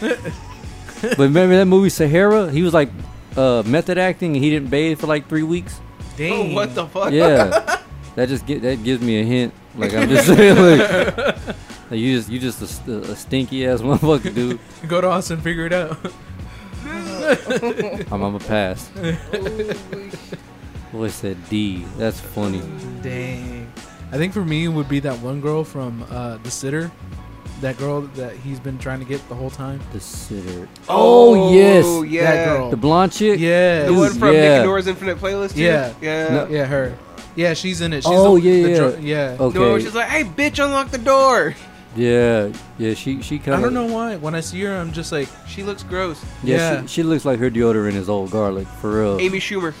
Speaker 3: but remember that movie Sahara? He was like uh, method acting, and he didn't bathe for like three weeks.
Speaker 2: Dang.
Speaker 1: Oh, what the fuck?
Speaker 3: Yeah, that just get that gives me a hint. Like I'm just saying, like, like, you just you just a, st- a stinky ass motherfucker, dude.
Speaker 2: Go to Austin, figure it out.
Speaker 3: I'm, I'm a pass.
Speaker 4: Ooh,
Speaker 3: Boy said D. That's funny.
Speaker 2: Dang. I think for me it would be that one girl from uh, The Sitter. That girl that he's been trying to get the whole time.
Speaker 3: The sitter. Oh,
Speaker 1: Oh
Speaker 3: yes,
Speaker 1: yeah.
Speaker 2: That girl.
Speaker 3: the blonde chick.
Speaker 2: Yeah.
Speaker 1: The one from
Speaker 3: Yeah.
Speaker 1: Nick and Nora's Infinite Playlist. dude?
Speaker 2: Yeah.
Speaker 1: Yeah.
Speaker 3: No.
Speaker 2: Yeah, her. Yeah, she's in it. She's
Speaker 3: Oh,
Speaker 2: the,
Speaker 3: yeah,
Speaker 2: the
Speaker 3: yeah. Oh,
Speaker 2: dr- yeah.
Speaker 1: The one where
Speaker 3: Okay.
Speaker 1: she's like, "Hey, bitch, unlock the door."
Speaker 3: Yeah, yeah. She she kind of.
Speaker 2: I don't know why. When I see her, I'm just like,
Speaker 1: She looks gross.
Speaker 3: Yeah,
Speaker 2: Yeah.
Speaker 3: She, she looks like her deodorant is old garlic for real.
Speaker 1: Amy Schumer.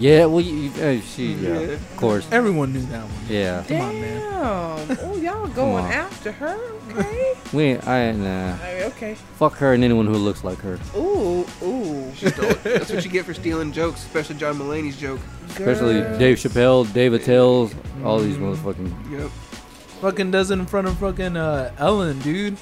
Speaker 3: Yeah, well, you, you- uh, she yeah,
Speaker 1: Yeah.
Speaker 3: of course.
Speaker 2: everyone knew that one.
Speaker 3: Yeah,
Speaker 2: Come
Speaker 4: Damn.
Speaker 2: on, man.
Speaker 4: Oh, y'all going
Speaker 3: on.
Speaker 4: after her? Okay.
Speaker 3: we ain't, I ain't, nah.
Speaker 4: All right, okay.
Speaker 3: Fuck her and anyone who looks like her,
Speaker 4: Ooh, ooh.
Speaker 1: She stole it. That's what you get for stealing jokes, especially John Mulaney's joke.
Speaker 3: especially
Speaker 4: Girl.
Speaker 3: Dave Chappelle, David Tells, all these motherfucking
Speaker 1: Yep.
Speaker 2: Fucking does it in front of fucking uh, Ellen, dude.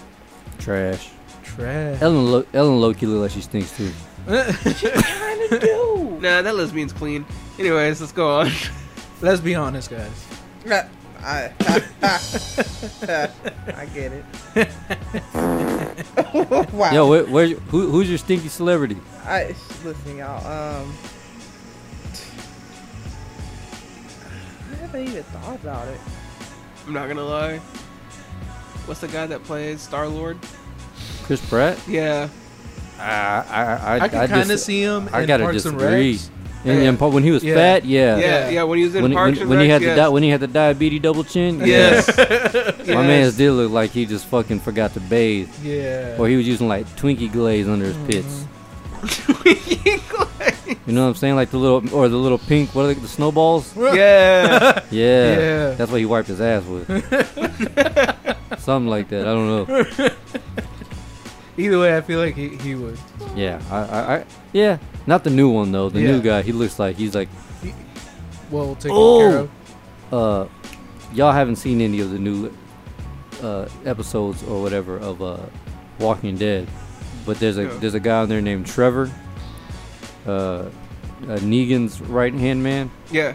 Speaker 3: trash.
Speaker 2: Trash.
Speaker 3: Ellen Lo- Ellen Loki look like she stinks too.
Speaker 4: Kinda do.
Speaker 1: Nah, that lesbian's clean. Anyways, let's go on.
Speaker 2: Let's be honest, guys.
Speaker 4: I, I, I get it. wow.
Speaker 3: Yo, where, where who, who's your stinky celebrity?
Speaker 4: I listen, y'all. Um, I haven't even thought about it.
Speaker 1: I'm not gonna lie. What's the guy that plays Star Lord?
Speaker 3: Chris Pratt.
Speaker 1: Yeah.
Speaker 3: I I
Speaker 2: I can kind of see him.
Speaker 3: I
Speaker 2: in
Speaker 3: gotta
Speaker 2: Parks and
Speaker 3: disagree.
Speaker 2: Recs.
Speaker 3: And, and pa- when he was
Speaker 2: Yeah.
Speaker 3: fat, yeah.
Speaker 1: Yeah, yeah. When he was in
Speaker 3: When, he-
Speaker 1: Parks
Speaker 3: when,
Speaker 1: and
Speaker 3: when he
Speaker 1: Rec,
Speaker 3: had
Speaker 1: yes.
Speaker 3: the di- when he had the diabetes double chin,
Speaker 1: Yes.
Speaker 3: yeah. my man did look like he just fucking forgot to bathe,
Speaker 2: Yeah.
Speaker 3: or he was using like Twinkie glaze under his pits.
Speaker 2: Mm.
Speaker 3: You know what I'm saying? Like the little or the little pink, what are they, the snowballs?
Speaker 1: yeah.
Speaker 3: Yeah.
Speaker 2: Yeah.
Speaker 3: That's what he wiped his ass with. Something like that. I don't know.
Speaker 2: Either way, I feel like he, he would.
Speaker 3: Yeah. I, I, I yeah. Not the new one though. The new
Speaker 2: Yeah.
Speaker 3: guy. He looks like he's like
Speaker 2: Well, take
Speaker 3: Oh!
Speaker 2: care of.
Speaker 3: uh, y'all haven't seen any of the new uh, episodes or whatever of uh, Walking Dead, but there's a
Speaker 1: Yeah.
Speaker 3: there's a guy on there named Trevor, uh, uh, Negan's right hand man.
Speaker 1: Yeah.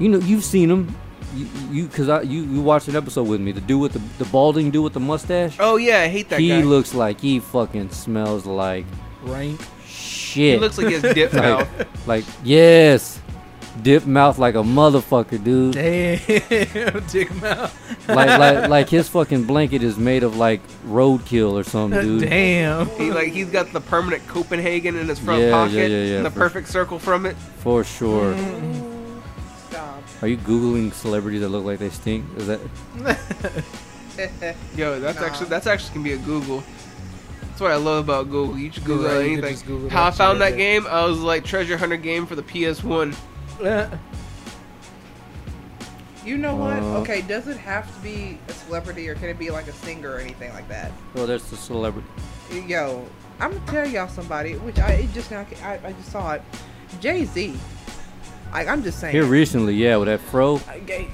Speaker 3: You know you've seen him. you you because I you you watched an episode with me. The dude with the the balding dude with the mustache.
Speaker 1: Oh yeah, I hate that
Speaker 3: he
Speaker 1: guy.
Speaker 3: looks like he fucking smells like
Speaker 2: Right?
Speaker 1: he
Speaker 3: shit.
Speaker 1: looks like he has dip mouth.
Speaker 3: like, like yes, dip mouth like a motherfucker, dude.
Speaker 2: Damn, dick mouth.
Speaker 3: like like like his fucking blanket is made of like roadkill or something, dude.
Speaker 2: Damn.
Speaker 1: He like he's got the permanent Copenhagen in his front
Speaker 3: Yeah, yeah,
Speaker 1: pocket,
Speaker 3: yeah, yeah,
Speaker 1: and the
Speaker 3: for-
Speaker 1: perfect circle from it.
Speaker 3: For sure.
Speaker 4: Stop.
Speaker 3: Are you googling celebrities that look like they stink? Is that
Speaker 1: Yo, that's
Speaker 4: Nah.
Speaker 1: actually that's actually gonna be a Google. That's what I love about Google. You should Google
Speaker 2: Right, you could
Speaker 1: anything.
Speaker 2: just Google
Speaker 1: How I
Speaker 2: that
Speaker 1: found
Speaker 2: shit.
Speaker 1: that game? I was like treasure hunter game for the PS1.
Speaker 4: You know what?
Speaker 3: Uh,
Speaker 4: okay, does it have to be a celebrity or can it be like a singer or anything like that?
Speaker 3: well, that's oh, the celebrity.
Speaker 4: Yo, I'm gonna tell y'all somebody, which I it just now I, I just saw it. Jay Z. Like I'm just saying.
Speaker 3: Here recently, yeah, with that fro,
Speaker 4: I- gay-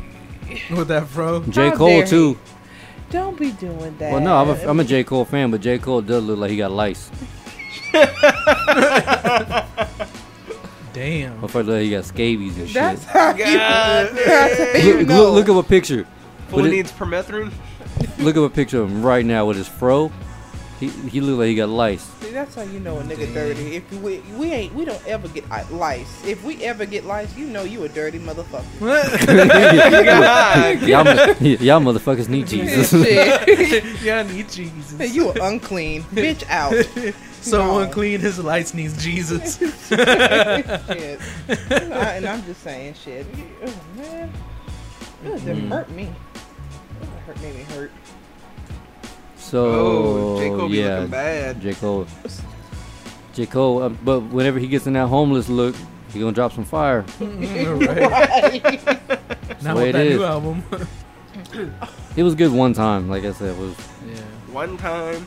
Speaker 2: With that fro.
Speaker 3: J
Speaker 4: How
Speaker 3: Cole
Speaker 4: dare he.
Speaker 3: too.
Speaker 4: Don't be doing that.
Speaker 3: Well, no, I'm a, I'm a J Cole fan, but J Cole does look like he got lice.
Speaker 2: Damn.
Speaker 3: Motherfucker, look like he got scabies and
Speaker 4: That's
Speaker 3: shit.
Speaker 4: how you,
Speaker 1: God,
Speaker 4: that's how you
Speaker 3: Look,
Speaker 4: know.
Speaker 3: look, look up a picture.
Speaker 1: fool
Speaker 3: But it-
Speaker 1: needs permethrin.
Speaker 3: Look up a picture of him right now with his fro. He he look like he got lice.
Speaker 4: See, that's how you know a nigga
Speaker 2: Damn.
Speaker 4: dirty. If we we ain't we don't ever get i- lice. If we ever get lice, you know you a dirty motherfucker.
Speaker 1: God.
Speaker 3: y'all, mo- y'all motherfuckers need Jesus.
Speaker 4: Shit.
Speaker 2: yeah, I need Jesus.
Speaker 4: you are unclean, bitch out.
Speaker 2: so
Speaker 4: No.
Speaker 2: unclean, his lights needs Jesus.
Speaker 4: shit. I, and I'm just saying shit. Oh man, Ugh, that hurt me. Ugh, That hurt made me hurt.
Speaker 3: So
Speaker 1: Oh, J Cole be
Speaker 3: yeah,
Speaker 1: looking bad.
Speaker 3: J Cole. J Cole, uh, but whenever he gets in that homeless look, he gonna drop some fire.
Speaker 2: right. Not
Speaker 3: way it
Speaker 2: with that
Speaker 3: is.
Speaker 2: new album.
Speaker 3: It was good one time, like I said. It was
Speaker 2: yeah.
Speaker 1: One time.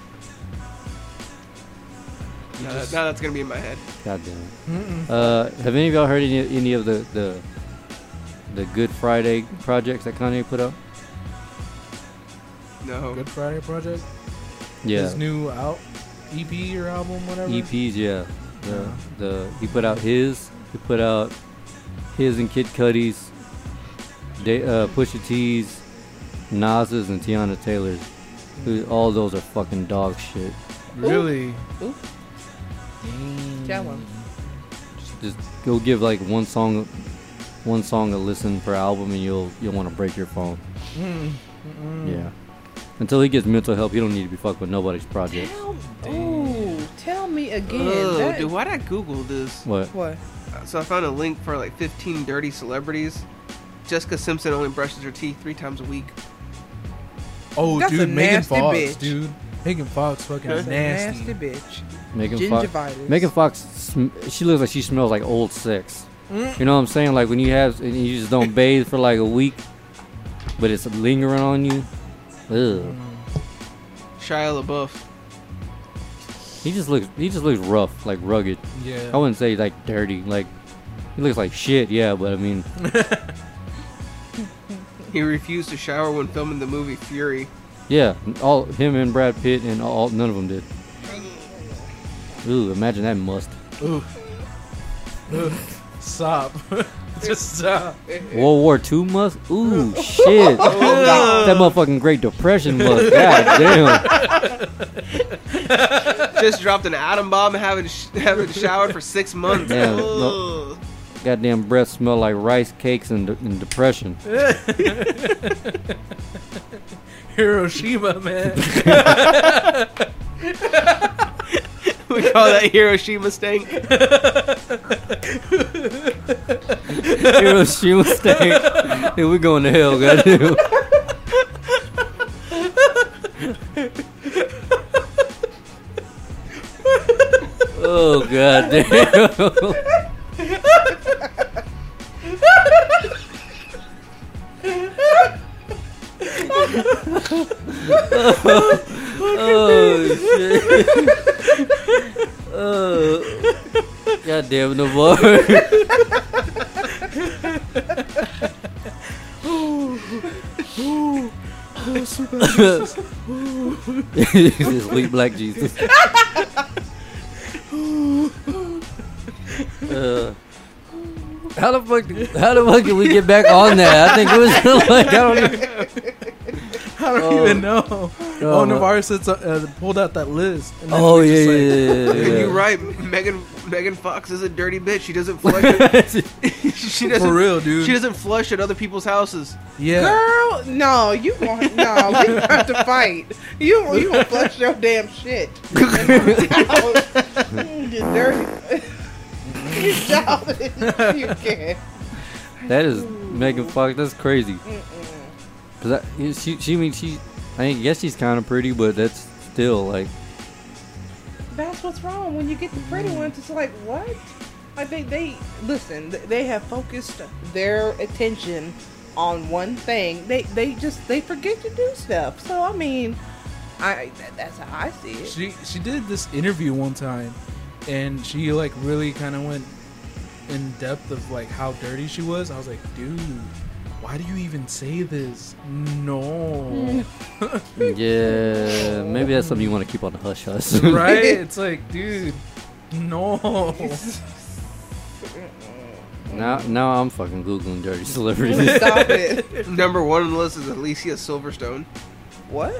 Speaker 1: Now,
Speaker 2: just-
Speaker 1: that, now that's gonna be in my head.
Speaker 3: goddamn. it.
Speaker 2: Mm-mm.
Speaker 3: Uh, have any of y'all heard any, any of the, the the Good Friday projects that Kanye put up?
Speaker 1: No.
Speaker 2: Good Friday Project.
Speaker 3: Yeah, E
Speaker 2: His new out EP or album, whatever.
Speaker 3: EPs. Yeah, the
Speaker 2: Yeah.
Speaker 3: the he put out his. He put out his and Kid Cudi's, Da- uh, Pusha T's, Nas's, and Tiana Taylor's. Who- All those are fucking dog shit.
Speaker 2: Really?
Speaker 4: Ooh.
Speaker 2: Dang.
Speaker 4: Tell him.
Speaker 3: Just go give like one song, one song a listen per album, and you'll you'll want to break your phone.
Speaker 2: Mm. Mm-mm.
Speaker 3: Yeah. Until he gets mental help, he don't need to be fucked with nobody's project.
Speaker 4: Tell, ooh, tell me again.
Speaker 1: Ugh,
Speaker 4: that-
Speaker 1: dude, why'd I Google this?
Speaker 3: What?
Speaker 4: What?
Speaker 1: So I found a link for like 15 dirty celebrities. Jessica Simpson only brushes her teeth three times a week.
Speaker 2: Oh,
Speaker 4: That's
Speaker 2: dude,
Speaker 4: a
Speaker 2: Megan
Speaker 4: nasty
Speaker 2: Fox,
Speaker 4: bitch.
Speaker 2: dude. Megan Fox, fucking
Speaker 1: That's
Speaker 4: That's
Speaker 2: nasty.
Speaker 4: a nasty bitch.
Speaker 3: Megan Fox.
Speaker 4: Gingivitis.
Speaker 3: Megan Fox. Sm- she looks like she smells like old sex. You know what I'm saying? Like when you have and you just don't bathe for like a week, but it's lingering on you. Ugh.
Speaker 1: Shia LaBeouf.
Speaker 3: He just looks. He just looks rough, like rugged. I
Speaker 2: Yeah.
Speaker 3: wouldn't say like dirty. Like he looks like shit. Yeah, but I mean,
Speaker 1: He refused to shower when filming the movie Fury.
Speaker 3: yeah. All him and Brad Pitt and all none of them did. Ooh, imagine that must.
Speaker 2: Ooh. Ooh. Stop. Just stop.
Speaker 3: World War II must. Ooh, shit. that motherfucking Great Depression must. God damn.
Speaker 1: Just dropped an atom bomb and haven't, sh- haven't showered for six months.
Speaker 3: Yeah,
Speaker 1: Ugh.
Speaker 3: no. Goddamn breath smell like rice cakes and, and depression.
Speaker 2: Hiroshima, man.
Speaker 1: we call that Hiroshima stank.
Speaker 3: Hiroshima stank. Dude, we're going to hell, goddamn. oh goddamn. oh shit. Oh. God damn no more. this weak black Jesus. Uh, How the fuck? do- How the fuck did we get back on that? I think it was like I don't even.
Speaker 2: I don't
Speaker 3: Oh.
Speaker 2: even know. Oh,
Speaker 3: Oh, my-
Speaker 2: Navarro said so- uh, pulled out that list. and then
Speaker 3: Oh
Speaker 2: we're
Speaker 3: yeah,
Speaker 2: just
Speaker 3: yeah,
Speaker 2: like,
Speaker 3: yeah, yeah, yeah.
Speaker 1: You're right. Megan Megan Fox is a dirty bitch. She doesn't flush. It. she doesn't.
Speaker 2: For real, dude.
Speaker 1: She doesn't flush at other people's houses.
Speaker 2: Yeah.
Speaker 4: Girl, no, you want no, we gonna have to fight. You you gonna flush your damn shit. Mm, Get dirty. you job you can.
Speaker 3: That is Megan Fox. That's crazy. Cause I, you- she, she I mean she, I guess she's kind of pretty, but that's still like
Speaker 4: That's what's wrong when you get the pretty ones. It's like what? Like they they listen. th- They have focused their attention on one thing. They they just they forget to do stuff. So I mean, I that, that's how I see it.
Speaker 2: She she did this interview one time, and she like really kind of went in depth of like how dirty she was. I was like, dude, why do you even say this? No,
Speaker 3: yeah. Maybe that's something you want to keep on the hush hush.
Speaker 2: right? It's like, dude, no.
Speaker 3: now now I'm fucking googling dirty celebrities.
Speaker 4: Stop it.
Speaker 1: Number one on the list is Alicia Silverstone.
Speaker 4: What?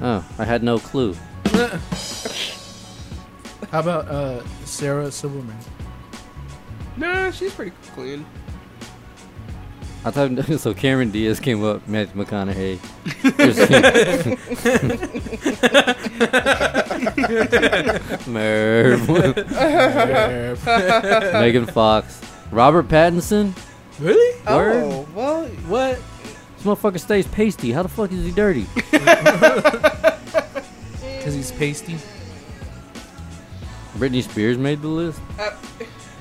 Speaker 3: oh, I had no clue.
Speaker 2: How about uh, Sarah Silverman?
Speaker 1: Nah, she's pretty clean.
Speaker 3: I thought so. Cameron Diaz came up. Matthew McConaughey. Just- Merv. Megan Fox. Robert Pattinson.
Speaker 2: really?
Speaker 3: Word.
Speaker 4: Oh well,
Speaker 2: What?
Speaker 3: This motherfucker stays pasty. How the fuck is he dirty?
Speaker 2: Because he's pasty.
Speaker 3: Britney Spears made the list.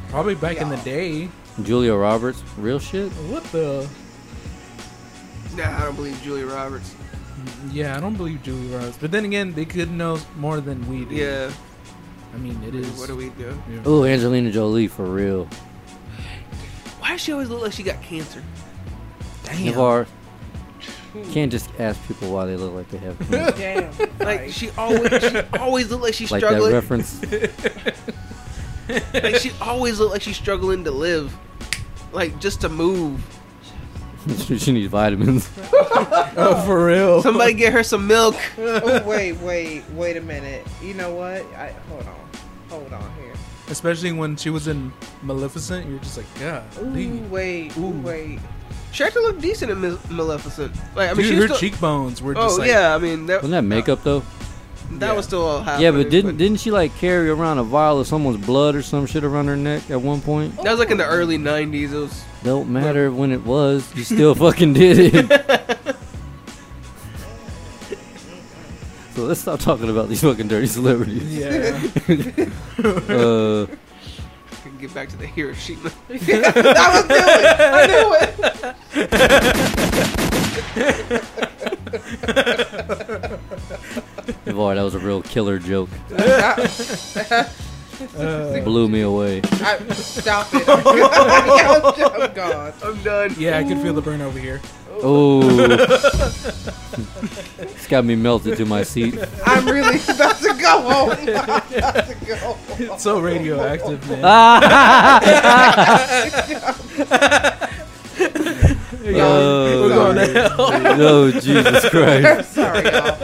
Speaker 2: Probably back in the day.
Speaker 3: Julia Roberts, real shit.
Speaker 2: What the?
Speaker 1: Nah, I don't believe Julia Roberts.
Speaker 2: Yeah, I don't believe Julie Roberts. But then again, they could know more than we do.
Speaker 1: Yeah.
Speaker 2: I mean, it is.
Speaker 1: What do we do?
Speaker 3: Ooh, Angelina Jolie for real.
Speaker 1: Why does she always look like she got cancer?
Speaker 3: Navar, can't just ask people why they look like they have cancer.
Speaker 4: damn.
Speaker 1: Like she always, she always look like she's
Speaker 3: like that
Speaker 1: struggling.
Speaker 3: reference.
Speaker 1: Like she always look like she's struggling to live, like just to move.
Speaker 3: she needs vitamins.
Speaker 2: Oh, for real.
Speaker 1: Somebody get her some milk.
Speaker 4: oh, wait, wait, wait a minute. You know what? I hold on, hold on here.
Speaker 2: Especially when she was in Maleficent, you're just like, God,
Speaker 4: Ooh, wait, ooh,
Speaker 2: Ooh.
Speaker 4: wait.
Speaker 1: She actually looked decent in Male- Maleficent. Like I mean, she
Speaker 2: dude,
Speaker 1: was
Speaker 2: her
Speaker 1: still,
Speaker 2: cheekbones were
Speaker 1: Oh
Speaker 2: just like,
Speaker 1: yeah, I mean that,
Speaker 3: Wasn't that makeup though?
Speaker 1: that was still all happening.
Speaker 3: Yeah, but didn't didn't she like carry around a vial of someone's blood or some shit around her neck at one point?
Speaker 1: that was like in the early '90s. It was
Speaker 3: Don't matter when it was, you still fucking did it. so let's stop talking about these fucking dirty celebrities.
Speaker 2: yeah.
Speaker 3: Uh,
Speaker 1: can get back to the Hiroshima.
Speaker 4: I was doing. I knew it.
Speaker 3: Navar, that was a real killer joke.
Speaker 2: Uh,
Speaker 3: Blew me away.
Speaker 4: I, stop it. I'm gone. I'm gone.
Speaker 1: I'm done.
Speaker 2: yeah, I could feel the burn over here.
Speaker 3: Oh, it's got me melted to my seat.
Speaker 4: I'm really about to go home. I'm about to go home.
Speaker 2: It's so radioactive, man.
Speaker 3: Oh,
Speaker 2: We're going to hell.
Speaker 3: Oh, no, Jesus
Speaker 4: I'm
Speaker 3: Christ.
Speaker 4: sorry, y'all.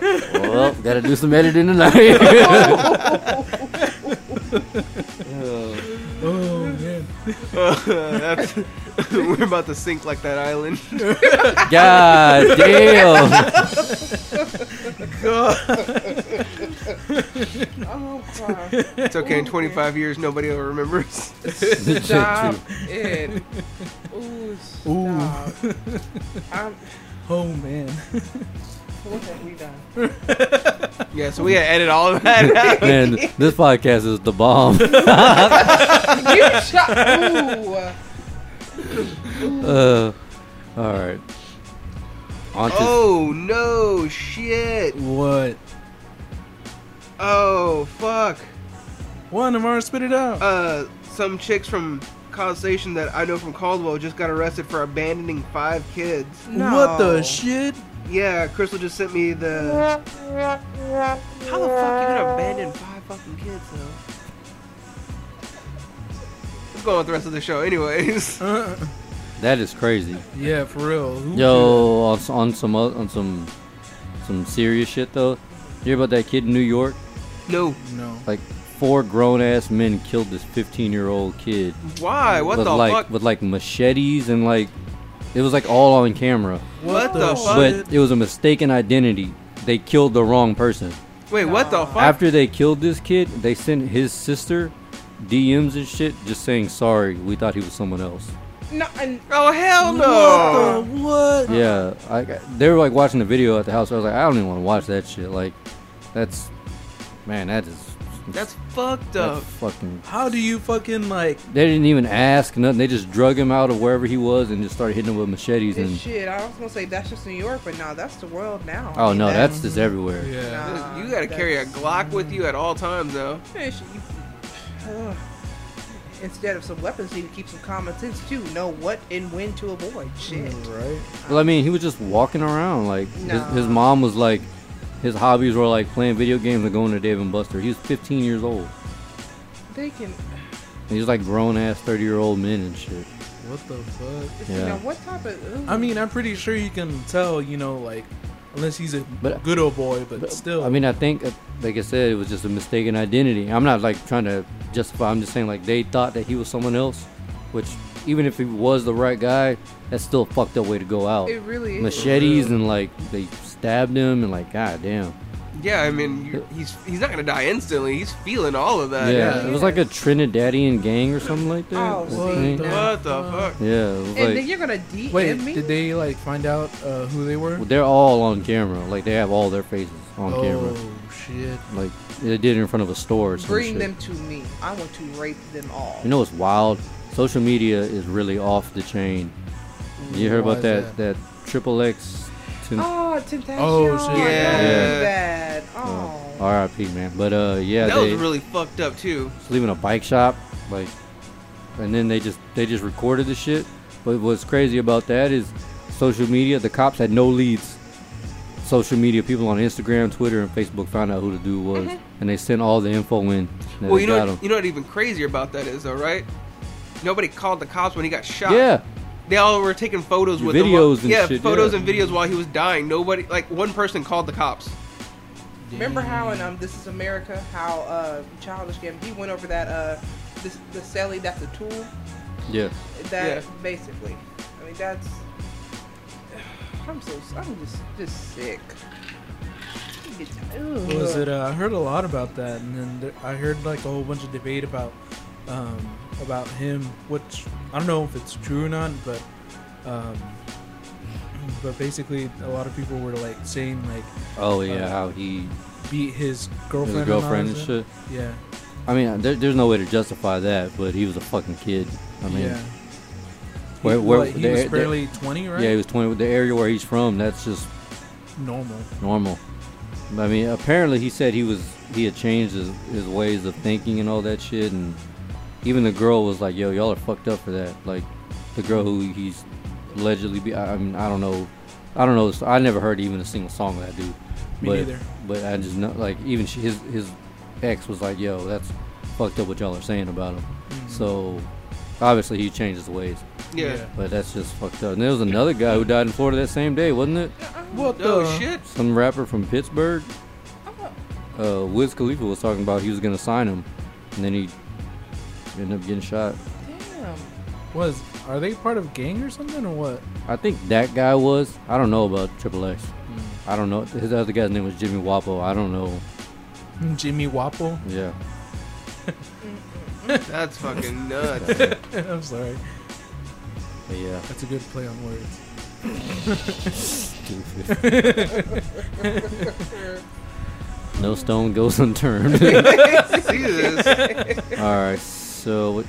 Speaker 3: Well, gotta do some editing tonight. Oh,
Speaker 2: Oh man,
Speaker 1: That's- we're about to sink like that island.
Speaker 3: God damn.
Speaker 4: Oh, God.
Speaker 1: It's okay. In 25 years, nobody ever remembers.
Speaker 4: Stop it. Ooh, stop. I'm,
Speaker 2: oh man.
Speaker 4: what have we done?
Speaker 1: Yeah, so we gotta edit all of that out.
Speaker 3: Man, this podcast is the bomb.
Speaker 4: You shot. Ooh.
Speaker 3: Uh, all right. On to
Speaker 1: Oh no, shit.
Speaker 2: What?
Speaker 1: Oh fuck.
Speaker 2: One of ours spit it out.
Speaker 1: Uh, some chicks from causation that I know from Caldwell just got arrested for abandoning five kids.
Speaker 4: No.
Speaker 2: What the shit?
Speaker 1: Yeah, Crystal just sent me the. How the fuck you gonna abandon five fucking kids though? Let's go on with the rest of the show, anyways.
Speaker 2: Uh,
Speaker 3: That is crazy.
Speaker 2: yeah, for real. Who would do
Speaker 3: Yo, on, s- on some o- on some some serious shit though. You hear about that kid in New York?
Speaker 1: No,
Speaker 2: that? no.
Speaker 3: Like four grown ass men killed this 15 year old kid
Speaker 1: why? What
Speaker 3: with
Speaker 1: the
Speaker 3: like
Speaker 1: fuck?
Speaker 3: with like machetes and like it was like all on camera.
Speaker 1: What the fuck?
Speaker 3: But it was a mistaken identity. They killed the wrong person.
Speaker 1: Wait, what the fuck?
Speaker 3: After they killed this kid, they sent his sister DMs and shit just saying sorry. We thought he was someone else.
Speaker 4: No, and
Speaker 1: oh hell
Speaker 2: What
Speaker 1: no!
Speaker 2: the what?
Speaker 3: Yeah, I they were like watching the video at the house. I was like, I don't even want to watch that shit. Like, that's man, that is
Speaker 1: That's fucked
Speaker 3: that's
Speaker 1: up.
Speaker 3: fucking.
Speaker 2: How do you fucking like?
Speaker 3: They didn't even ask nothing. They just drug him out of wherever he was and just started hitting him with machetes
Speaker 4: this
Speaker 3: and.
Speaker 4: shit. I was gonna say that's just New York, but no, that's the world now. I
Speaker 3: Oh
Speaker 4: mean,
Speaker 3: no,
Speaker 4: that-
Speaker 3: that's just everywhere.
Speaker 2: Yeah.
Speaker 4: Nah,
Speaker 1: you gotta carry a
Speaker 4: that's-
Speaker 1: Glock with you at all times though.
Speaker 4: Fish, you- Ugh. Instead of some weapons, you need to keep some common sense too. Know what and when to avoid. Shit.
Speaker 2: Right.
Speaker 3: Well, I mean, he was just walking around. Like
Speaker 4: No.
Speaker 3: his, his mom was like, his hobbies were like playing video games and going to Dave and Buster. He was 15 years old.
Speaker 4: They can.
Speaker 3: And he was like grown ass 30 year old men and shit.
Speaker 2: What the fuck?
Speaker 4: see,
Speaker 3: Yeah.
Speaker 4: Now, what type of?
Speaker 2: I mean, I'm pretty sure you can tell. You know, like unless he's a
Speaker 3: But-
Speaker 2: good old boy, but, still.
Speaker 3: I mean, I think, uh, like I said, it was just a mistaken identity. I'm not like trying to justify. I'm just saying like they thought that he was someone else, which even if he was the right guy, that's still a fucked up way to go out.
Speaker 4: it really is.
Speaker 3: Machetes
Speaker 2: real.
Speaker 3: and like they stabbed him and like god damn.
Speaker 1: Yeah, I mean, you- he's he's not gonna die instantly. He's feeling all
Speaker 2: Uh,
Speaker 1: of that.
Speaker 3: yeah,
Speaker 4: yeah.
Speaker 3: it was like a Trinidadian gang or something like that.
Speaker 4: Oh,
Speaker 3: I
Speaker 4: see,
Speaker 3: think.
Speaker 2: now-
Speaker 1: What the fuck?
Speaker 3: Yeah, it was
Speaker 4: And
Speaker 3: like
Speaker 4: then you're gonna DM
Speaker 2: wait,
Speaker 4: me?
Speaker 2: did they like find out uh, who they were?
Speaker 3: well, they're all on camera. Like they have all their faces on
Speaker 2: oh
Speaker 3: camera.
Speaker 2: shit.
Speaker 3: Like they did it in front of a store. Or some
Speaker 4: Bring
Speaker 3: shit.
Speaker 4: them to me. I want to rape them all.
Speaker 3: You know what's wild? Social media is really off the chain. You heard
Speaker 2: Why
Speaker 3: about
Speaker 2: is
Speaker 3: that that triple X to
Speaker 4: Oh, Temptation.
Speaker 2: Oh, shit.
Speaker 4: I
Speaker 1: Yeah.
Speaker 4: love that. Oh.
Speaker 3: RIP man. But uh yeah,
Speaker 1: that
Speaker 3: they
Speaker 1: was really fucked up too.
Speaker 3: was leaving a bike shop like and then they just they just recorded the shit. But what's crazy about that is social media, the cops had no leads. Social media people on Instagram, Twitter, and Facebook found out who the dude was, and they sent all the info in. and then
Speaker 1: well,
Speaker 3: they
Speaker 1: you know,
Speaker 3: got
Speaker 1: what,
Speaker 3: him.
Speaker 1: you know what even crazier about that is though, right? Nobody called the cops when he got shot.
Speaker 3: yeah,
Speaker 1: they all were taking photos with
Speaker 3: Videos
Speaker 1: him.
Speaker 3: and
Speaker 1: yeah,
Speaker 3: shit,
Speaker 1: photos
Speaker 3: yeah.
Speaker 1: and videos while he was dying. Nobody, like one person, called the cops.
Speaker 4: Remember how in um, This Is America, how uh, Childish Gambino, he went over that, uh, this, the celly, that's a tool?
Speaker 3: yeah.
Speaker 4: That,
Speaker 1: Yeah.
Speaker 4: basically. I mean, that's... I'm so... I'm just, just sick.
Speaker 2: What was it? Uh, I heard a lot about that, and then there, I heard like a whole bunch of debate about um, about him, which I don't know if it's true or not, but um, but basically a lot of people were like saying like
Speaker 3: Oh yeah, how he
Speaker 2: beat his
Speaker 3: his
Speaker 2: girlfriend, all
Speaker 3: girlfriend and
Speaker 2: that.
Speaker 3: shit.
Speaker 2: Yeah,
Speaker 3: I mean, there, there's no way to justify that, but he was a fucking kid. I mean,
Speaker 2: yeah.
Speaker 3: where,
Speaker 2: he,
Speaker 3: where
Speaker 2: what, he
Speaker 3: the-
Speaker 2: was
Speaker 3: the-
Speaker 2: barely twenty, right?
Speaker 3: yeah, he was 20. The area where he's from, that's just
Speaker 2: normal.
Speaker 3: normal. I mean, apparently he said he was he had changed his, his ways of thinking and all that shit, and even the girl was like, "Yo, y'all are fucked up for that." Like, the girl who he's allegedly be. I, I mean, I don't know. I don't know. I never heard even a single song of that dude.
Speaker 2: Me
Speaker 3: but,
Speaker 2: neither.
Speaker 3: But I just know, like, even she, his his ex was like, "Yo, that's fucked up what y'all are saying about him."
Speaker 2: Mm-hmm.
Speaker 3: So obviously he changed his ways,
Speaker 1: Yeah.
Speaker 3: but that's just fucked up. And there was another guy who died in Florida that same day, wasn't it?
Speaker 2: What
Speaker 1: Oh
Speaker 2: the
Speaker 1: shit.
Speaker 3: Some rapper from Pittsburgh. Uh, Wiz Khalifa was talking about he was gonna sign him, and then he ended up getting shot.
Speaker 4: Damn.
Speaker 2: Was are they part of gang or something or what?
Speaker 3: I think that guy was. I don't know about Triple X. I don't know. His other guy's name was Jimmy Wapo. I don't know.
Speaker 2: Jimmy Wapo.
Speaker 3: Yeah.
Speaker 1: That's fucking nuts.
Speaker 2: I'm sorry,
Speaker 3: But yeah.
Speaker 2: that's a good play on words.
Speaker 3: no stone goes unturned.
Speaker 1: Jesus.
Speaker 3: All right, so what?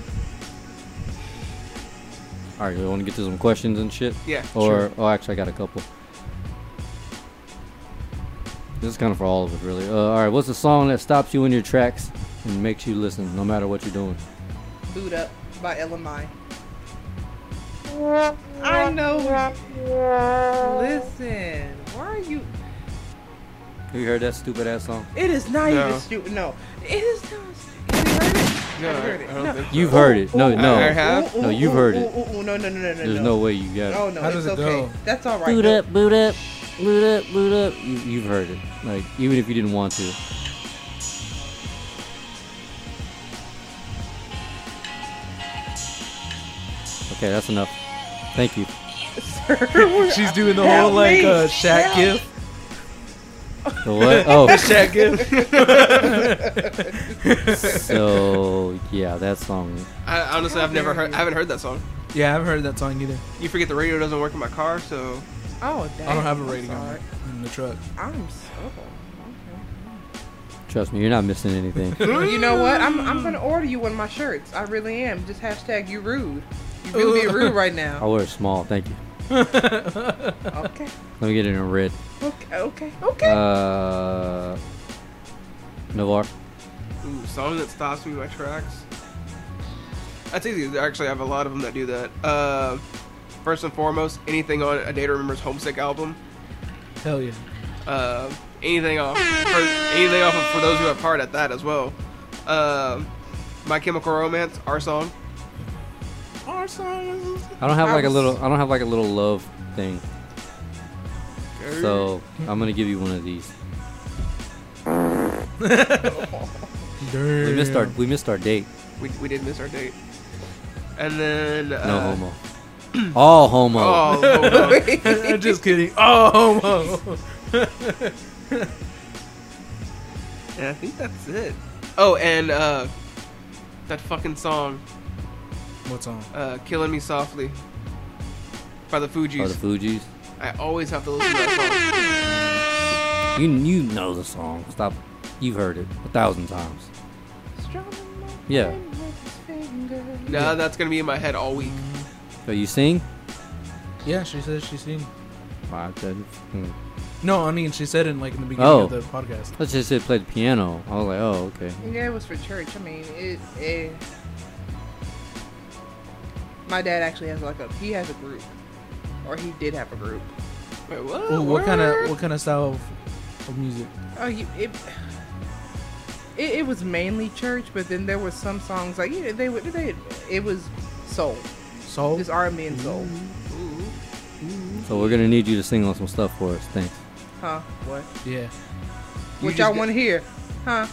Speaker 3: All right, we want to get to some questions and shit.
Speaker 1: Yeah,
Speaker 3: Or oh, actually, I got a couple. This is kind of for all of us, really. Uh, all right, what's the song that stops you in your tracks and makes you listen, no matter what you're doing?
Speaker 4: Boot Up by LMI. I know. Listen, why are you?
Speaker 3: Have you heard that stupid ass song?
Speaker 4: It is not
Speaker 1: No.
Speaker 4: even stupid. No, it is not. stu- Have you
Speaker 1: No,
Speaker 4: heard it? I've
Speaker 1: I,
Speaker 4: heard it.
Speaker 1: I don't
Speaker 4: No.
Speaker 1: think so.
Speaker 3: You've heard it. No,
Speaker 4: Ooh,
Speaker 1: I- Oh, I
Speaker 3: no.
Speaker 1: have.
Speaker 4: Ooh,
Speaker 3: No,
Speaker 4: ooh,
Speaker 3: you've
Speaker 4: ooh,
Speaker 3: heard
Speaker 4: ooh,
Speaker 3: it.
Speaker 4: ooh, ooh, No, no, no, no, no.
Speaker 3: There's no way you got
Speaker 4: Oh
Speaker 3: it.
Speaker 4: no,
Speaker 2: How
Speaker 4: it's
Speaker 2: does it
Speaker 4: okay.
Speaker 2: go?
Speaker 4: That's all right.
Speaker 3: Boot
Speaker 4: though.
Speaker 3: up, boot up, boot up, boot up. You, you've heard it. Like even if you didn't want to. Okay, that's enough. Thank you.
Speaker 2: She's doing the
Speaker 4: Help
Speaker 2: whole like
Speaker 4: me.
Speaker 2: uh, Shaq
Speaker 4: Help.
Speaker 2: gift.
Speaker 3: The what? Oh,
Speaker 2: Shaq gift.
Speaker 3: so yeah, that song.
Speaker 1: I, honestly, I've never heard. I haven't heard that song.
Speaker 2: yeah, I haven't heard that song either.
Speaker 1: You forget the radio doesn't work in my car, so
Speaker 4: Oh, dang.
Speaker 2: I don't have a
Speaker 4: I'm
Speaker 2: rating on
Speaker 4: sorry.
Speaker 2: it in the truck.
Speaker 4: I'm so.
Speaker 3: Trust me, you're not missing anything.
Speaker 4: You know what? I'm I'm gonna order you one of my shirts. I really am. Just hashtag you rude. You really being rude right
Speaker 3: I
Speaker 4: now.
Speaker 3: wear it small. Thank you.
Speaker 4: Okay.
Speaker 3: Let me get it in red.
Speaker 4: Okay. Okay. Okay.
Speaker 3: Uh, Navar.
Speaker 1: ooh, song that stops me in my tracks. That's easy. Actually, I have a lot of them that do that. Uh, first and foremost, anything on a Day to Remember's Homesick album.
Speaker 2: Hell yeah.
Speaker 1: uh, anything off for, anything off of, for those who have heart at that as well. Um My Chemical Romance, our song.
Speaker 2: Our song is.
Speaker 3: I don't have
Speaker 4: I
Speaker 3: like a
Speaker 4: was-
Speaker 3: little. I don't have like a little love thing. So I'm gonna give you one of these. We missed our. We missed our date.
Speaker 1: we, we did miss our date. And then uh,
Speaker 3: No homo. All homo.
Speaker 1: Oh, homo.
Speaker 2: I'm just kidding. Oh, homo.
Speaker 1: and I think that's it. Oh, and uh, that fucking song,
Speaker 2: What song?
Speaker 1: uh, "Killing Me Softly" by the Fugees.
Speaker 3: Or the Fugees.
Speaker 1: I always have to listen to that song.
Speaker 3: You you know the song. Stop. You've heard it a thousand times.
Speaker 4: Strumming my
Speaker 3: Yeah.
Speaker 4: hand with his finger.
Speaker 1: No, that's gonna be in my head all week.
Speaker 3: So you sing?
Speaker 2: Yeah, she says she's seen.
Speaker 3: Wow, that- hmm.
Speaker 2: No, I mean she said it like in the beginning
Speaker 3: Oh.
Speaker 2: of the podcast.
Speaker 3: Let's just say play the piano. I was like, oh okay.
Speaker 4: Yeah, it was for church. I mean, it. it my dad actually has like a he has a group, or he did have a group.
Speaker 1: Wait, what?
Speaker 2: Ooh, what kind
Speaker 1: Word?
Speaker 2: of what kind of style of, of music?
Speaker 4: Oh, you, it, it it was mainly church, but then there were some songs like you know, they would they it was soul,
Speaker 2: Soul.
Speaker 4: just R and B and soul,
Speaker 1: Ooh.
Speaker 3: So we're gonna need you to sing on some stuff for us. Thanks.
Speaker 4: huh? What?
Speaker 2: Yeah.
Speaker 1: You
Speaker 4: what y'all
Speaker 1: just
Speaker 4: want to hear? Huh?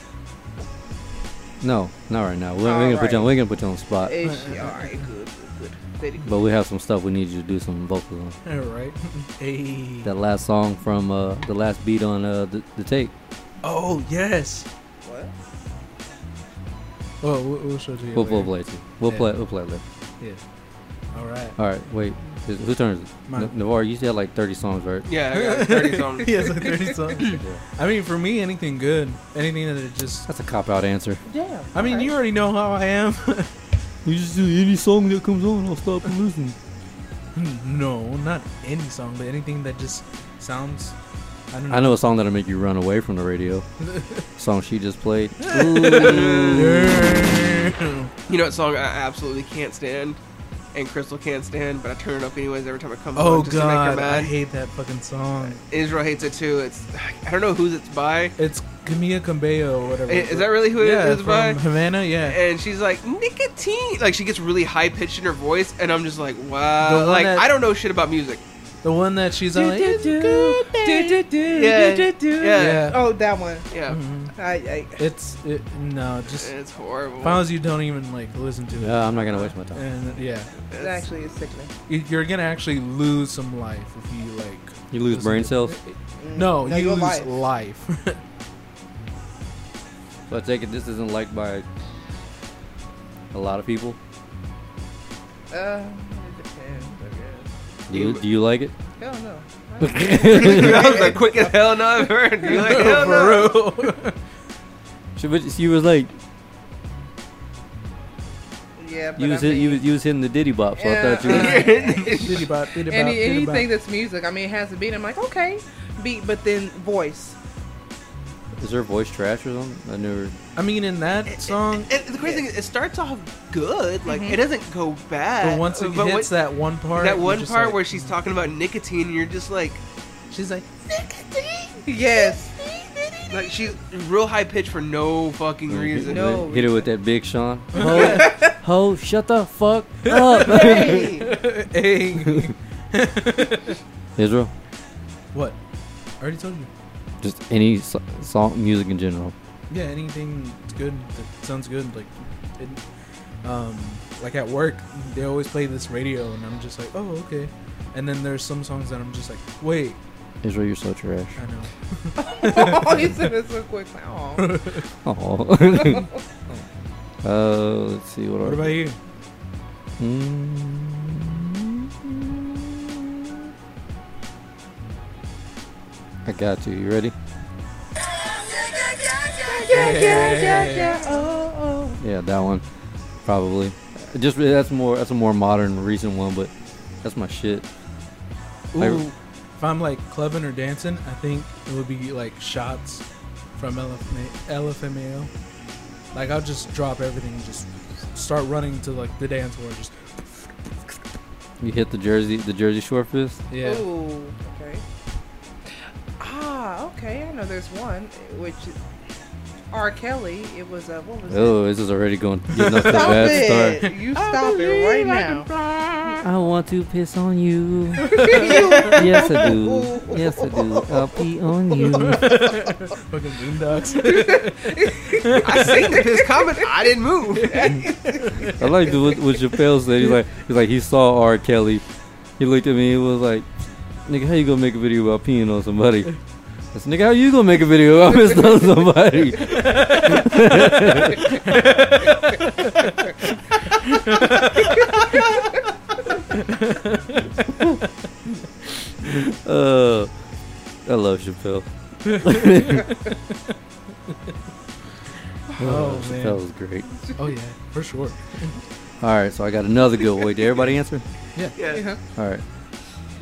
Speaker 3: No, not right now. We're, we're gonna put you. On, we're gonna put you on the spot.
Speaker 4: Is she all right? Good, good, good. Very good.
Speaker 3: But we have some stuff we need you to do some vocals on.
Speaker 2: All right. Hey.
Speaker 3: That last song from uh, the last beat on uh, the, the tape.
Speaker 2: Oh yes.
Speaker 4: What?
Speaker 2: Oh, we'll, we'll show it to you.
Speaker 3: We'll, we'll play
Speaker 2: later.
Speaker 3: it. too. We'll
Speaker 2: Yeah.
Speaker 3: play. We'll play it later.
Speaker 2: Yeah. All right.
Speaker 3: All right. Wait. Whose whose turn is it?
Speaker 2: Mine.
Speaker 3: N- Navar, you still had like 30 songs, right?
Speaker 1: Yeah, I got 30 songs.
Speaker 2: yes, like thirty songs. I mean, for me, anything good, anything that it just.
Speaker 3: That's a cop out answer.
Speaker 4: Damn.
Speaker 2: I mean, you already know how I am.
Speaker 3: You just do any song that comes on, I'll stop and listen.
Speaker 2: no, not any song, but anything that just sounds. I don't know.
Speaker 3: I know a song that'll make you run away from the radio. song she just played. Ooh.
Speaker 1: You know what song I absolutely can't stand, and Crystal can't stand, but I turn it up anyways every time it comes
Speaker 2: Oh
Speaker 1: on just to
Speaker 2: god,
Speaker 1: make her
Speaker 2: I
Speaker 1: mad.
Speaker 2: hate that fucking song.
Speaker 1: Israel hates it too. It's I don't know whose it's by.
Speaker 2: It's Camilla Cabello or whatever.
Speaker 1: I- Is that really who it is
Speaker 2: yeah,
Speaker 1: it's by?
Speaker 2: from Havana, yeah.
Speaker 1: And she's like nicotine. Like she gets really high pitched in her voice, and I'm just like,
Speaker 2: The
Speaker 1: wow.
Speaker 2: one
Speaker 1: Like
Speaker 2: that-
Speaker 1: I don't know shit about music.
Speaker 2: The one that she's on. Like,
Speaker 4: Do, do, do, do, do, do,
Speaker 1: Yeah.
Speaker 4: do, do, do.
Speaker 1: Yeah.
Speaker 4: Oh, that one.
Speaker 1: Yeah,
Speaker 2: Mhm.
Speaker 4: I, I
Speaker 2: It's it, no, just
Speaker 1: it's horrible.
Speaker 2: if I was you, don't even like listen to it.
Speaker 3: Yeah, Uh, I'm not gonna waste my time.
Speaker 2: And yeah,
Speaker 4: it
Speaker 1: It's-
Speaker 4: actually is sickening.
Speaker 2: You- you're gonna actually lose some life if you like.
Speaker 3: You lose brain cells.
Speaker 2: No, you
Speaker 4: Mm. your
Speaker 2: lose
Speaker 4: life.
Speaker 2: life.
Speaker 3: So I take it this isn't liked by a lot of people.
Speaker 4: Uh, it depends, I guess.
Speaker 3: Do you, do you like it?
Speaker 4: Hell no.
Speaker 1: that was the quickest hell no I've heard. You're like, hell no.
Speaker 3: She, but she was like,
Speaker 4: yeah, but
Speaker 3: you was,
Speaker 4: I
Speaker 3: hit, you,
Speaker 4: mean,
Speaker 3: was, you was hitting the diddy bop, so I thought you.
Speaker 4: Yeah.
Speaker 3: Was,
Speaker 2: Diddy bop, diddy bop,
Speaker 4: any,
Speaker 2: diddy
Speaker 4: anything
Speaker 2: bop.
Speaker 4: that's music, I mean, it has a beat. I'm like, okay, beat, but then voice.
Speaker 3: Is her voice trash or something? I never.
Speaker 2: I mean, in that song,
Speaker 1: And the crazy thing is, it starts off good. Like it doesn't go bad.
Speaker 2: but once it
Speaker 1: but
Speaker 2: hits
Speaker 1: when-
Speaker 2: that one part,
Speaker 1: that
Speaker 2: you're
Speaker 1: one
Speaker 2: just
Speaker 1: part
Speaker 2: like-
Speaker 1: where she's talking about nicotine, and you're just like,
Speaker 2: she's like,
Speaker 4: Yes.
Speaker 1: like she's real high pitch for no fucking reason.
Speaker 4: No.
Speaker 3: Hit it with that big Sean. Ho, ho shut the fuck up.
Speaker 1: Hey,
Speaker 2: "Hey,
Speaker 3: Israel,
Speaker 2: what? I already told you.
Speaker 3: just any so- song, music in general.
Speaker 2: Yeah, anything that's good that sounds good. Like, it, um, like at work, they always play this radio, and I'm just like, oh, okay. And then there's some songs that I'm just like, wait,
Speaker 3: Israel, you're so trash.
Speaker 2: I know.
Speaker 4: oh, he said it so quick. Aw.
Speaker 3: Oh. uh, let's see what.
Speaker 2: What
Speaker 3: are- Hmm.
Speaker 2: about you?
Speaker 3: Mm. I got you. You ready?
Speaker 6: Oh
Speaker 4: Yeah, yeah, yeah, yeah. Oh, oh.
Speaker 3: Yeah, that one, probably. Just that's more. That's a more modern, recent one, but that's my shit. I-
Speaker 2: Ooh, if I'm like clubbing or dancing, I think it would be like shots from LFMA LFMAO. Like I'll just drop everything, and just start running to like the dance floor. Just
Speaker 3: You hit the Jersey, the Jersey Shore fist.
Speaker 2: yeah,
Speaker 4: Oh. Ooh, okay. Ah, okay. I know there's one, which is R. Kelly. It was a what was it?
Speaker 3: Oh, this is already going getting off to a
Speaker 4: Stop
Speaker 3: bad
Speaker 4: it!
Speaker 3: start.
Speaker 4: You stop it right now.
Speaker 3: I want to piss on you. yes, I do. Yes, I do. I'll pee on you.
Speaker 2: fucking boondocks.
Speaker 1: I seen the piss comment. I didn't move.
Speaker 3: I liked what, what Chappelle said. He's like, he's like, he saw R. Kelly. He looked at me. He was like, nigga, how you gonna make a video about peeing on somebody? I said, nigga, how you gonna make a video about pissing on somebody? uh, I love Chappelle.
Speaker 2: Oh
Speaker 3: That
Speaker 2: man,
Speaker 3: was great.
Speaker 2: oh yeah, for sure.
Speaker 3: All right, so I got another good. Wait, did everybody answer?
Speaker 1: Yeah.
Speaker 3: All right.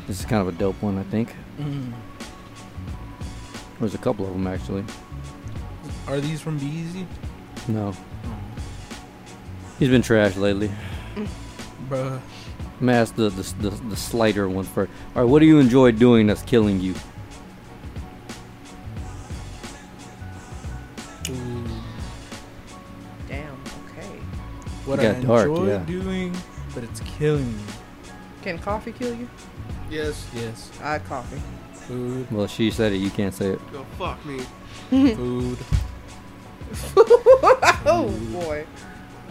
Speaker 3: This is kind of a dope one, I think.
Speaker 2: Mm.
Speaker 3: There's a couple of them actually.
Speaker 2: Are these from Beezy?
Speaker 3: No. Oh. He's been trash lately.
Speaker 2: Bruh.
Speaker 3: I'm gonna ask the the, the, the slighter one first. All right, what do you enjoy doing that's killing you?
Speaker 2: Ooh.
Speaker 4: Damn. Okay.
Speaker 2: What I
Speaker 3: got dark,
Speaker 2: enjoy
Speaker 3: yeah.
Speaker 2: doing, but it's killing me.
Speaker 4: Can coffee kill you?
Speaker 1: Yes.
Speaker 2: Yes,
Speaker 4: I coffee.
Speaker 2: food,
Speaker 3: Well, she said it. You can't say it.
Speaker 1: Go fuck me.
Speaker 2: food.
Speaker 4: Oh boy.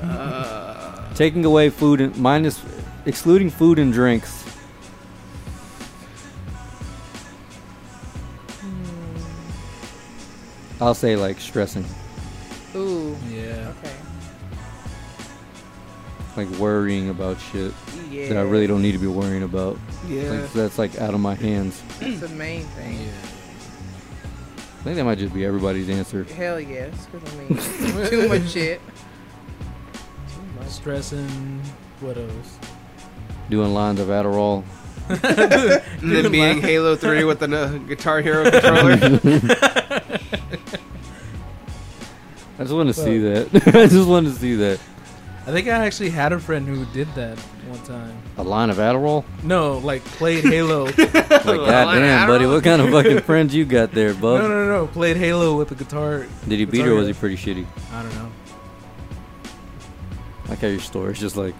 Speaker 1: Uh,
Speaker 3: Taking away food and minus, excluding food and drinks. I'll say like stressing,
Speaker 4: Ooh.
Speaker 2: Yeah.
Speaker 4: Okay.
Speaker 3: like worrying about shit
Speaker 4: Yeah.
Speaker 3: that I really don't need to be worrying about.
Speaker 1: yeah.
Speaker 3: Like, that's like out of my hands.
Speaker 4: That's the main thing.
Speaker 3: I think that might just be everybody's answer.
Speaker 4: Hell yes. 'cause I mean, too much shit. Too
Speaker 2: Yeah.
Speaker 4: much.
Speaker 2: Stressing. What else?
Speaker 3: Doing lines of Adderall.
Speaker 1: And then being Halo 3 with a Guitar Hero controller.
Speaker 3: I just want to see that. I just want to see that.
Speaker 2: I think I actually had a friend who did that one time.
Speaker 3: A line of Adderall?
Speaker 2: No, like played Halo.
Speaker 3: Like,
Speaker 1: line of
Speaker 3: goddamn, buddy,
Speaker 1: Adderall?
Speaker 3: what kind of fucking friends you got there,
Speaker 2: no,
Speaker 3: bud?
Speaker 2: no, no, no. Played Halo with a guitar.
Speaker 3: Did he beat her or was he pretty shitty?
Speaker 2: I don't know.
Speaker 3: Like how your story's just like,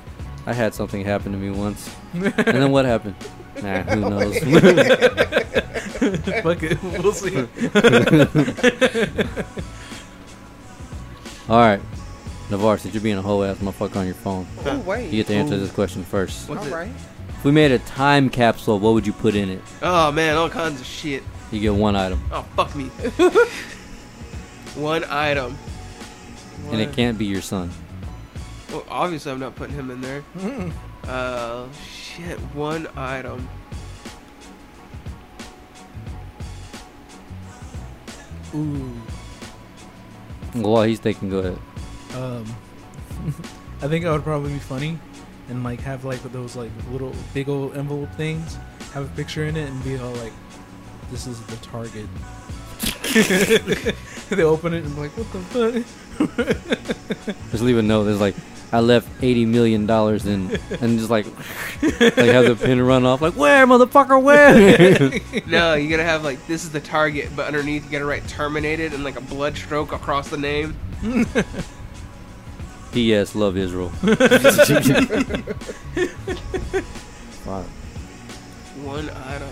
Speaker 3: I had something happen to me once. And then what happened? Nah, who knows?
Speaker 2: Fuck it. We'll see.
Speaker 3: All right. Navar, since you're being a whole ass motherfucker on your phone,
Speaker 4: Ooh,
Speaker 3: you
Speaker 4: Oh, wait.
Speaker 3: get to answer this question first.
Speaker 1: What's
Speaker 4: All
Speaker 1: it?
Speaker 4: right.
Speaker 3: If we made a time capsule, what would you put in it?
Speaker 1: Oh man, all kinds of shit.
Speaker 3: You get one item.
Speaker 1: Oh fuck me. One item.
Speaker 3: And it can't be your son.
Speaker 1: Well, obviously I'm not putting him in there. Uh, shit. One item.
Speaker 2: Ooh.
Speaker 3: Well, he's thinking, go ahead.
Speaker 2: Um, I think I would probably be funny and like have like those like little big old envelope things, have a picture in it, and be all like, "This is the target." they open it and I'm like, what the fuck?
Speaker 3: Just leave a note. It's like, I left eighty million dollars in, and just like, like have the pin run off. Like, where, motherfucker, where?
Speaker 1: No, you gotta have like this is the target, but underneath you gotta write terminated and like a blood stroke across the name.
Speaker 3: P.S. Love Israel. wow,
Speaker 1: One item.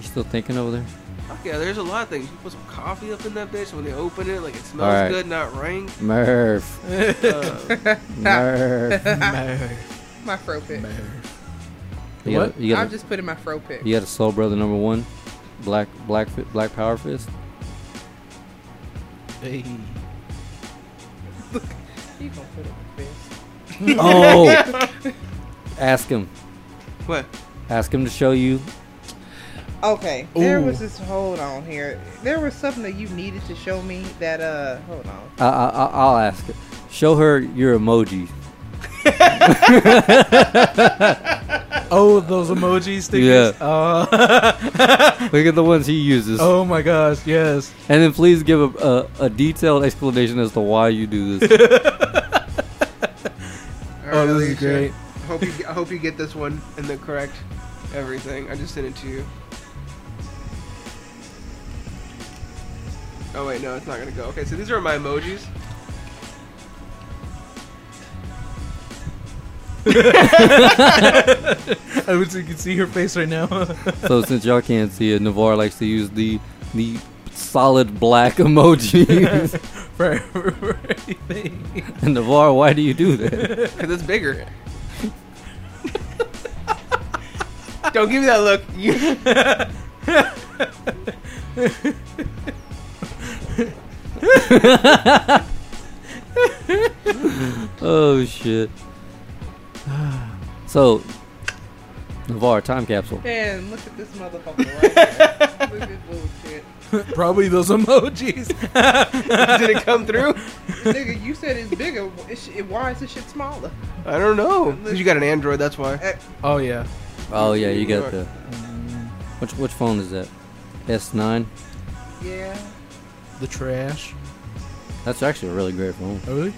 Speaker 3: you still thinking over there?
Speaker 1: Fuck yeah, there's a lot of things. You put some coffee up in that bitch when they open it, like it
Speaker 3: All
Speaker 1: smells
Speaker 3: right.
Speaker 1: good, not rank.
Speaker 3: Murph,
Speaker 1: Uh,
Speaker 3: Murph.
Speaker 4: My fro pick.
Speaker 3: You gotta-
Speaker 2: What?
Speaker 3: You
Speaker 4: I'm
Speaker 3: got
Speaker 4: just putting my fro pick.
Speaker 3: you got a soul brother number one, black black fi- black power fist.
Speaker 2: Hey.
Speaker 4: You gonna put it in fist.
Speaker 3: Oh, ask him,
Speaker 1: what?
Speaker 3: ask him to show you.
Speaker 4: Okay. There was
Speaker 2: Ooh.
Speaker 4: this hold on here. There was something that you needed to show me that uh hold on.
Speaker 3: I, I, I- I'll ask her. Show her your emoji.
Speaker 2: Oh, those emoji
Speaker 3: Yeah.
Speaker 2: stickers. Uh,
Speaker 3: Look at the ones he uses.
Speaker 2: oh my gosh, yes.
Speaker 3: And then please give a, a, a detailed explanation as to why you do this.
Speaker 2: Oh,
Speaker 1: Alright,
Speaker 2: this is
Speaker 1: Alicia,
Speaker 2: great.
Speaker 1: I hope you I hope you get this one and the correct everything. I just sent it to you. Oh wait, no, it's not gonna go. Okay, so these are my emojis.
Speaker 2: I wish you could see her face right now.
Speaker 3: so since y'all can't see it, Navarre likes to use the the solid black emoji.
Speaker 2: for, for everything.
Speaker 3: and Navarre, why do you do that?
Speaker 1: Cause it's bigger. Don't give me that look. You-
Speaker 3: Oh shit. So Navarre, time capsule.
Speaker 4: Man, look at this motherfucker right here. Look at this bullshit.
Speaker 2: Probably those emojis.
Speaker 1: Did it come through?
Speaker 4: Nigga, you said it's bigger. It sh- it- why is this shit smaller?
Speaker 1: I don't know. 'Cause you got an Android, that's why.
Speaker 2: Oh yeah.
Speaker 3: Oh yeah, you got the which which phone is that? S nine.
Speaker 4: Yeah.
Speaker 2: The trash.
Speaker 3: That's actually a really great phone.
Speaker 2: Oh, really?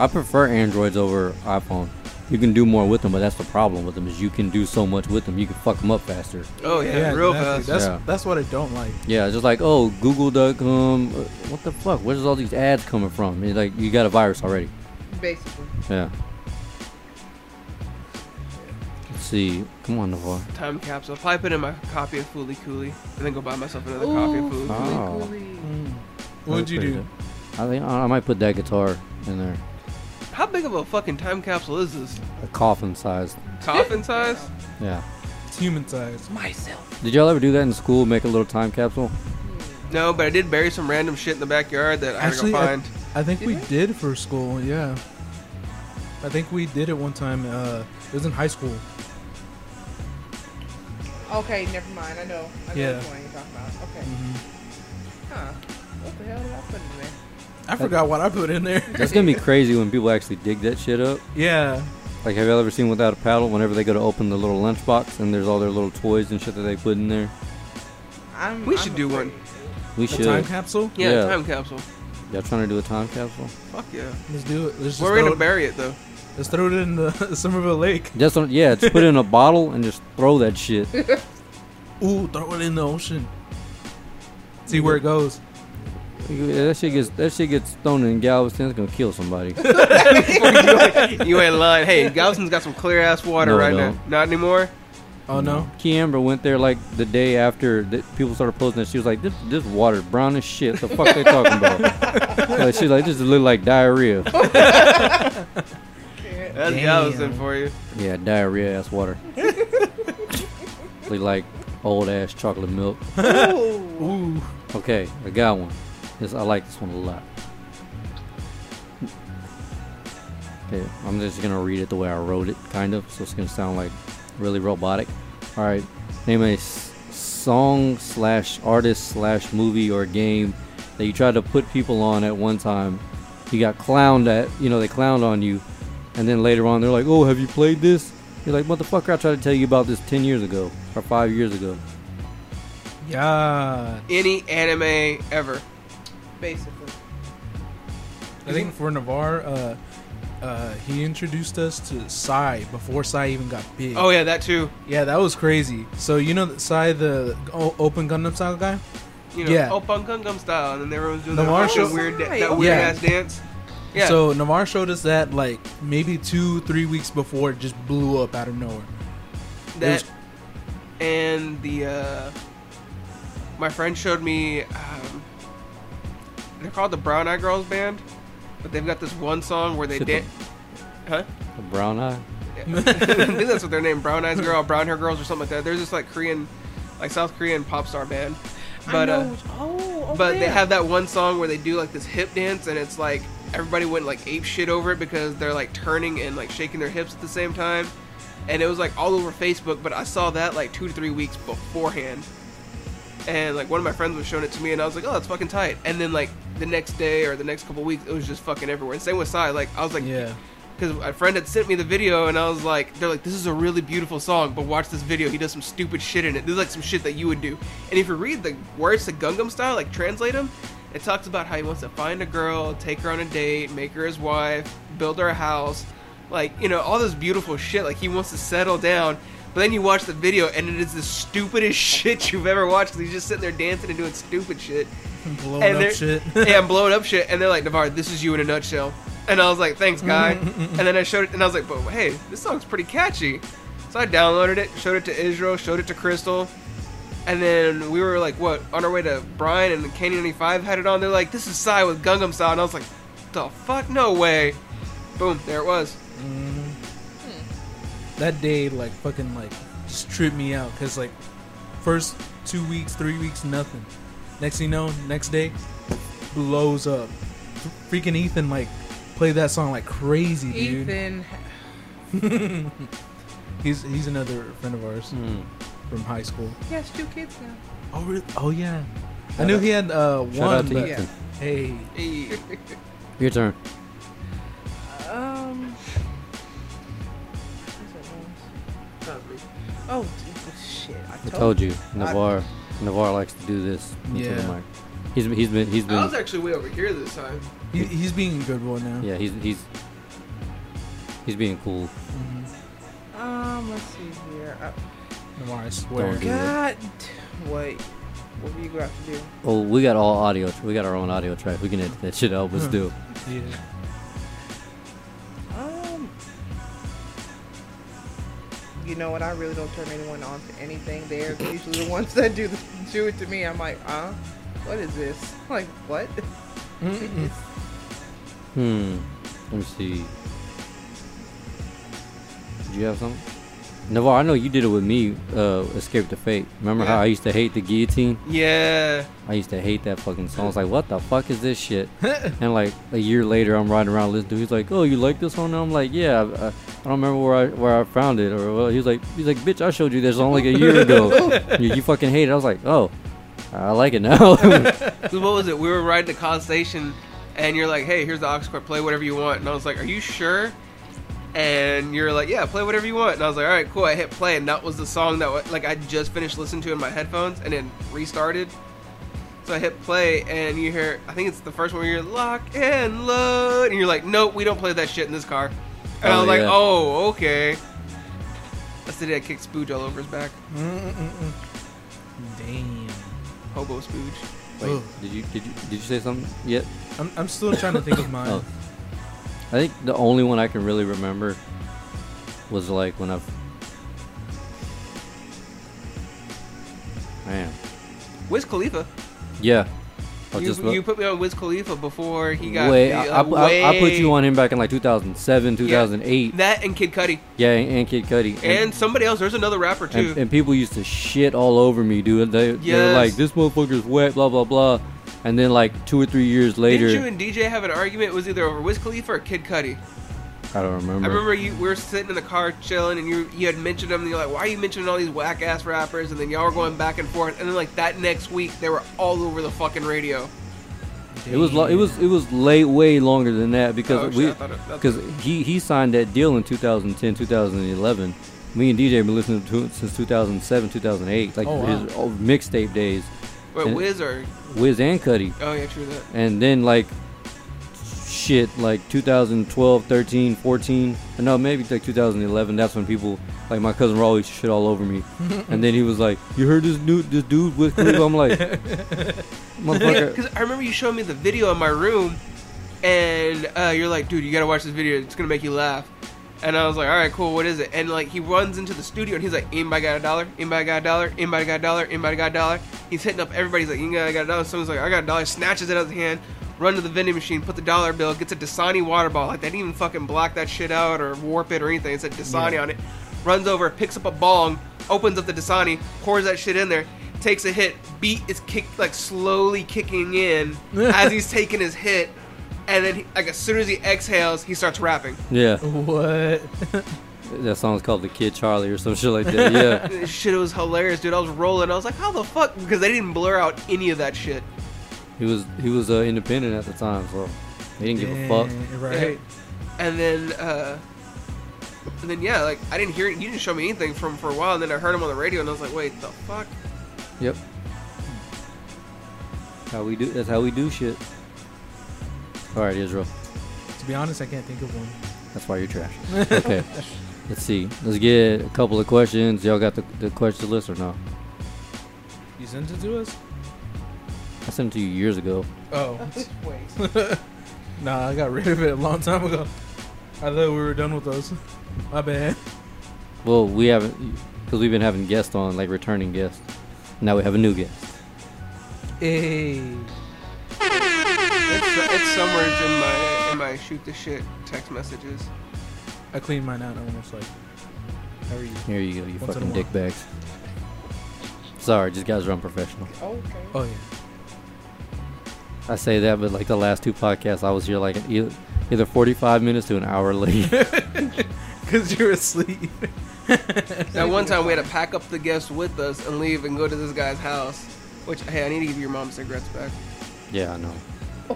Speaker 3: I prefer Androids over iPhone. You can do more with them, but that's the problem with them is you can do so much with them. You can fuck them up faster.
Speaker 1: Oh yeah, real
Speaker 2: exactly.
Speaker 1: fast.
Speaker 2: That's
Speaker 3: Yeah.
Speaker 2: that's what I don't like.
Speaker 3: Yeah, it's just like oh Google.com. uh, What the fuck? Where's all these ads coming from? It's like you got a virus already.
Speaker 4: Basically.
Speaker 3: Yeah. Let's see. Come on, Navar.
Speaker 1: Time capsule. Probably put in my copy of Fooly Cooley and then go buy myself another
Speaker 4: Ooh,
Speaker 1: copy of Fooly Cooley.
Speaker 3: Oh.
Speaker 2: What would you do?
Speaker 3: I think I I might put that guitar in there.
Speaker 1: How big of a fucking time capsule is this?
Speaker 3: A coffin size.
Speaker 1: Coffin size?
Speaker 3: Yeah.
Speaker 2: It's human size.
Speaker 4: Myself.
Speaker 3: Did y'all ever do that in school? Make a little time capsule?
Speaker 1: No, but I did bury some random shit in the backyard that I had to go
Speaker 2: Actually, I-
Speaker 1: find.
Speaker 2: I think we
Speaker 4: Did
Speaker 2: did for school. Yeah. I think we did it one time. Uh, it was in high school.
Speaker 4: Okay, never mind. I know. I know
Speaker 2: Yeah.
Speaker 4: which one you're talking about. Okay. Huh. What the hell did I put in there?
Speaker 2: I forgot what I put in there.
Speaker 3: That's gonna be crazy when people actually dig that shit up.
Speaker 2: yeah.
Speaker 3: Like, have y'all ever seen Without a Paddle? Whenever they go to open the little lunchbox and there's all their little toys and shit that they put in there.
Speaker 4: I'm,
Speaker 1: We
Speaker 4: I'm
Speaker 1: should do
Speaker 4: afraid.
Speaker 1: one.
Speaker 3: We
Speaker 2: The
Speaker 3: should.
Speaker 2: time capsule.
Speaker 1: Yeah,
Speaker 3: Yeah.
Speaker 1: time capsule.
Speaker 3: y'all trying to do a time capsule?
Speaker 1: Fuck yeah.
Speaker 2: Let's do it. Let's just
Speaker 1: Where are we
Speaker 2: throw
Speaker 1: gonna
Speaker 2: it,
Speaker 1: bury it though?
Speaker 2: let's throw it in the Somerville Lake.
Speaker 3: Just on, yeah, just put it in a bottle and just throw that shit.
Speaker 2: Ooh, throw it in the ocean. See where it goes.
Speaker 3: Yeah, that shit gets that shit gets thrown in Galveston. It's gonna kill somebody.
Speaker 1: You ain't lying. Hey, Galveston's got some clear ass water
Speaker 3: No, I
Speaker 1: right now.
Speaker 3: don't.
Speaker 1: Not anymore.
Speaker 2: Oh no.
Speaker 3: Key Amber went there like the day after that people started posting. It. She was like, "This this water brown as shit. The fuck they talking about?" like she's like, "This look like diarrhea."
Speaker 1: That's Galveston for you.
Speaker 3: Yeah, diarrhea ass water. Look like old ass chocolate milk.
Speaker 4: Ooh.
Speaker 2: Ooh.
Speaker 3: Okay, I got one. This I like this one a lot. Okay, I'm just gonna read it the way I wrote it, kind of, so it's gonna sound like really robotic. All right, name a s- song slash artist slash movie or game that you tried to put people on at one time. You got clowned at, you know, they clowned on you, and then later on they're like, "Oh, have you played this?" You're like, "Motherfucker, I tried to tell you about this ten years ago or five years ago."
Speaker 2: Yeah.
Speaker 1: any anime ever.
Speaker 4: basically.
Speaker 2: I think for Navarre, uh, uh, he introduced us to Psy before Psy even got big.
Speaker 1: Oh yeah, that too.
Speaker 2: yeah, that was crazy. So you know that Psy, the o- open Gundam style guy.
Speaker 1: You know, Oh,
Speaker 2: Yeah.
Speaker 1: yeah. Oppan Gungam style, and then everyone's doing
Speaker 2: The
Speaker 1: that
Speaker 2: martial-
Speaker 1: fucking weird,
Speaker 4: Right,
Speaker 1: that weird
Speaker 2: okay.
Speaker 1: ass dance. Yeah.
Speaker 2: So Navarre showed us that like maybe two, three weeks before it just blew up out of nowhere.
Speaker 1: that
Speaker 2: It was-
Speaker 1: and the uh my friend showed me um they're called the brown eye girls band but they've got this one song where they
Speaker 3: Shit,
Speaker 1: dance huh
Speaker 3: the brown eye.
Speaker 1: Yeah. I think that's what their name brown eyes girl brown hair girls or something like that there's this like korean like south korean pop star band but uh
Speaker 4: oh, over
Speaker 1: but they
Speaker 4: there.
Speaker 1: have that one song where they do like this hip dance and it's like everybody went like ape shit over it because they're like turning and like shaking their hips at the same time and it was like all over facebook but i saw that like two to three weeks beforehand and like one of my friends was showing it to me and i was like oh that's fucking tight and then like the next day or the next couple weeks it was just fucking everywhere and same with Psy. like i was like
Speaker 2: Yeah.
Speaker 1: because a friend had sent me the video and I was like, they're like, this is a really beautiful song, but watch this video. He does some stupid shit in it. This is like some shit that you would do. And if you read the words to Gungam style, like translate them, it talks about how he wants to find a girl, take her on a date, make her his wife, build her a house, like you know all this beautiful shit. Like he wants to settle down. But then you watch the video and it is the stupidest shit you've ever watched. 'cause he's just sitting there dancing and doing stupid shit
Speaker 2: Blowing
Speaker 1: and
Speaker 2: up
Speaker 1: they're
Speaker 2: shit.
Speaker 1: yeah, I'm blowing up shit. And they're like, Navarre, this is you in a nutshell. And I was like, thanks, guy. and then I showed it, and I was like, but hey, this song's pretty catchy. So I downloaded it, showed it to Israel, showed it to Crystal. And then we were like, what, on our way to Brian and Candy 95 had it on. They're like, this is Psy with Gungam Style. And I was like, the fuck, no way. Boom, there it was.
Speaker 2: that day like fucking like just tripped me out because like first two weeks three weeks nothing next thing you know next day blows up freaking ethan like played that song like crazy dude
Speaker 4: Ethan.
Speaker 2: he's he's another friend of ours
Speaker 3: Hmm.
Speaker 2: from high school
Speaker 4: He has two kids now.
Speaker 2: oh really oh yeah i knew he had uh
Speaker 3: Shout out
Speaker 2: one
Speaker 3: to
Speaker 2: but
Speaker 3: Ethan.
Speaker 2: hey
Speaker 1: Hey.
Speaker 3: Your turn.
Speaker 4: Um. Oh d- shit! I
Speaker 3: I
Speaker 4: told,
Speaker 3: told you,
Speaker 4: I-
Speaker 3: Navarre. Navarre likes to do this. into the
Speaker 2: Yeah.
Speaker 3: mic. He's been. He's been. He's
Speaker 1: I was
Speaker 3: been.
Speaker 1: actually way over here this time.
Speaker 2: he, he's being a good boy now
Speaker 3: Yeah. He's. He's. He's being cool.
Speaker 4: Um, let's see here. Uh,
Speaker 2: Lamar, i swear
Speaker 3: Don't do
Speaker 4: God, wait. What were you going to have to do?
Speaker 3: Oh, we got all audio. We got our own audio track. We can edit that shit out. Let's do. it.
Speaker 2: yeah
Speaker 4: Um, you know what? I really don't turn anyone on to anything. They're usually the ones that do the, do it to me. I'm like, uh, what is this? Like, what?
Speaker 2: Mm-mm.
Speaker 3: Hmm. Let me see. Did you have something? Navarre, I know you did it with me, uh, Escape the Fate. Remember how
Speaker 1: Yeah.
Speaker 3: I used to hate the guillotine?
Speaker 1: Yeah.
Speaker 3: I used to hate that fucking song. I was like, what the fuck is this shit? and like a year later, I'm riding around listening to it. He's like, oh, you like this one? And I'm like, yeah, I, I, I don't remember where I where I found it. Or well, he was like, he's like, bitch, I showed you this song like a year ago. you, you fucking hate it. I was like, oh, I like it now.
Speaker 1: So what was it? We were riding to College Station, and you're like, "Hey, here's the aux cord. Play whatever you want." And I was like, "Are you sure?" And you're like, "Yeah, play whatever you want." And I was like, "All right, cool." I hit play, and that was the song that wa- like I just finished listening to in my headphones, and then restarted. So I hit play, and you hear, I think it's the first one where you're lock and load, and you're like, "Nope, we don't play that shit in this car." And I
Speaker 3: Oh,
Speaker 1: was like,
Speaker 3: yeah.
Speaker 1: "Oh, okay." That's the day I kicked Spooge all over his back,
Speaker 2: Mm-mm-mm. damn
Speaker 1: hobo Spooge.
Speaker 3: Wait,
Speaker 2: Ugh.
Speaker 3: did you did you did you say something yet?
Speaker 2: I'm, I'm still trying to think of mine
Speaker 3: Oh. I think the only one I can really remember was like when I. Man,
Speaker 1: Wiz Khalifa.
Speaker 3: yeah. I was
Speaker 1: You,
Speaker 3: Oh, just about-
Speaker 1: you put me on Wiz Khalifa before he got
Speaker 3: way,
Speaker 1: big,
Speaker 3: I, I,
Speaker 1: like,
Speaker 3: I- I put you
Speaker 1: way-
Speaker 3: on him back in like 2007, 2008. Yeah,
Speaker 1: that and Kid Cudi
Speaker 3: and, and Kid Cudi.
Speaker 1: and somebody else. There's another rapper too.
Speaker 3: and, and people used to shit all over me, dude. They, they were
Speaker 1: Yes.
Speaker 3: like, "This motherfucker's wet," blah blah blah. And then like two or three years later,
Speaker 1: Didn't you and DJ have an argument? It was either over Wiz Khalifa or Kid Cudi.
Speaker 3: I don't remember.
Speaker 1: I remember you. We were sitting in the car chilling, and you you had mentioned them. And you're like, "Why are you mentioning all these whack ass rappers?" And then y'all were going back and forth. And then like that next week, they were all over the fucking radio.
Speaker 3: It was lo- it was it was late way longer than that because
Speaker 1: Oh, shit,
Speaker 3: we
Speaker 1: I thought it- that's-
Speaker 3: because he he signed that deal in 2010 2011 Me and DJ have been listening to it since 2007, 2008, like
Speaker 2: Oh, wow.
Speaker 3: his old mixtape days.
Speaker 1: Wait,
Speaker 3: And-
Speaker 1: Wiz or
Speaker 3: Wiz and Cuddy.
Speaker 1: oh yeah, true that.
Speaker 3: and then like shit like 2012 13 14 and Uh, no maybe like 2011 that's when people like my cousin always shit all over me and then he was like you heard this dude this dude with Khalid? i'm like motherfucker Uh,
Speaker 1: Because I remember you showing me the video in my room, and uh, you're like, dude, you gotta watch this video. It's gonna make you laugh. And I was like, all right, cool. What is it? And like, he runs into the studio and he's like, anybody got a dollar? Anybody got a dollar? Anybody got a dollar? Anybody got a dollar? He's hitting up everybody. He's like, anybody got a dollar? Someone's like, I got a dollar. Snatches it out of his hand. Run to the vending machine, put the dollar bill, gets a Dasani water bottle. Like they didn't even fucking block that shit out or warp it or anything. It said Dasani on it. Runs over, picks up a bong, opens up the Dasani, pours that shit in there, takes a hit. Beat is kicked like slowly kicking in as he's taking his hit, and then he, like as soon as he exhales, he starts rapping.
Speaker 3: yeah
Speaker 2: What?
Speaker 3: that song's called the kid charlie or some shit like that yeah
Speaker 1: This shit was hilarious, dude. I was rolling. I was like, how the fuck? Because they didn't blur out any of that shit.
Speaker 3: he was he was uh, independent at the time so he didn't give a fuck
Speaker 2: Dang, Right.
Speaker 1: And then, uh, and then yeah, like I didn't hear it. You didn't show me anything from for a while, and then I heard him on the radio, and I was like, wait, the fuck?
Speaker 3: yep how we do that's how we do shit all right israel
Speaker 2: To be honest, I can't think of one.
Speaker 3: That's why you're trash. okay. Let's see. Let's get a couple of questions. Y'all got the, the question list or no?
Speaker 2: You sent it to us?
Speaker 3: I sent it to you years ago.
Speaker 2: Oh. Nah, I got rid of it a long time ago. I thought we were done with those. My bad.
Speaker 3: Well, we haven't, because we've been having guests on, like returning guests. Now we have a new guest.
Speaker 2: Hey.
Speaker 1: It's, it's somewhere in my in my shoot the shit text messages.
Speaker 2: I cleaned mine out. and I'm almost like, how are you?
Speaker 3: Here you go, you
Speaker 2: Once in a
Speaker 3: fucking
Speaker 2: while.
Speaker 3: dick bags. Sorry, just guys are unprofessional.
Speaker 4: Okay.
Speaker 2: Oh, yeah.
Speaker 3: I say that, but like the last two podcasts, I was here like either, either 45 minutes to an hour late.
Speaker 2: Because you're asleep.
Speaker 1: That one time we had to pack up the guests with us and leave and go to this guy's house. Which hey, I need to give your mom cigarettes back.
Speaker 3: yeah, I know.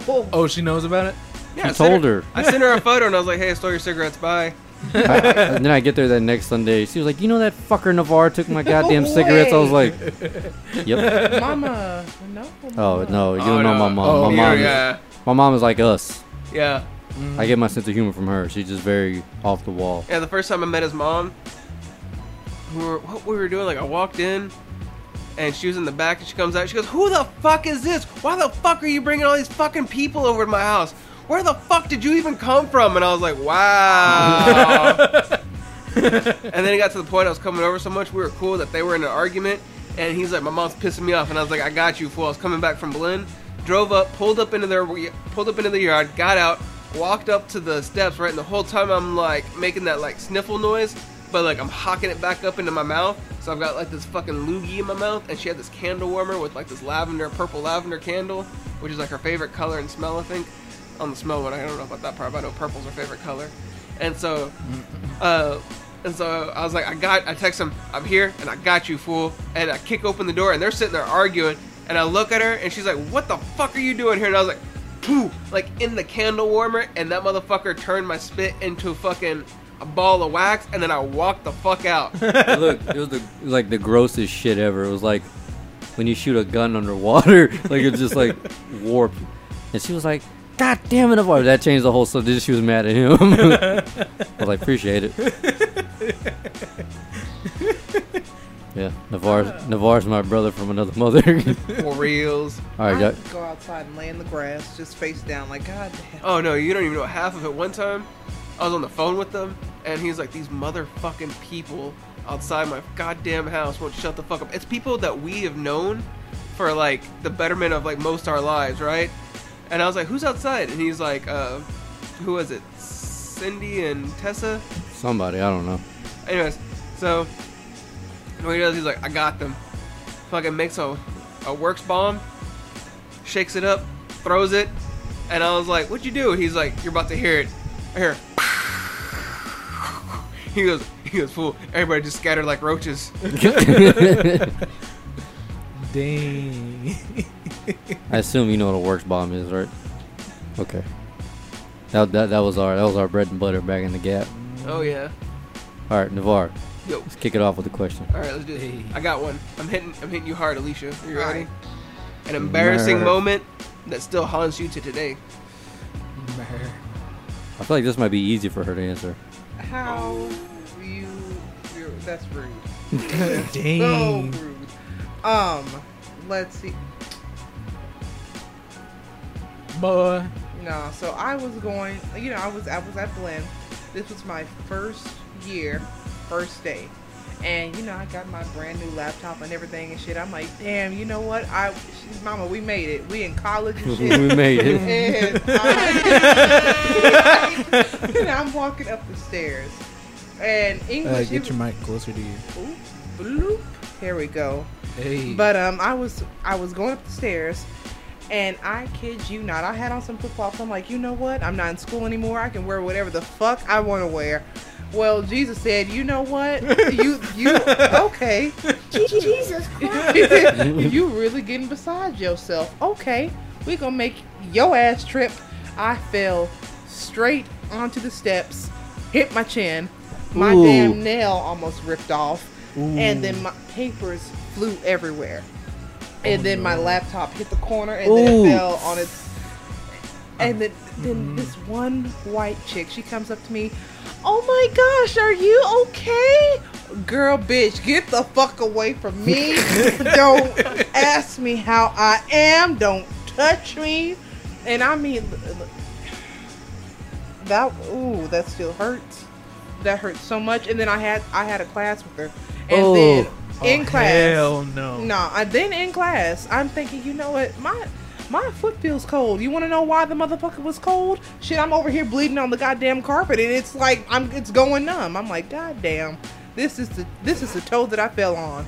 Speaker 4: Oh,
Speaker 2: Oh, she knows about it?
Speaker 1: Yeah,
Speaker 3: He
Speaker 1: I sent
Speaker 3: told her.
Speaker 1: I sent her a photo and I was like, "Hey, I stole your cigarettes. Bye."
Speaker 3: I, and then I get there that next Sunday. She was like, "You know that fucker Navarre took my goddamn cigarettes." I was like, "Yep."
Speaker 4: mama. No.
Speaker 3: Oh
Speaker 4: mama.
Speaker 3: no, you
Speaker 1: Oh,
Speaker 3: don't know my
Speaker 1: no.
Speaker 3: mom.
Speaker 2: Oh,
Speaker 3: my
Speaker 1: yeah,
Speaker 3: mom, is,
Speaker 1: yeah,
Speaker 3: my mom is like us.
Speaker 1: yeah.
Speaker 3: I get my sense of humor from her. She's just very off the wall.
Speaker 1: Yeah, the first time I met his mom, we were, what we were doing, like I walked in, and she was in the back, and she comes out, she goes, "Who the fuck is this? Why the fuck are you bringing all these fucking people over to my house? Where the fuck did you even come from?" And I was like, "Wow." and then it got to the point I was coming over so much, we were cool that they were in an argument, and he's like, "My mom's pissing me off," and I was like, "I got you, fool." I was coming back from Blinn, drove up, pulled up into their pulled up into the yard, got out, walked up to the steps, right, and the whole time I'm like making that like sniffle noise, but like I'm hocking it back up into my mouth, so I've got like this fucking loogie in my mouth, and she had this candle warmer with like this lavender, purple lavender candle, which is like her favorite color and smell, I think. On the smell one, I don't know about that part, but I know purple's her favorite color, and so uh, and so I was like, I got, I text him, I'm here, and I got you, fool. And I kick open the door, and they're sitting there arguing. And I look at her, and she's like, What the fuck are you doing here? And I was like, Pooh, like in the candle warmer, and that motherfucker turned my spit into fucking a ball of wax, and then I walked the fuck out.
Speaker 3: Look, it was the it was like the grossest shit ever. It was like when you shoot a gun underwater, like it's just like warped. And she was like, "God damn it, Navarre!" That changed the whole subject. She was mad at him. I was like, "Appreciate it." Yeah, Navarre's, Navarre's my brother from another mother.
Speaker 1: For reals.
Speaker 3: All right,
Speaker 4: I
Speaker 3: y'all-
Speaker 4: would go outside and lay in the grass, just face down, like God damn.
Speaker 1: Oh no, you don't even know half of it. One time, I was on the phone with them, and he's like, "These motherfucking people outside my goddamn house won't shut the fuck up." It's people that we have known for like the betterment of like most our lives, right? And I was like, "Who's outside?" And he's like, uh, "Who was it? Cindy and Tessa."
Speaker 3: somebody I don't know.
Speaker 1: Anyways, so what he does, he's like, I got them. Fucking makes a, a works bomb, shakes it up, throws it, and I was like, What'd you do? He's like, You're about to hear it. I hear. He goes, he goes, fool. Everybody just scattered like roaches.
Speaker 2: Dang.
Speaker 3: I assume you know what a works bomb is, right? Okay. That, that, that was our that was our bread and butter back in the gap.
Speaker 1: Oh yeah.
Speaker 3: All right, Navarre,
Speaker 1: Yo.
Speaker 3: Let's kick it off with a question.
Speaker 1: All right, let's do this.
Speaker 2: Hey.
Speaker 1: I got one. I'm hitting. I'm hitting you hard, Alicia. You
Speaker 4: All
Speaker 1: ready?
Speaker 4: right.
Speaker 1: An embarrassing
Speaker 3: Mer.
Speaker 1: moment that still haunts you to today.
Speaker 3: I feel like this might be easy for her to answer.
Speaker 4: How you? You're, that's rude. So
Speaker 2: Dang.
Speaker 4: rude. Um, let's see.
Speaker 2: Boy.
Speaker 4: No, so I was going. You know, I was I was at Blend. This was my first year, first day, and you know I got my brand new laptop and everything and shit. I'm like, damn, you know what? I, she's mama, we made it. We in college and
Speaker 3: we
Speaker 4: shit.
Speaker 3: made it.
Speaker 4: and I, and I'm walking up the stairs, and
Speaker 2: Uh,
Speaker 4: English.
Speaker 2: get
Speaker 4: it
Speaker 2: your
Speaker 4: was-
Speaker 2: mic closer to you.
Speaker 4: Oop, bloop. Here we go.
Speaker 2: Hey.
Speaker 4: But um, I was I was going up the stairs, and I kid you not, I had on some flip flops. I'm like, you know what? I'm not in school anymore. I can wear whatever the fuck I want to wear. Well, Jesus said, you know what? You you okay?
Speaker 6: Jesus Christ.
Speaker 4: you really getting beside yourself. Okay, we gonna make your ass trip. I fell straight onto the steps, hit my chin, my
Speaker 3: Ooh.
Speaker 4: damn nail almost ripped off, and then my papers flew everywhere. And then
Speaker 2: Oh,
Speaker 4: my laptop hit the corner and then
Speaker 3: Ooh.
Speaker 4: it fell on its and then,
Speaker 2: Mm-hmm.
Speaker 4: then this one white chick, she comes up to me, Oh my gosh, are you okay? Girl, bitch, get the fuck away from me. Don't ask me how I am. Don't touch me. And I mean, l- l- that, ooh, that still hurts. That hurts so much. And then I had, I had a class with her. And
Speaker 3: Oh.
Speaker 4: then in
Speaker 2: Oh,
Speaker 4: class,
Speaker 2: Hell no.
Speaker 4: no, I then in class, I'm thinking, you know what, my my foot feels cold. You want to know why the motherfucker was cold? Shit, I'm over here bleeding on the goddamn carpet, and it's like I'm it's going numb. I'm like, goddamn, this is the this is the toe that I fell on.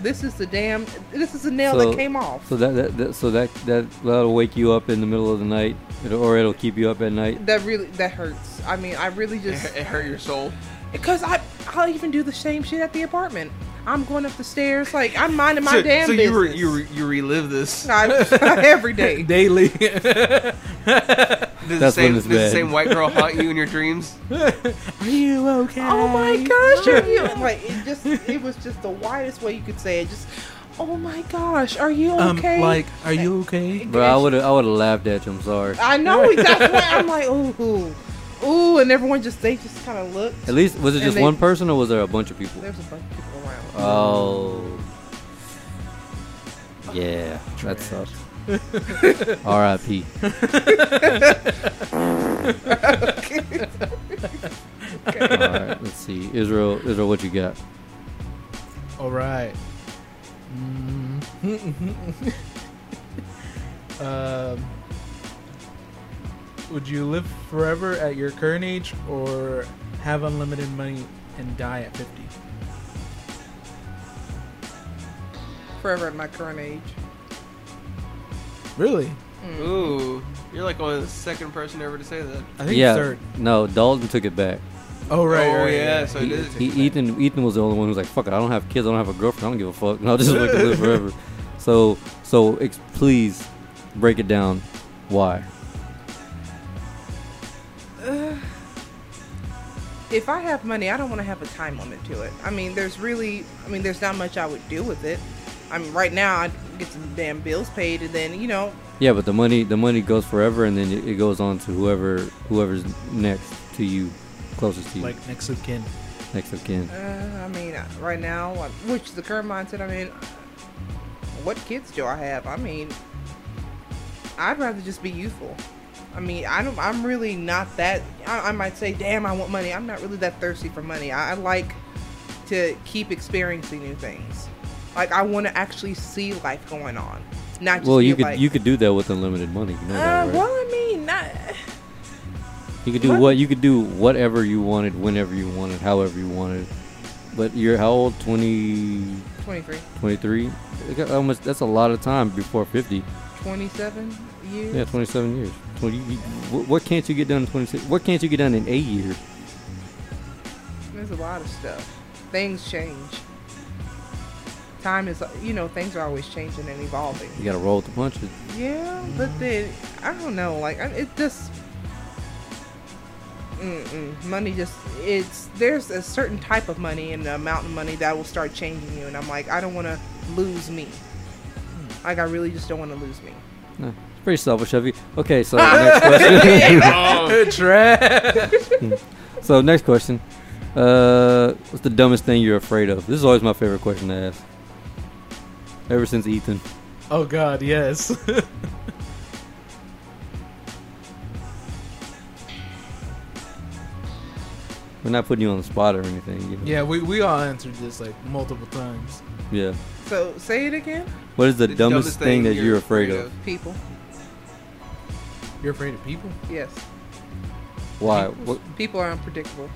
Speaker 4: This is the damn this is the nail
Speaker 3: So-
Speaker 4: that came off.
Speaker 3: So that, that, that so that that that'll wake you up in the middle of the night, it'll, or it'll keep you up at night.
Speaker 4: that really that hurts. I mean, I really
Speaker 1: It,
Speaker 4: just
Speaker 1: hu- it hurt your soul.
Speaker 4: because I I'll even do the same shit at the apartment. I'm going up the stairs like I'm minding my
Speaker 1: so
Speaker 4: damn
Speaker 1: so
Speaker 4: business.
Speaker 1: you re, you re, you relive this.
Speaker 4: I- every day.
Speaker 2: Daily.
Speaker 1: Does the
Speaker 3: That's when
Speaker 1: same does
Speaker 3: it's
Speaker 1: the
Speaker 3: bad.
Speaker 1: same white girl haunt you in your dreams?
Speaker 2: Are you okay?
Speaker 4: Oh my gosh, are you like it just it was just the widest way you could say it. Just oh my gosh, are you
Speaker 2: Um,
Speaker 4: okay?
Speaker 2: like, are you okay?
Speaker 3: Bro, I would have I would have laughed at you. I'm sorry.
Speaker 4: I know that's why I'm like, ooh, ooh, ooh, and everyone just they just kinda looked.
Speaker 3: At least was it
Speaker 4: And
Speaker 3: just
Speaker 4: they-
Speaker 3: one person, or was there a bunch of people?
Speaker 4: There's a bunch of people around.
Speaker 3: Oh. Yeah, that sucks. R.I.P. All right, let's see. Israel, Israel, what you got?
Speaker 2: All right. Mm. um, would you live forever at your current age or have unlimited money and die at 50?
Speaker 4: Forever at my current age.
Speaker 2: Really?
Speaker 4: Hmm.
Speaker 1: Ooh, you're like only the second person ever to say that.
Speaker 2: I think
Speaker 3: yeah,
Speaker 2: third.
Speaker 3: no, Dalton took it back.
Speaker 2: Oh, right.
Speaker 1: oh
Speaker 2: right,
Speaker 1: yeah,
Speaker 2: right.
Speaker 1: so it
Speaker 3: He,
Speaker 1: is.
Speaker 3: he- Ethan, Ethan was the only one who was like, "Fuck it, I don't have kids, I don't have a girlfriend, I don't give a fuck, and I'll just like to live forever." So, so ex- please break it down. Why?
Speaker 4: If I have money, I don't want to have a time limit to it. I mean, there's really, I mean, there's not much I would do with it. I mean, right now I get some damn bills paid, and then you know,
Speaker 3: Yeah, but the money the money goes forever, and then it, it goes on to whoever whoever's next to you, closest to you,
Speaker 2: Like next of kin.
Speaker 3: next of kin.
Speaker 4: Uh, I mean, uh, right now, uh, which the current mindset I'm in, what kids do I have? I mean, I'd rather just be youthful. I mean, I don't. I'm really not that. I, I might say, "Damn, I want money." I'm not really that thirsty for money. I, I like to keep experiencing new things. Like I want to actually see life going on, not just
Speaker 3: Well,
Speaker 4: be
Speaker 3: you could
Speaker 4: like,
Speaker 3: you could do that with unlimited money. You know that,
Speaker 4: uh,
Speaker 3: right?
Speaker 4: well, I mean, not.
Speaker 3: you could do
Speaker 4: what?
Speaker 3: what you could do whatever you wanted, whenever you wanted, however you wanted. But you're how old? 20,
Speaker 4: 23,
Speaker 3: 23? They got Almost that's a lot of time before fifty.
Speaker 4: 27 years.
Speaker 3: Yeah, twenty seven years. 20, you- you- what, what can't you get done in twenty six? What can't you get done in eight years?
Speaker 4: There's a lot of stuff. Things change. Time is, you know, things are always changing and evolving.
Speaker 3: You got to roll with the punches.
Speaker 4: Yeah, but then I don't know. Like I- it just, Mm-mm. Money just it's there's a certain type of money and the amount of money that will start changing you. And I'm like, I don't want to lose me. Like I really just don't want to lose me.
Speaker 3: No, it's pretty selfish of you. Okay, so next question. so next question. Uh, what's the dumbest thing you're afraid of? This is always my favorite question to ask. Ever since Ethan.
Speaker 2: Oh God, yes.
Speaker 3: We're not putting you on the spot or anything. You know?
Speaker 2: yeah, we, we all answered this like multiple times.
Speaker 3: Yeah.
Speaker 4: So say it again,
Speaker 3: What is the, dumbest, thing, that you're afraid of?
Speaker 4: people.
Speaker 2: You're afraid of people?
Speaker 4: Yes,
Speaker 3: Why? What,
Speaker 4: people are unpredictable.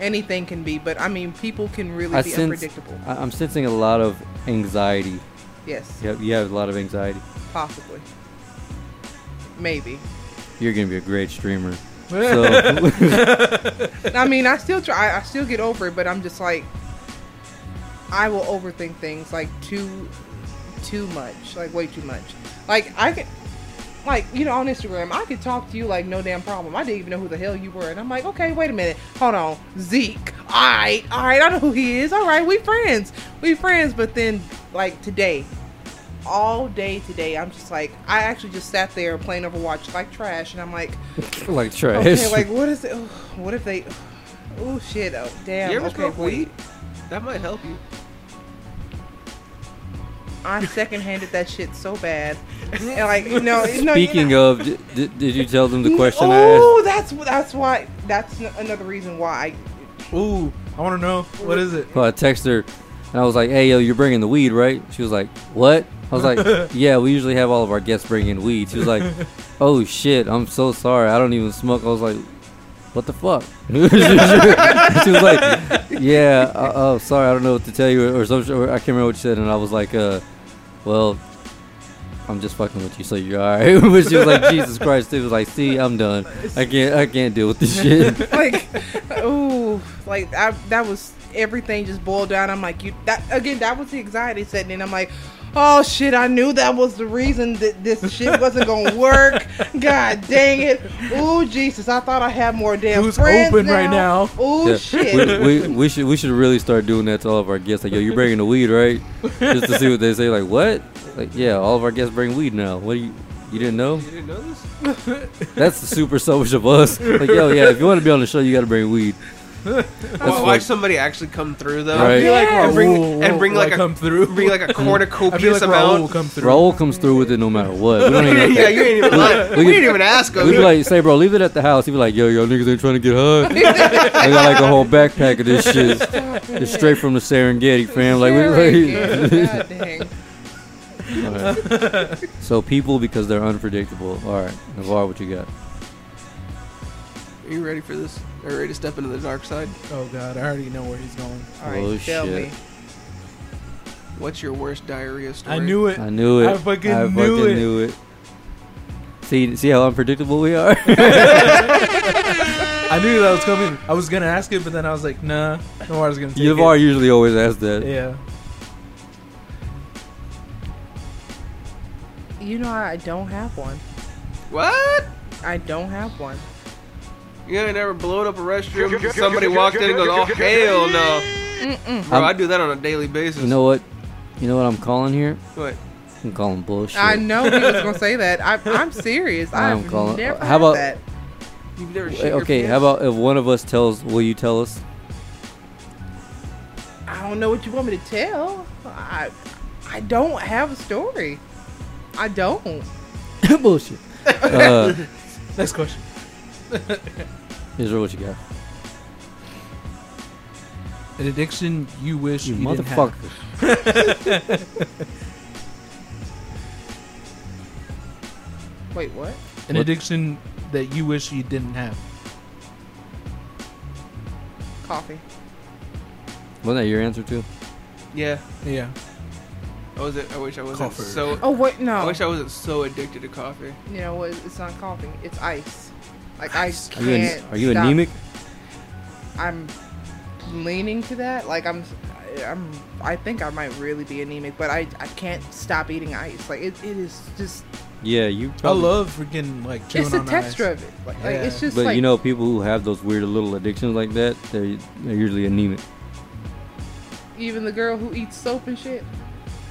Speaker 4: Anything can be, but I mean, people can really
Speaker 3: I
Speaker 4: be
Speaker 3: sense,
Speaker 4: unpredictable.
Speaker 3: I, I'm sensing a lot of anxiety.
Speaker 4: yes,
Speaker 3: You have, you have a lot of anxiety.
Speaker 4: possibly, maybe.
Speaker 3: You're gonna be a great streamer. So,
Speaker 4: I mean, I still try. I still get over it, but I'm just like, I will overthink things like too, too much, like way too much. Like I could, like you know, on Instagram, I could talk to you like no damn problem. I didn't even know who the hell you were, and I'm like, okay, wait a minute, hold on, Zeke. All right, all right, I know who he is. All right, we friends, we friends. But then, like today, all day today, I'm just like, I actually just sat there playing Overwatch like trash, and I'm like.
Speaker 3: like trash.
Speaker 4: Okay, like what is it? what if they? Oh shit! Oh damn!
Speaker 1: you ever
Speaker 4: okay,
Speaker 1: smoke
Speaker 4: wait.
Speaker 1: weed? That might help you.
Speaker 4: I second-handed that shit so bad. And like you know, no,
Speaker 3: Speaking
Speaker 4: you know,
Speaker 3: of, did, did, did you tell them the question I asked?
Speaker 4: Oh, that's that's why. That's n- another reason why.
Speaker 2: Ooh, I want to know what is it?
Speaker 3: Well, I texted her, and I was like, "Hey, yo, you're bringing the weed, right?" She was like, "What?" I was like, "Yeah, we usually have all of our guests bring in weed." She was like, "Oh shit, I'm so sorry. I don't even smoke." I was like, "What the fuck?" she was like, "Yeah, uh, oh, sorry, I don't know what to tell you, or, some, or I can't remember what she said." And I was like, "Uh, well." I'm just fucking with you, so you're alright. but she was like, "Jesus Christ!" It was like, "See, I'm done. I can't, I can't deal with this shit."
Speaker 4: I like, oh, like I, that was everything just boiled down. I'm like, you that again. That was the anxiety setting in. I'm like. Oh shit! I knew that was the reason that this shit wasn't gonna work. God dang it! Ooh Jesus! I thought I had more damn
Speaker 2: Who's
Speaker 4: friends
Speaker 2: open right now?
Speaker 4: Ooh
Speaker 3: Yeah,
Speaker 4: Oh, shit!
Speaker 3: We, we, we should we should really start doing that to all of our guests. Like, yo, you bringing the weed, right? Just to see what they say. Like, what? Like, yeah, all of our guests bring weed now. What do you you didn't know?
Speaker 1: You didn't know this?
Speaker 3: That's the super selfish of us. Like, yo, yeah, if you want to be on the show, you got to bring weed. That's
Speaker 1: Watch
Speaker 3: like-
Speaker 1: somebody actually come through though.
Speaker 3: Right.
Speaker 4: like
Speaker 1: And bring, and bring like,
Speaker 2: come
Speaker 1: a
Speaker 2: through.
Speaker 1: bring like a
Speaker 2: I feel
Speaker 1: cornucopious
Speaker 2: like Raul will
Speaker 1: amount.
Speaker 2: come through.
Speaker 3: Raul comes through with it no matter what. We don't even.
Speaker 1: yeah, you ain't even lying.
Speaker 3: We
Speaker 1: We
Speaker 3: could-
Speaker 1: didn't even ask him.
Speaker 3: We'd be like, say, bro, leave it at the house. He'd be like, yo, yo, niggas ain't trying to get high. I got like a whole backpack of this shit. It's straight from the Serengeti, fam. Like, we like,
Speaker 4: Sharing it. God dang.
Speaker 3: Alright. so people because they're unpredictable. All right, Navar, what you got?
Speaker 1: Are you ready for this? Are you ready to step into the dark side?
Speaker 2: Oh God, I already know where he's going.
Speaker 4: All right,
Speaker 3: Oh,
Speaker 4: tell
Speaker 3: shit.
Speaker 4: me.
Speaker 1: What's your worst diarrhea story?
Speaker 2: I knew it.
Speaker 3: I knew it.
Speaker 2: I fucking knew it.
Speaker 3: knew it. See, see how unpredictable we are.
Speaker 2: I knew that was coming. I was gonna ask it, but then I was like, nah, Navar's gonna take
Speaker 3: Navar
Speaker 2: it.
Speaker 3: usually always asks that.
Speaker 2: Yeah.
Speaker 4: You know, I don't have one.
Speaker 1: What?
Speaker 4: I don't have one.
Speaker 1: You ain't never blown up a restroom and somebody walked in and goes, oh, hell no.
Speaker 4: Mm-mm.
Speaker 1: Bro,
Speaker 3: I'm-
Speaker 1: I do that on a daily basis.
Speaker 3: You know what? You know what I'm calling here?
Speaker 1: What?
Speaker 3: I'm calling bullshit.
Speaker 4: I know he was gonna say that. I, I'm serious.
Speaker 3: I'm
Speaker 4: I've
Speaker 3: calling-
Speaker 4: never
Speaker 3: how
Speaker 4: had
Speaker 3: about-
Speaker 4: that.
Speaker 1: You've never shit
Speaker 3: Wait,
Speaker 1: your
Speaker 3: okay, how
Speaker 1: pants?
Speaker 3: about if one of us tells? Will you tell us?
Speaker 4: I don't know what you want me to tell. I I don't have a story. I don't.
Speaker 3: bullshit. Uh,
Speaker 2: Next question.
Speaker 3: Israel, what you got?
Speaker 2: An addiction you wish you,
Speaker 3: You
Speaker 2: didn't have.
Speaker 3: motherfucker.
Speaker 4: Wait, what?
Speaker 3: What?
Speaker 2: An addiction that you wish you didn't have.
Speaker 4: Coffee.
Speaker 3: Wasn't that your answer too?
Speaker 1: Yeah.
Speaker 2: Yeah.
Speaker 1: I, was I wish I wasn't
Speaker 2: Cough.
Speaker 1: so...
Speaker 4: Oh wait, no.
Speaker 1: I wish I wasn't so addicted to coffee.
Speaker 4: you know what? It's not coffee. It's ice. Like I
Speaker 3: Are you, an-
Speaker 4: can't.
Speaker 3: are you
Speaker 4: stop.
Speaker 3: anemic?
Speaker 4: I'm leaning to that. Like I'm, I'm. I think I might really be anemic, but I I can't stop eating ice. Like it, it is just
Speaker 3: Yeah, you.
Speaker 2: I
Speaker 3: Probably,
Speaker 2: love freaking like chewing
Speaker 4: it's the
Speaker 2: on
Speaker 4: texture
Speaker 2: ice.
Speaker 4: of it. Like, like, it's
Speaker 2: Yeah.
Speaker 4: just
Speaker 3: But
Speaker 4: like
Speaker 3: you know, people who have those weird little addictions like that, they're, they're usually anemic.
Speaker 4: even the girl who eats soap and shit.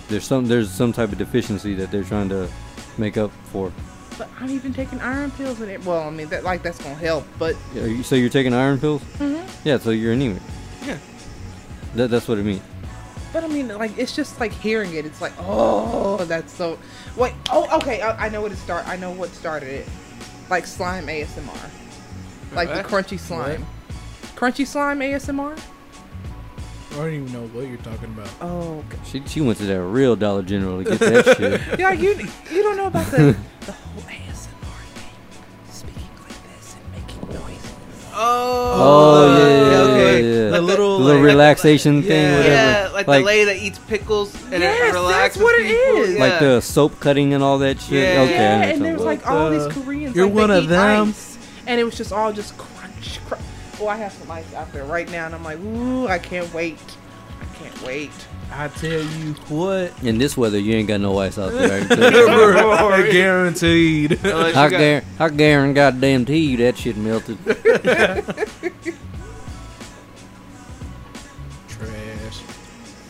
Speaker 3: There's some there's some type of deficiency that they're trying to make up for.
Speaker 4: But I'm even taking iron pills and it. Well, I mean that like that's gonna help, but
Speaker 3: Yeah, are you- so you're taking iron pills?
Speaker 4: Mhm.
Speaker 3: Yeah, so you're anemic.
Speaker 2: Yeah.
Speaker 3: That, that's what it means.
Speaker 4: But I mean, like, it's just like hearing it. It's like, oh, that's so. Wait, oh, okay. I, I know what it start. I know what started it. Like slime ASMR, like the
Speaker 1: What?
Speaker 4: crunchy slime, crunchy slime ASMR.
Speaker 2: I don't even know what you're talking about.
Speaker 4: Oh, g-
Speaker 3: She she went to that real Dollar General to get that shit.
Speaker 4: yeah. You you don't know about the the whole ASMR thing. Speaking like this and making noises.
Speaker 3: Oh, yeah, yeah,
Speaker 1: yeah, okay.
Speaker 3: yeah, yeah.
Speaker 1: Like
Speaker 3: The
Speaker 2: The little,
Speaker 1: like-
Speaker 3: little
Speaker 1: like-
Speaker 3: relaxation thing,
Speaker 2: yeah.
Speaker 3: whatever.
Speaker 1: Yeah, like,
Speaker 3: Like-
Speaker 1: the lady that eats pickles and
Speaker 4: Yes,
Speaker 1: it relaxes
Speaker 4: that's what it
Speaker 1: people.
Speaker 4: is.
Speaker 1: Yeah.
Speaker 3: Like the soap cutting and all that shit.
Speaker 1: Yeah.
Speaker 3: Okay,
Speaker 4: yeah,
Speaker 3: I know
Speaker 4: and
Speaker 3: something
Speaker 4: there's
Speaker 3: about
Speaker 4: like all
Speaker 2: What
Speaker 4: these
Speaker 2: the-
Speaker 4: Koreans.
Speaker 2: uh, You're
Speaker 4: like, they
Speaker 2: one of
Speaker 4: eat
Speaker 2: them?
Speaker 4: ice, and it was just all just crunch, crunch. Oh, I have some ice out there right now, and I'm like, ooh, I can't wait. I can't wait.
Speaker 2: I tell you what.
Speaker 3: that. in this weather, you ain't got no ice out there. I can tell you that.
Speaker 2: guaranteed.
Speaker 1: Unless
Speaker 3: I
Speaker 1: you Oh, got-
Speaker 3: guarantee, I guarantee, goddamn to you, that shit melted.
Speaker 2: Trash.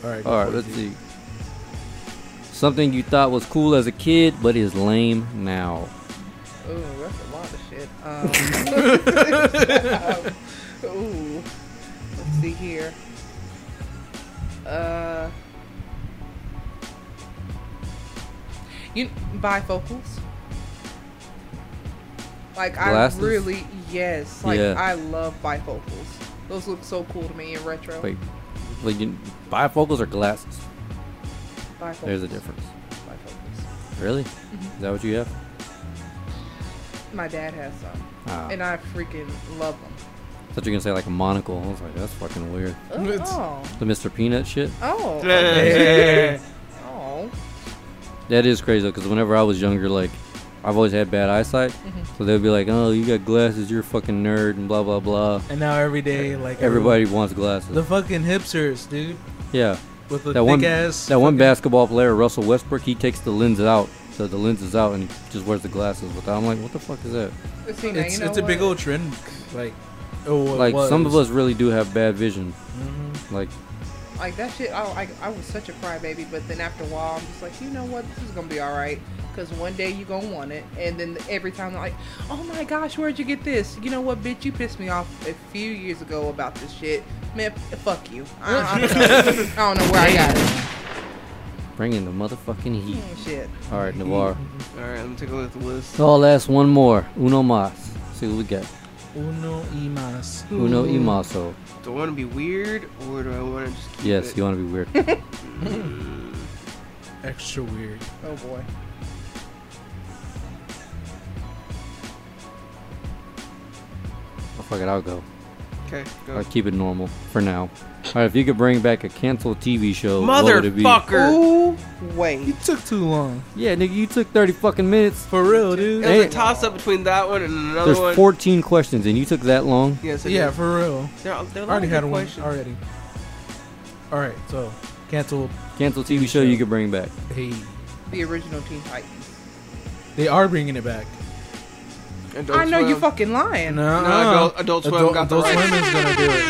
Speaker 2: All right.
Speaker 3: All right, let's see. Something you thought was cool as a kid, but is lame now.
Speaker 4: Ooh, that's a lot of shit. Um, ooh, let's see here. Uh, you bifocals. Like
Speaker 3: Glasses?
Speaker 4: I really yes, like
Speaker 3: Yeah.
Speaker 4: I love bifocals. Those look so cool to me in retro.
Speaker 3: Wait, like you, bifocals or glasses?
Speaker 4: Bifocals.
Speaker 3: There's a difference.
Speaker 4: Bifocals.
Speaker 3: Really? Is that what you have?
Speaker 4: My dad has some,
Speaker 3: Ah,
Speaker 4: and I freaking love them.
Speaker 3: I thought you were gonna say like a monocle. I was like, that's fucking weird.
Speaker 4: Oh,
Speaker 3: The Mr. Peanut shit.
Speaker 4: oh,
Speaker 2: Yeah.
Speaker 4: oh.
Speaker 3: That is crazy because whenever I was younger, like I've always had bad eyesight, so they'd be like, "Oh, you got glasses, you're a fucking nerd," and blah blah blah.
Speaker 2: And now every day, like
Speaker 3: Everybody wants
Speaker 2: everyone- the
Speaker 3: glasses.
Speaker 2: fucking hipsters, dude,
Speaker 3: Yeah,
Speaker 2: with the
Speaker 3: that
Speaker 2: thick
Speaker 3: one
Speaker 2: ass.
Speaker 3: that one
Speaker 2: fucking-
Speaker 3: basketball player, Russell Westbrook, he takes the lens out, so the lens is out, and he just wears the glasses without. I'm like, what the fuck is that?
Speaker 4: See, now,
Speaker 2: It's,
Speaker 4: you know
Speaker 2: it's a big
Speaker 4: what?
Speaker 2: old trend, like. Oh, it
Speaker 3: like some of
Speaker 2: was.
Speaker 3: us really do have bad vision.
Speaker 2: Mhm.
Speaker 3: Like
Speaker 4: Like that shit, oh, I, I, I was such a crybaby, but then after a while, I'm just like, you know what, this is gonna be all right, cause one day you gonna want it, and then every time they're like, oh my gosh, where'd you get this? You know what, bitch, you pissed me off a few years ago about this shit, man. f- Fuck you. I, I, don't, know. I don't know where I got it.
Speaker 3: bringing the motherfucking heat.
Speaker 4: Mm, Shit.
Speaker 3: All right, Navar.
Speaker 1: All right, let me take a look at the list.
Speaker 3: So last one more. Uno mas. See what we got.
Speaker 2: Uno y más.
Speaker 3: Uno y
Speaker 1: Hmm.
Speaker 3: maso.
Speaker 1: Do I want to be weird or do I want to just keep
Speaker 3: Yes,
Speaker 1: it?
Speaker 3: you want to be weird.
Speaker 2: Extra weird.
Speaker 4: Oh boy.
Speaker 3: oh, fuck it, I'll go.
Speaker 1: okay, go.
Speaker 3: I'll keep it normal for now. All right, if you could bring back a canceled TV show, what would it be?
Speaker 1: Motherfucker!
Speaker 4: Ooh,
Speaker 2: You
Speaker 4: wait.
Speaker 2: took too long.
Speaker 3: Yeah, nigga, you took 30 fucking minutes.
Speaker 2: For real,
Speaker 1: It
Speaker 2: dude.
Speaker 1: was a
Speaker 3: Hey.
Speaker 1: toss up between that one and another
Speaker 3: There's
Speaker 1: one.
Speaker 3: 14 questions and you took that long.
Speaker 1: Yes, it
Speaker 2: Yeah,
Speaker 1: is.
Speaker 2: for real.
Speaker 1: They're, they're
Speaker 2: I already had one
Speaker 1: questions.
Speaker 2: already. All right, so canceled.
Speaker 3: Canceled TV show you could bring back.
Speaker 2: Hey,
Speaker 4: The original Teen Titans.
Speaker 2: they are bringing it back.
Speaker 1: Adult
Speaker 4: I know you
Speaker 1: Swim.
Speaker 4: fucking lying.
Speaker 1: Adult- Adult Swim
Speaker 2: Adult,
Speaker 1: got the
Speaker 2: Adult
Speaker 1: right.
Speaker 2: Swim is gonna do it.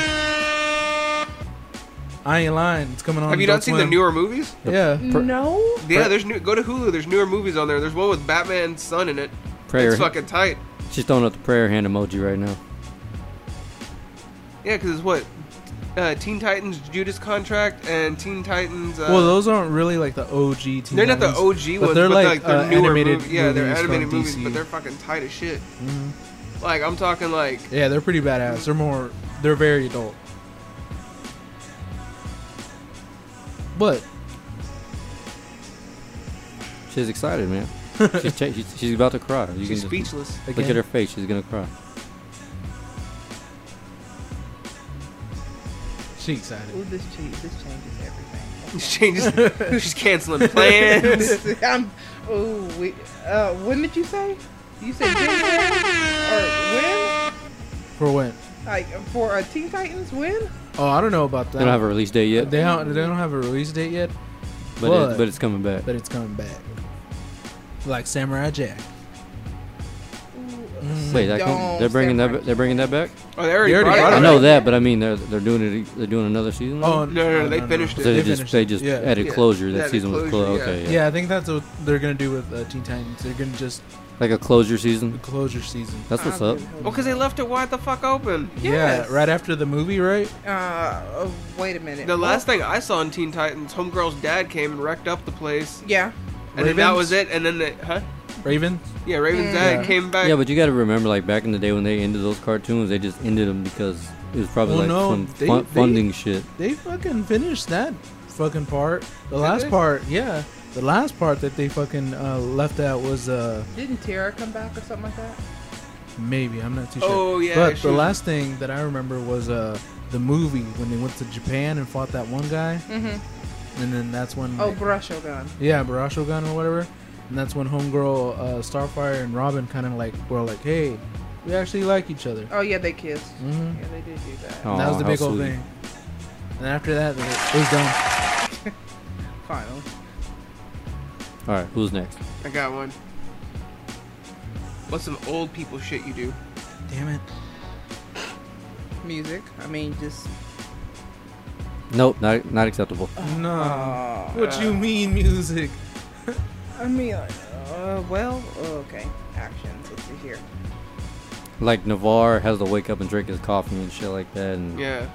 Speaker 2: I ain't lying. It's coming on.
Speaker 1: Have you
Speaker 2: Adult
Speaker 1: not seen the
Speaker 2: Swim.
Speaker 1: newer movies?
Speaker 2: Yeah.
Speaker 4: No.
Speaker 1: Yeah, there's new. Go to Hulu. There's newer movies on there. There's one with Batman's son in it.
Speaker 3: Prayer.
Speaker 1: It's fucking tight.
Speaker 3: She's throwing up the prayer hand emoji right now.
Speaker 1: Yeah, because it's what uh, Teen Titans Judas Contract and Teen Titans. Uh,
Speaker 2: Well, those aren't really like the OG. Teen
Speaker 1: they're not the
Speaker 2: Titans.
Speaker 1: OG
Speaker 2: but
Speaker 1: ones,
Speaker 2: they're
Speaker 1: but
Speaker 2: like,
Speaker 1: like they're
Speaker 2: uh,
Speaker 1: newer
Speaker 2: animated
Speaker 1: movies. Yeah, they're
Speaker 2: movies from
Speaker 1: animated movies,
Speaker 2: DC.
Speaker 1: but they're fucking tight as shit.
Speaker 2: Mhm.
Speaker 1: Like I'm talking like
Speaker 2: Yeah, they're pretty badass. They're more. They're very adult. But
Speaker 3: She's excited, man. she's, cha- she's, she's about to cry. You
Speaker 1: she's
Speaker 3: can just
Speaker 1: speechless.
Speaker 3: Look
Speaker 2: again,
Speaker 3: at her face. She's going to cry.
Speaker 2: She excited.
Speaker 4: Ooh, this change. This changes everything.
Speaker 1: She changes. she's canceling plans.
Speaker 4: I'm, oh, we, uh, when did you say? You said January? Or
Speaker 2: For when?
Speaker 4: when? Like, for uh, Teen Titans, when?
Speaker 2: Oh, I don't know about that.
Speaker 3: They don't have a release date yet,
Speaker 2: They don't. They don't have a release date yet,
Speaker 3: but, it,
Speaker 2: but-
Speaker 3: but it's coming back.
Speaker 2: but it's coming back. like Samurai Jack.
Speaker 3: Wait, that
Speaker 4: Don't
Speaker 3: come, they're bringing
Speaker 4: stand
Speaker 3: that. They're bringing that back.
Speaker 1: Oh, they already,
Speaker 2: They already
Speaker 1: brought
Speaker 3: I
Speaker 1: it.
Speaker 3: know that, but I mean they're they're doing it. They're doing another season. now?
Speaker 2: Oh
Speaker 1: No, no, no, they finished
Speaker 3: so
Speaker 1: it.
Speaker 3: they,
Speaker 1: they
Speaker 3: just they just
Speaker 2: yeah.
Speaker 3: added
Speaker 1: Yeah,
Speaker 3: closure.
Speaker 1: they
Speaker 3: That
Speaker 1: added
Speaker 3: season was
Speaker 1: closure,
Speaker 3: closed.
Speaker 1: yeah.
Speaker 3: Okay, yeah.
Speaker 2: Yeah, I think that's what they're gonna do with uh, Teen Titans. They're gonna just
Speaker 3: like a closure
Speaker 2: the
Speaker 3: season.
Speaker 2: closure season.
Speaker 3: That's what's up.
Speaker 1: Well, because they left it wide the fuck open.
Speaker 4: Yes.
Speaker 2: Yeah, right after the movie, right?
Speaker 4: Uh, oh, wait a minute.
Speaker 1: The
Speaker 4: What?
Speaker 1: last thing I saw in Teen Titans, Homegirl's dad came and wrecked up the place,
Speaker 4: Oh, Yeah.
Speaker 1: and then that
Speaker 2: Ravens?
Speaker 1: was it. And then the huh?
Speaker 2: Raven.
Speaker 1: Yeah, Raven's
Speaker 4: Mm.
Speaker 1: dad
Speaker 2: Yeah.
Speaker 1: came back.
Speaker 3: Yeah, but you got to remember, like back in the day when they ended those cartoons, they just ended them because it was probably like
Speaker 2: Well, no,
Speaker 3: some
Speaker 2: they-
Speaker 3: fun,
Speaker 2: they-
Speaker 3: funding shit.
Speaker 2: They fucking finished that fucking part. The
Speaker 1: Did
Speaker 2: last
Speaker 1: they?
Speaker 2: part, yeah. The last part that they fucking uh, left out was uh,
Speaker 4: Didn't Tara come back or something like that?
Speaker 2: maybe I'm not too sure.
Speaker 1: Oh, yeah,
Speaker 2: But
Speaker 1: she
Speaker 2: the
Speaker 1: was-
Speaker 2: last thing that I remember was uh, the movie when they went to Japan and fought that one guy,
Speaker 4: Mm-hmm.
Speaker 2: and then that's when
Speaker 4: Oh, Brasho gun.
Speaker 2: Yeah, Barashogun or whatever. And that's when Homegirl, uh, Starfire, and Robin kind of like were like, hey, we actually like each other.
Speaker 4: Oh yeah, they kissed.
Speaker 2: hmm
Speaker 4: Yeah, they did do that.
Speaker 3: Oh,
Speaker 2: and that was the
Speaker 3: how
Speaker 2: big old
Speaker 3: sweet.
Speaker 2: thing. And after that, they- it was done.
Speaker 4: Finally.
Speaker 3: All right, who's next?
Speaker 1: I got one. What's some old people shit you do?
Speaker 2: Damn it.
Speaker 4: Music. I mean, just.
Speaker 3: Nope, not not acceptable.
Speaker 2: Oh, No.
Speaker 4: Uh,
Speaker 2: what you mean, music?
Speaker 4: I mean, like, uh, well, okay. Actions. Let's see here.
Speaker 3: Like Navarre has to wake up and drink his coffee and shit like that. And
Speaker 1: Yeah.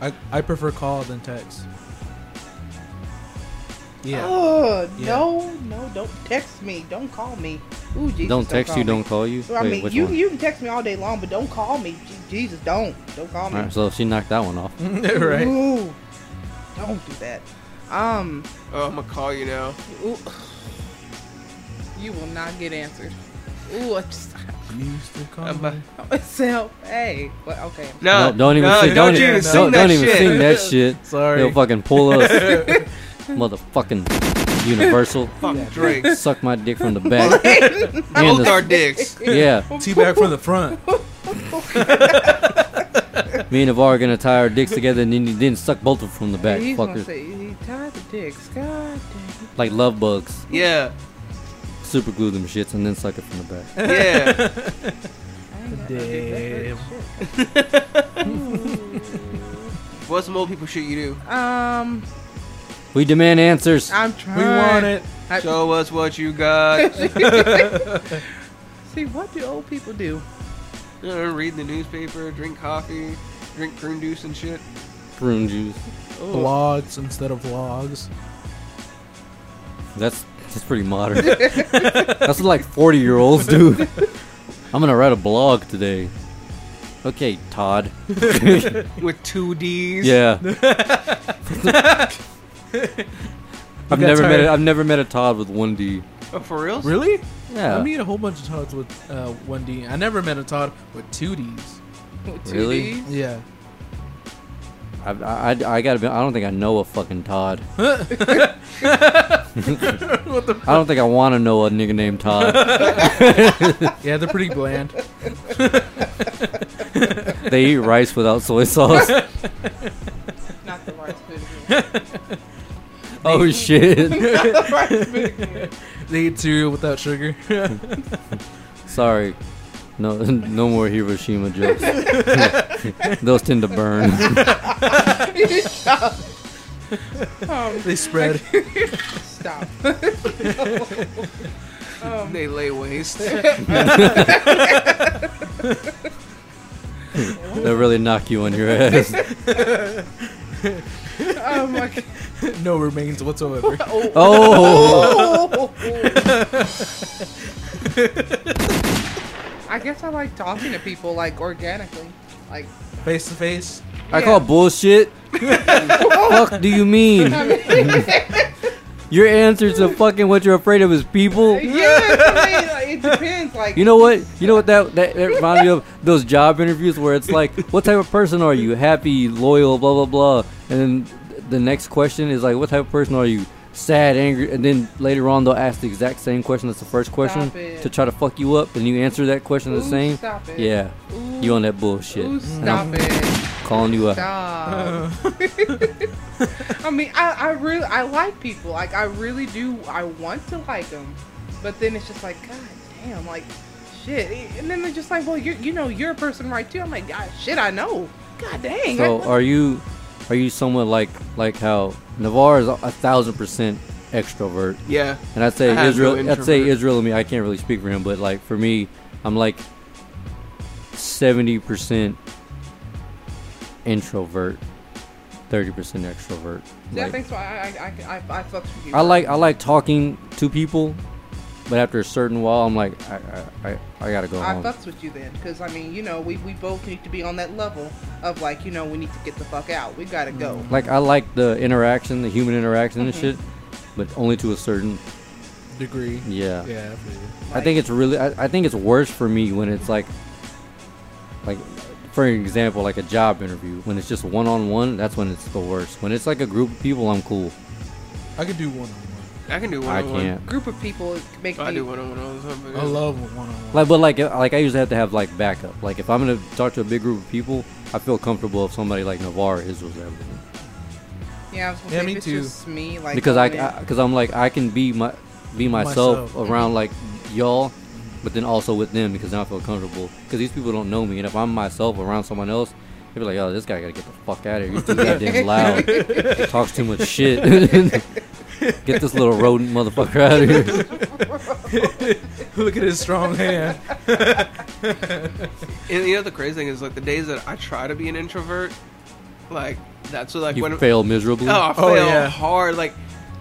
Speaker 2: I, I prefer call than text. Yeah.
Speaker 4: Ugh,
Speaker 2: Yeah.
Speaker 4: No, no, don't text me. Don't call me. Ooh, Jesus.
Speaker 3: don't text
Speaker 4: call
Speaker 3: you,
Speaker 4: me.
Speaker 3: don't call you.
Speaker 4: I
Speaker 3: Wait,
Speaker 4: mean,
Speaker 3: which
Speaker 4: you
Speaker 3: one?
Speaker 4: you can text me all day long, but don't call me. Je- Jesus, don't. Don't call
Speaker 3: All
Speaker 4: me.
Speaker 3: right, so she knocked that one off.
Speaker 2: right.
Speaker 4: Ooh, don't do that. Um,
Speaker 1: Oh, I'm gonna call you now.
Speaker 4: ooh, you will not get answered. Ooh, I just,
Speaker 2: Used to call
Speaker 1: I'm about-
Speaker 2: me.
Speaker 4: so, hey, but okay.
Speaker 1: No,
Speaker 3: No, don't even
Speaker 1: no,
Speaker 3: sing.
Speaker 1: Don't,
Speaker 3: Don't,
Speaker 1: you
Speaker 3: even,
Speaker 1: sing
Speaker 3: don't,
Speaker 1: that
Speaker 3: don't even
Speaker 1: shit.
Speaker 3: sing that shit.
Speaker 2: Sorry.
Speaker 3: He'll fucking pull us, motherfucking Universal.
Speaker 1: Fuck Drake.
Speaker 3: Suck my dick from the back. and
Speaker 1: Both our
Speaker 3: the,
Speaker 1: dicks.
Speaker 3: yeah,
Speaker 2: Teabag from the front.
Speaker 3: me and Navarre gonna tie our dicks together, and then you didn't suck both of them from the back,
Speaker 4: He's gonna
Speaker 3: fuckers.
Speaker 4: say he tied the dicks. God dang.
Speaker 3: Like love bugs,
Speaker 1: Yeah.
Speaker 3: super glue them shits, and then suck it from the back.
Speaker 1: Yeah.
Speaker 4: I ain't got no dick. That hurts.
Speaker 1: What's some old people shit you do?
Speaker 4: Shit. Um,
Speaker 3: We demand answers.
Speaker 4: I'm
Speaker 2: We
Speaker 4: trying.
Speaker 2: want it.
Speaker 4: I-
Speaker 1: Show us what you got.
Speaker 4: See, what do old people do?
Speaker 1: You know, read the newspaper, drink coffee, drink prune juice and shit.
Speaker 3: Prune juice.
Speaker 2: Blogs instead of vlogs.
Speaker 3: That's that's pretty modern. that's what like forty year olds do. I'm gonna write a blog today. Okay, Todd.
Speaker 1: With two D's.
Speaker 3: Yeah. I've
Speaker 2: You got
Speaker 3: never met
Speaker 2: tired.
Speaker 3: a, I've never met a Todd with one D.
Speaker 1: Oh, for real?
Speaker 2: Really?
Speaker 3: Yeah.
Speaker 2: I meet a whole bunch of Todds with uh, one D. I never met a Todd with two Ds.
Speaker 4: Two
Speaker 3: Really?
Speaker 4: Ds?
Speaker 2: Yeah.
Speaker 3: I, I, I gotta be. I don't think I know a fucking Todd. I don't think I want to know a nigga named Todd.
Speaker 2: Yeah, they're pretty bland.
Speaker 3: They eat rice without soy sauce.
Speaker 4: Not the right food. again.
Speaker 3: oh shit!
Speaker 4: Not the right food again.
Speaker 2: They eat cereal without sugar.
Speaker 3: Sorry. No, no more Hiroshima jokes. Those tend to burn.
Speaker 4: Um,
Speaker 2: they spread.
Speaker 4: stop.
Speaker 1: They lay waste.
Speaker 3: They'll really knock you on your ass.
Speaker 4: Oh my god.
Speaker 2: no remains whatsoever.
Speaker 3: Oh,
Speaker 4: I guess I like talking to people like organically. Like
Speaker 2: Face to face.
Speaker 3: I call bullshit. Fuck, do you mean? Your answer to fucking what you're afraid of is people.
Speaker 4: Yeah, I mean, like, it depends. Like
Speaker 3: You know what? You know what that that, that reminds me of those job interviews where it's like, what type of person are you? Happy, loyal, blah blah blah. And then the next question is like, what type of person are you? Sad, angry, and then later on they'll ask the exact same question as the first question
Speaker 4: it.
Speaker 3: to try to fuck you up, and you answer that question the
Speaker 4: Ooh,
Speaker 3: same.
Speaker 4: Stop it.
Speaker 3: Yeah,
Speaker 4: Ooh,
Speaker 3: you on that bullshit?
Speaker 4: Ooh,
Speaker 3: And
Speaker 4: stop
Speaker 3: I'm
Speaker 4: it.
Speaker 3: calling you out.
Speaker 4: Stop. I mean, I, I really I like people. Like I really do. I want to like them, But then it's just like, God damn, like, shit. And then they're just like, well, you you know, you're a person right too. I'm like, God, shit, I know. God dang.
Speaker 3: So
Speaker 4: like,
Speaker 3: are you are you somewhat like like how Navarre is a thousand percent extrovert,
Speaker 1: Yeah.
Speaker 3: and I'd say
Speaker 1: I have
Speaker 3: Israel.
Speaker 1: no
Speaker 3: I'd say
Speaker 1: introvert.
Speaker 3: Israel and me. I can't really speak for him, but like for me, I'm like seventy percent introvert, thirty percent extrovert.
Speaker 4: yeah,
Speaker 3: Like,
Speaker 4: thanks for I I I I, I fucks with you.
Speaker 3: I like I like talking to people, but after a certain while, I'm like I I, I, I gotta go
Speaker 4: I
Speaker 3: home.
Speaker 4: fucks with you then, because I mean, you know, we, we both need to be on that level of like, you know, we need to get the fuck out. We gotta go.
Speaker 3: Like I like the interaction, the human interaction and shit, but only to a certain
Speaker 2: Degree.
Speaker 3: yeah.
Speaker 2: Yeah. I feel you.
Speaker 3: I think it's really. I, I think it's worse for me when it's like, like, for example, like a job interview. When it's just one on one, that's when it's the worst. When it's like a group of people, I'm cool.
Speaker 2: I could do one on one.
Speaker 1: I can do one
Speaker 3: I
Speaker 1: on one.
Speaker 3: can't.
Speaker 4: Group of people make
Speaker 1: I
Speaker 4: me.
Speaker 1: do one on one all the time.
Speaker 2: I love one on one.
Speaker 3: Like, but like, like I usually have to have like backup. Like, if I'm gonna talk to a big group of people, I feel comfortable if somebody like Navarre is with everything
Speaker 4: Yeah, I was gonna
Speaker 2: Yeah,
Speaker 4: say,
Speaker 2: me
Speaker 4: if it's
Speaker 2: too.
Speaker 4: just me, like
Speaker 3: because I,
Speaker 4: going in-
Speaker 3: because I'm like I can be my, be myself,
Speaker 2: Myself.
Speaker 3: around like y'all, but then also with them because then I feel comfortable because these people don't know me and if I'm myself around someone else. They'd be like, oh, this guy gotta get the fuck out of here. He's too goddamn loud. talks too much shit. Get this little rodent motherfucker out of here.
Speaker 2: Look at his strong hand.
Speaker 1: And the other crazy thing is like the days that I try to be an introvert, like that's what like
Speaker 3: You
Speaker 1: when
Speaker 3: fail miserably.
Speaker 1: oh I fail
Speaker 2: Oh, yeah.
Speaker 1: hard. Like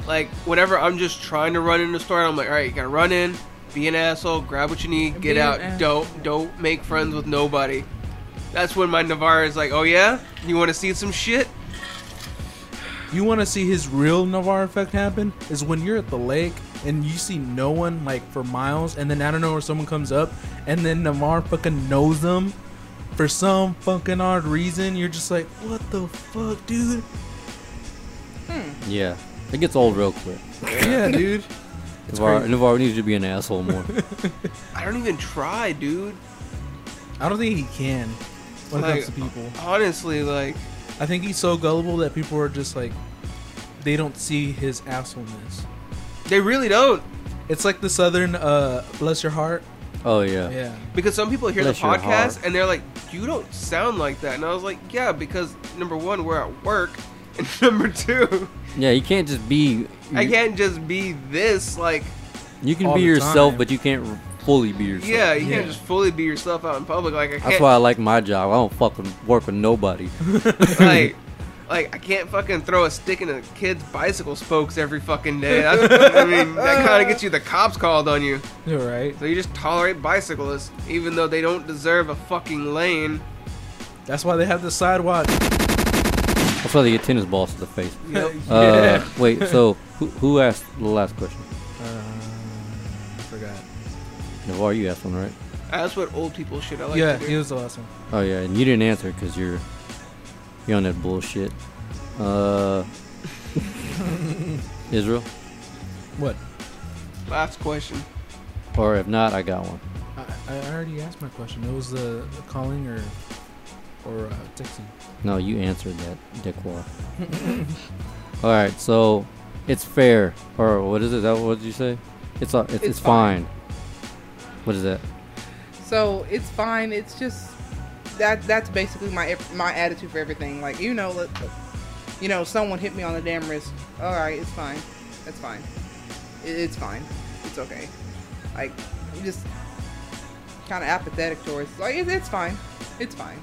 Speaker 1: like whenever I'm just trying to run in the store, I'm like, all right, you gotta run in, be an asshole, grab what you need, get
Speaker 4: Be an
Speaker 1: out.
Speaker 4: asshole.
Speaker 1: Don't don't make friends with nobody. That's when my Navarre is like, oh yeah, you want to see some shit?
Speaker 2: You want to see his real Navarre effect happen is when you're at the lake and you see no one like for miles, and then I don't know where someone comes up, and then Navarre fucking knows them for some fucking odd reason. You're just like, what the fuck, dude?
Speaker 3: Yeah. It gets old real quick.
Speaker 2: Yeah, dude.
Speaker 3: Navarro,
Speaker 2: crazy.
Speaker 3: Navarro needs to be an asshole more.
Speaker 1: I don't even try, dude.
Speaker 2: I don't think he can when
Speaker 1: Like-
Speaker 2: it comes to people.
Speaker 1: Honestly, like
Speaker 2: I think he's so gullible that people are just like, they don't see his assholeness.
Speaker 1: they really don't.
Speaker 2: It's like the southern, uh, bless your heart.
Speaker 3: oh, yeah.
Speaker 2: Yeah.
Speaker 1: Because some people hear
Speaker 3: Bless
Speaker 1: the
Speaker 3: your heart.
Speaker 1: podcast and they're like, "You don't sound like that," and I was like, "Yeah, because number one, we're at work, and number two,
Speaker 3: Yeah, you can't just be.
Speaker 1: I
Speaker 3: you-
Speaker 1: can't just be this. Like,
Speaker 3: You can
Speaker 2: all
Speaker 3: be
Speaker 2: the
Speaker 3: yourself,
Speaker 2: time.
Speaker 3: but you can't r- fully be yourself.
Speaker 1: yeah, you can't
Speaker 2: Yeah.
Speaker 1: just fully be yourself out in public. Like, I
Speaker 3: That's
Speaker 1: can't.
Speaker 3: why I like my job. I don't fucking work with nobody.
Speaker 1: like, like I can't fucking throw a stick in a kid's bicycle spokes every fucking day. That's, I mean, that kind of gets you the cops called on you.
Speaker 2: You're right.
Speaker 1: So you just tolerate bicyclists, even though they don't deserve a fucking lane.
Speaker 2: That's why they have the sidewalk.
Speaker 3: That's why they get tennis balls to the face.
Speaker 2: yeah.
Speaker 3: Uh, wait, so who, who asked the last question?
Speaker 2: Uh, I forgot.
Speaker 3: Navarre, you asked one, right?
Speaker 1: That's what old people shit. I like
Speaker 2: yeah,
Speaker 1: to
Speaker 2: he
Speaker 1: do.
Speaker 2: was the last one.
Speaker 3: Oh yeah, and you didn't answer because you're you're on that bullshit. Uh, Israel,
Speaker 2: What?
Speaker 1: Last question.
Speaker 3: or if not, I got one.
Speaker 2: I, I already asked my question. It was the calling or or uh, texting.
Speaker 3: No, you answered that, dickwad. All right, so it's fair, or what is it? Is That what did you say? It's uh, it's, it's,
Speaker 4: It's
Speaker 3: fine.
Speaker 4: fine.
Speaker 3: What is that?
Speaker 4: So it's fine. It's just that that's basically my ev- my attitude for everything. Like you know, let, you know, someone hit me on the damn wrist. All right, it's fine. That's fine. It, it's fine. It's okay. Like I'm just kind of apathetic towards. Like it, it's fine. It's fine.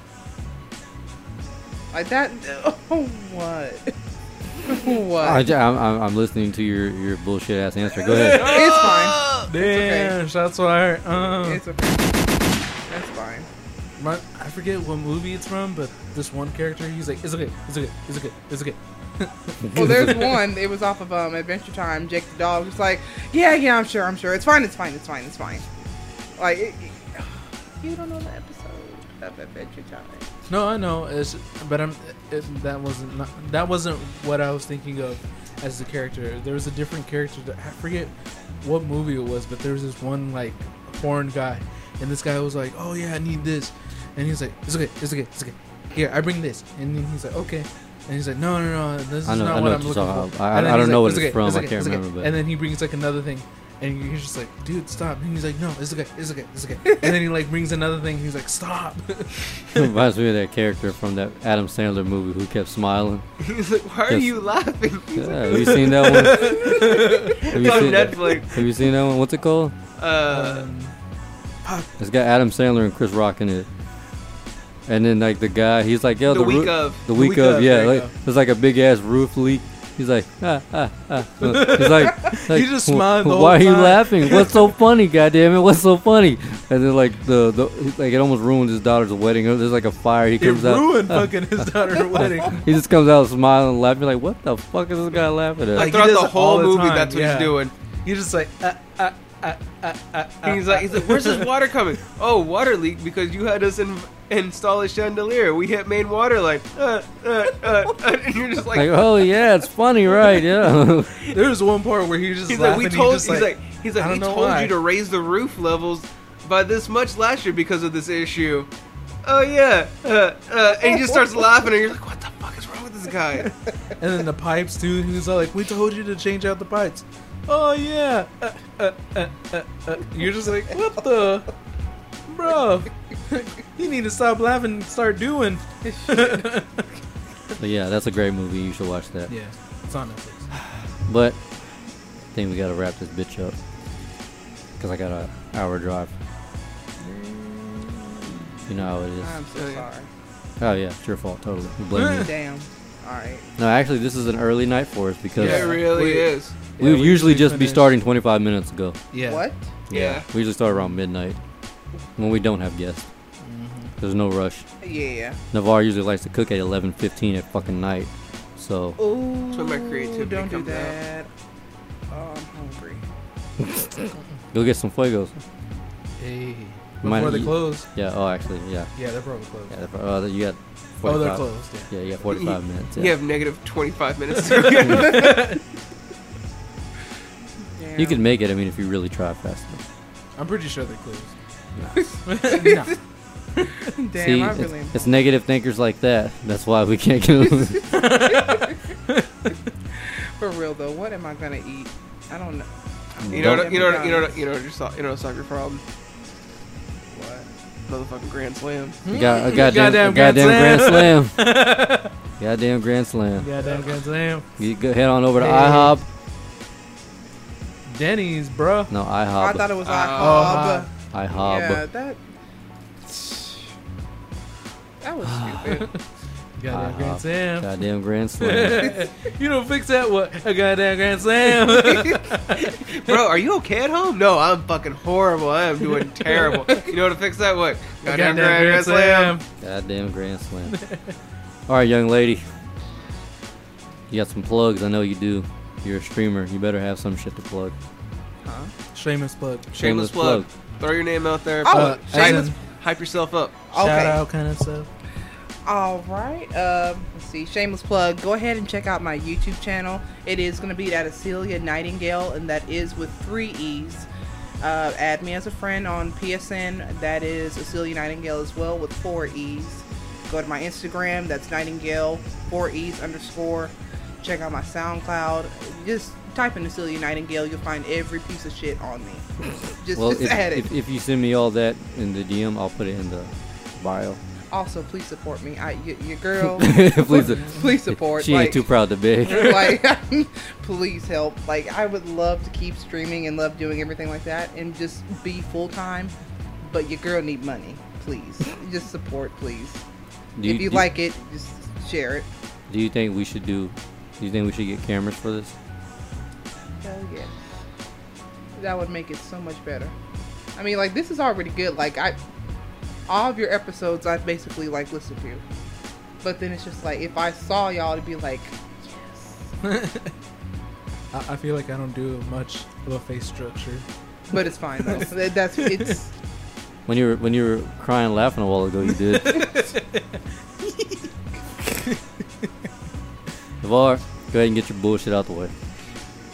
Speaker 4: Like that. Oh what? what?
Speaker 3: I, am I'm, I'm listening to your your bullshit ass answer. Go ahead.
Speaker 4: it's fine.
Speaker 2: Damn, shots fired. Uh,
Speaker 4: It's okay. That's fine.
Speaker 2: my, I forget what movie it's from, but this one character, he's like, it's okay, it's okay, it's okay, it's okay.
Speaker 4: Well, there's one. It was off of um, Adventure Time. Jake the dog was like, "Yeah, yeah, I'm sure, I'm sure. It's fine, it's fine, it's fine, it's fine." Like, it, it- you don't know the episode of Adventure Time.
Speaker 2: No, I know, it's, but I'm it, that wasn't not, that wasn't what I was thinking of as the character. There was a different character. That, I forget what movie it was, but there was this one like foreign guy, and this guy was like, "Oh yeah, I need this," and he's like, "It's okay, it's okay, it's okay. Here, I bring this," and then he's like, "Okay." And he's like, no, no, no, this is
Speaker 3: I know- I
Speaker 2: not
Speaker 3: know
Speaker 2: what
Speaker 3: what
Speaker 2: I'm
Speaker 3: you're
Speaker 2: looking
Speaker 3: talking
Speaker 2: for.
Speaker 3: about. I-
Speaker 2: And then
Speaker 3: I don't
Speaker 2: he's
Speaker 3: know what
Speaker 2: "It's
Speaker 3: it's from, I can't
Speaker 2: it's
Speaker 3: remember, but-
Speaker 2: And then he brings like another thing, And you're just like, dude, stop. And he's like, no, it's okay, it's okay, it's okay. and then he like brings another thing. He's like, stop.
Speaker 3: Reminds me of that character from that Adam Sandler movie who kept smiling.
Speaker 1: He's like, why are
Speaker 3: Yes.
Speaker 1: you laughing?
Speaker 3: Yeah, have you seen that one? Have
Speaker 1: It's
Speaker 3: you
Speaker 1: on
Speaker 3: seen that?
Speaker 1: Netflix.
Speaker 3: Have you seen that one? What's it called?
Speaker 1: Uh,
Speaker 2: Um,
Speaker 3: It's got Adam Sandler and Chris Rock in it. And then like the guy, he's like, yo,
Speaker 1: the
Speaker 3: the,
Speaker 1: week
Speaker 3: roo-
Speaker 1: of.
Speaker 3: the week,
Speaker 2: week
Speaker 3: of,
Speaker 2: of,
Speaker 3: yeah,
Speaker 2: there you
Speaker 3: like,
Speaker 2: go.
Speaker 3: there's like a big ass roof leak. He's like, ah, ah, ah. He's like, like,
Speaker 2: just
Speaker 3: "Wh-
Speaker 2: smiled the
Speaker 3: Why are
Speaker 2: whole
Speaker 3: you
Speaker 2: time."
Speaker 3: laughing? What's so funny? Goddamn it! What's so funny? And then like the, the like it almost ruins his daughter's wedding. There's like a fire. He
Speaker 2: it
Speaker 3: comes out.
Speaker 2: ruined fucking his daughter's wedding.
Speaker 3: He just comes out smiling, and laughing. Like, what the fuck is this guy laughing at?
Speaker 1: Like,
Speaker 2: he
Speaker 1: throughout
Speaker 2: does
Speaker 1: the
Speaker 2: it all
Speaker 1: whole
Speaker 2: the
Speaker 1: movie,
Speaker 2: time,
Speaker 1: that's what
Speaker 2: yeah.
Speaker 1: he's doing.
Speaker 2: You're just like, uh, uh, uh, uh, uh, uh,
Speaker 1: he's like, he's like, where's this water coming? Oh, water leak because you had us in, install a chandelier. We hit main water line. Uh, uh, uh, uh, and you're just like,
Speaker 3: like, oh yeah, it's funny, right? Yeah.
Speaker 2: There was one part where he was just
Speaker 1: he's like,
Speaker 2: laughing.
Speaker 1: we
Speaker 2: and he
Speaker 1: told,
Speaker 2: just
Speaker 1: he's like, he's
Speaker 2: I
Speaker 1: like, we
Speaker 2: don't know
Speaker 1: told
Speaker 2: why."
Speaker 1: you to raise the roof levels by this much last year because of this issue. Oh yeah, uh, uh, and he just starts laughing, and you're like, what the fuck is wrong with this guy?
Speaker 2: and then the pipes too. He was all like, we told you to change out the pipes. Oh yeah. Uh, uh, uh, uh, uh. You're just like, what the, bro? you need to stop laughing and start doing.
Speaker 3: But yeah, that's a great movie. You should watch that.
Speaker 2: Yeah, it's on Netflix.
Speaker 3: But I think we gotta wrap this bitch up because I got a hour drive. You know how it is.
Speaker 4: I'm so
Speaker 1: Oh, yeah.
Speaker 4: sorry.
Speaker 3: Oh yeah, it's your fault. Totally. You blame me.
Speaker 4: Damn. All right.
Speaker 3: No, actually, this is an early night for us because
Speaker 1: Yeah, it really
Speaker 2: We-
Speaker 1: is.
Speaker 3: we
Speaker 2: Yeah,
Speaker 3: would usually
Speaker 2: we usually
Speaker 3: just be
Speaker 2: finish-
Speaker 3: starting 25 minutes ago.
Speaker 2: Yeah.
Speaker 4: What?
Speaker 1: Yeah.
Speaker 3: We usually start around midnight when we don't have guests.
Speaker 1: Mm-hmm.
Speaker 3: There's no rush.
Speaker 4: Yeah.
Speaker 3: Navarre usually likes to cook at 11:15 at fucking night. So
Speaker 4: Ooh.
Speaker 1: where my creativity
Speaker 4: don't do
Speaker 1: comes out.
Speaker 4: that. Oh, I'm hungry.
Speaker 3: go get some fuegos.
Speaker 2: Hey. Before
Speaker 3: Might-
Speaker 2: they close.
Speaker 3: Yeah. Oh, actually, yeah.
Speaker 2: Yeah, they're probably closed.
Speaker 3: Yeah. they're pro- Oh, you got. 45.
Speaker 2: oh, they're closed. Yeah.
Speaker 3: Yeah, you got 45 minutes.
Speaker 1: You have negative 25 minutes. To
Speaker 4: Yeah.
Speaker 3: You can make it. I mean, if you really try fast enough.
Speaker 2: I'm pretty sure they're closed.
Speaker 4: Damn,
Speaker 3: Damn,
Speaker 4: I really.
Speaker 3: it's, it's negative thinkers like that. That's why we can't get.
Speaker 4: For real though, what am I gonna eat? I don't know.
Speaker 1: you know,
Speaker 4: Don't-
Speaker 1: what, you know, what, you know, what, you know, what your so- you know, what soccer problem.
Speaker 4: What?
Speaker 1: Motherfucking Grand Slam.
Speaker 3: A God, a goddamn, a
Speaker 2: Goddamn
Speaker 3: goddamn
Speaker 2: Grand
Speaker 3: grand slam. goddamn grand slam.
Speaker 2: Yeah, damn Grand Slam.
Speaker 3: You go head on over to
Speaker 2: Hey.
Speaker 3: IHOP.
Speaker 2: Denny's, bruh.
Speaker 3: No,
Speaker 4: I
Speaker 3: IHOP.
Speaker 4: thought it was
Speaker 1: uh,
Speaker 4: IHOB.
Speaker 3: IHOB.
Speaker 4: yeah, that. That was stupid.
Speaker 2: Goddamn
Speaker 1: Uh,
Speaker 3: IHOP.
Speaker 2: Grand Slam.
Speaker 3: Goddamn grand slam.
Speaker 2: you don't fix that what a goddamn grand slam.
Speaker 1: Bro, are you okay at home? No, I'm fucking horrible. I am doing terrible. You know how to fix that? What? Goddamn Grand, Grand Slam.
Speaker 3: goddamn grand slam. All right, young lady. You got some plugs. I know you do. You're a streamer. You better have some shit to plug.
Speaker 2: Shameless plug.
Speaker 1: Shameless
Speaker 3: Shameless
Speaker 1: plug.
Speaker 3: plug.
Speaker 1: Throw your name out there.
Speaker 4: Oh,
Speaker 1: Uh,
Speaker 2: as
Speaker 1: shameless-
Speaker 2: in-
Speaker 1: Hype yourself up.
Speaker 2: Shout
Speaker 4: okay.
Speaker 2: out kind of stuff.
Speaker 4: All right. Um, let's see. Shameless plug. Go ahead and check out my YouTube channel. It is going to be at Acelia Nightingale, and that is with three E's. Uh, add me as a friend on PSN. That is Acelia Nightingale as well with four E's. Go to my Instagram. That's Nightingale four E's underscore. Check out my SoundCloud. Just type in Acelia Nightingale. You'll find every piece of shit on me. Just,
Speaker 3: Well,
Speaker 4: just
Speaker 3: if,
Speaker 4: add it.
Speaker 3: if, if you send me all that in the DM, I'll put it in the bio.
Speaker 4: also, please support me. I, y- your girl.
Speaker 3: Please,
Speaker 4: please support.
Speaker 3: She
Speaker 4: like,
Speaker 3: ain't too proud to beg.
Speaker 4: like please help like i would love to keep streaming and love doing everything like that and just be full-time but your girl need money please just support please
Speaker 3: Do
Speaker 4: if you
Speaker 3: do
Speaker 4: like it just share it
Speaker 3: do you think we should do? Do you think we should get cameras for this?
Speaker 4: hell yeah that would make it so much better i mean like this is already good like i all of your episodes i've basically like listened to but then it's just like if i saw y'all to be like
Speaker 2: I, I feel like I don't do much of a face structure.
Speaker 4: but it's fine though That- that's it's
Speaker 3: When you were when you were crying laughing a while ago, you did. Navar, go ahead and get your bullshit out the way.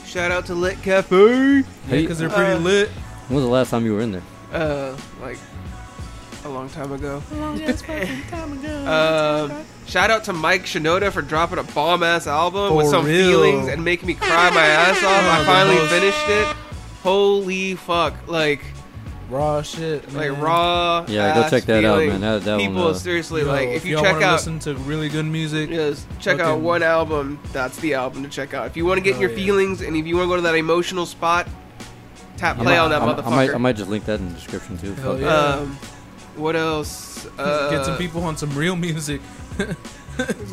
Speaker 1: Shout out to Lit Cafe.
Speaker 2: Yeah,
Speaker 3: Hey,
Speaker 2: because they're pretty
Speaker 1: Uh,
Speaker 2: lit.
Speaker 3: When was the last time you were in there?
Speaker 1: Uh, like a long time ago. Um, shout out to Mike Shinoda for dropping a bomb ass album
Speaker 2: For
Speaker 1: with some
Speaker 2: real.
Speaker 1: feelings and making me cry my ass off.
Speaker 2: Oh,
Speaker 1: I
Speaker 2: the
Speaker 1: finally
Speaker 2: most-
Speaker 1: finished it. holy fuck, like
Speaker 2: Raw shit.
Speaker 1: like
Speaker 2: man.
Speaker 1: raw.
Speaker 3: Yeah, go
Speaker 1: ass
Speaker 3: check that out,
Speaker 1: feeling.
Speaker 3: man. That- that one,
Speaker 1: people
Speaker 3: uh,
Speaker 1: seriously
Speaker 2: Yo,
Speaker 1: like if you
Speaker 2: y'all
Speaker 1: check
Speaker 2: wanna
Speaker 1: out
Speaker 2: listen to really good music.
Speaker 1: Yes, check out
Speaker 2: Fucking-
Speaker 1: one album. That's the album to check out. If you want to get in
Speaker 2: Oh,
Speaker 1: your
Speaker 2: yeah.
Speaker 1: feelings and if you want to go to that emotional spot, tap play
Speaker 3: I,
Speaker 1: on that
Speaker 3: might-
Speaker 1: motherfucker.
Speaker 3: I might, I might just link that in the description too.
Speaker 2: Hell
Speaker 3: Fuck
Speaker 2: yeah.
Speaker 3: it.
Speaker 1: Um, what else? Uh,
Speaker 2: Get some people on some real music.
Speaker 4: Man.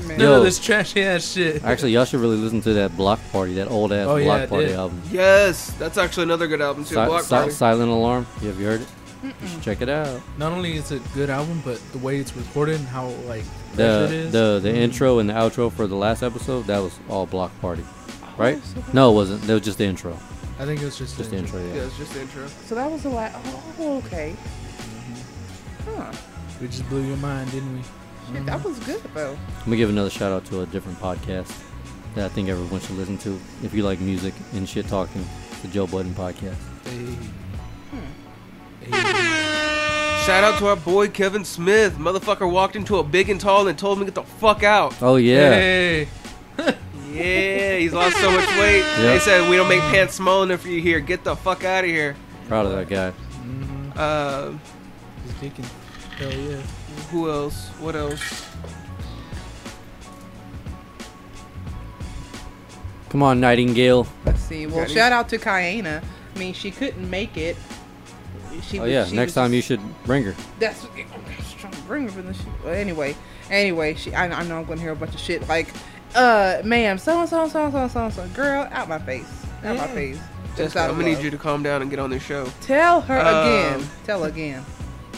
Speaker 2: None
Speaker 3: Yo.
Speaker 2: of this trashy ass shit.
Speaker 3: Actually, y'all should really listen to that Block Party, that old ass
Speaker 2: Oh, yeah,
Speaker 3: Block
Speaker 2: I
Speaker 3: Party
Speaker 2: did.
Speaker 3: album.
Speaker 1: Yes, that's actually another good album too.
Speaker 3: Si-
Speaker 1: Block
Speaker 3: Si-
Speaker 1: Party.
Speaker 3: Silent Alarm. You have you heard it? You should check it out.
Speaker 2: Not only is it a good album, but the way it's recorded and how like fresh
Speaker 3: The
Speaker 2: it is.
Speaker 3: the the intro and the outro for the last episode that was all Block Party, right? No, it wasn't. That was just the intro.
Speaker 2: I think it was just,
Speaker 3: Just the
Speaker 2: an
Speaker 3: intro.
Speaker 1: Yeah,
Speaker 3: Yeah.
Speaker 1: it's just the intro.
Speaker 4: So that was the last. Oh, okay. Huh.
Speaker 2: We just blew your mind, didn't we?
Speaker 4: Shit, that was good though.
Speaker 3: Let me give another shout out to a different podcast that I think everyone should listen to if you like music and shit talking. The Joe Budden podcast.
Speaker 2: Hey.
Speaker 1: Shout out to our boy Kevin Smith. Motherfucker walked into a big and tall and told me to get the fuck out.
Speaker 3: Oh yeah.
Speaker 2: Hey.
Speaker 1: Yeah, he's lost so much weight. They said we don't make pants small enough for you here. Get the fuck out of here.
Speaker 3: Proud of that guy.
Speaker 2: Mhm.
Speaker 1: Um,
Speaker 2: He's kicking. Hell yeah.
Speaker 1: Who else? What else?
Speaker 3: Come on, Nightingale. Oh,
Speaker 4: Let's see. Well,
Speaker 1: Got it.
Speaker 4: shout out to Kiana. I mean, she couldn't make it. She
Speaker 3: Oh
Speaker 4: was-
Speaker 3: yeah.
Speaker 4: she
Speaker 3: Next
Speaker 4: was
Speaker 3: time you
Speaker 4: just-
Speaker 3: should bring her.
Speaker 4: That's I was trying to bring her from the shit. Well, anyway, anyway, she. I, I know I'm going to hear a bunch of shit like, uh, ma'am, so and so and so and so and so and so, girl, out my face, out my face. Just
Speaker 1: Jessica,
Speaker 4: out
Speaker 1: I'm
Speaker 4: of
Speaker 1: gonna need
Speaker 4: love.
Speaker 1: you to calm down and get on this show.
Speaker 4: Tell her
Speaker 1: Um,
Speaker 4: again. Tell her again.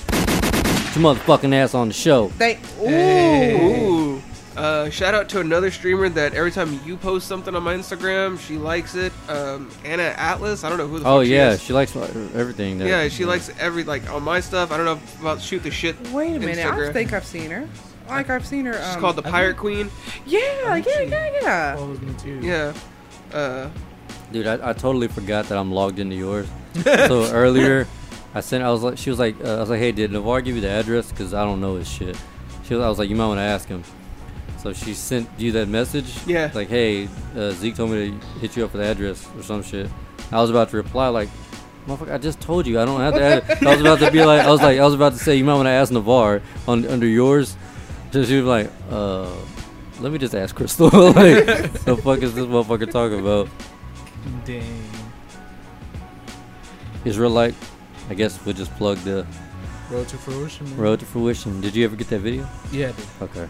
Speaker 3: Get your motherfucking ass on the show.
Speaker 4: They. Ooh.
Speaker 1: Ooh. Uh, shout out to another streamer that every time you post something on my Instagram, she likes it. Um, Anna Atlas. I don't know who the
Speaker 3: Oh
Speaker 1: fuck
Speaker 3: yeah,
Speaker 1: she is.
Speaker 3: she likes everything. That,
Speaker 1: yeah, she likes every like on my stuff. I don't know about shoot the shit.
Speaker 4: Wait a minute.
Speaker 1: Instagram.
Speaker 4: I think I've seen her. Like I've seen her. Um,
Speaker 1: She's called the
Speaker 2: I
Speaker 1: Pirate
Speaker 2: think-
Speaker 1: Queen.
Speaker 4: Yeah,
Speaker 2: I
Speaker 4: yeah, yeah,
Speaker 2: think she-
Speaker 4: Uh, yeah.
Speaker 2: Follows me too.
Speaker 1: Yeah. Uh,
Speaker 3: Dude, I, I totally forgot that I'm logged into yours. so earlier, I sent. I was like, she was like, uh, I was like, hey, did Navar give you the address? Because I don't know his shit. She was, I was like, you might want to ask him. So she sent you that message.
Speaker 1: Yeah.
Speaker 3: Like, hey, uh, Zeke told me to hit you up for the address or some shit. I was about to reply like, motherfucker, I just told you I don't have the address. I was about to be like, I was like, I was about to say you might want to ask Navar on under yours. So she was like, uh, let me just ask Crystal. like, the fuck is this motherfucker talking about?
Speaker 2: Dang.
Speaker 3: Israelite. I guess we'll just plug the
Speaker 2: Road to fruition. man.
Speaker 3: road to fruition. Did you ever get that video?
Speaker 2: Yeah, dude.
Speaker 3: Okay.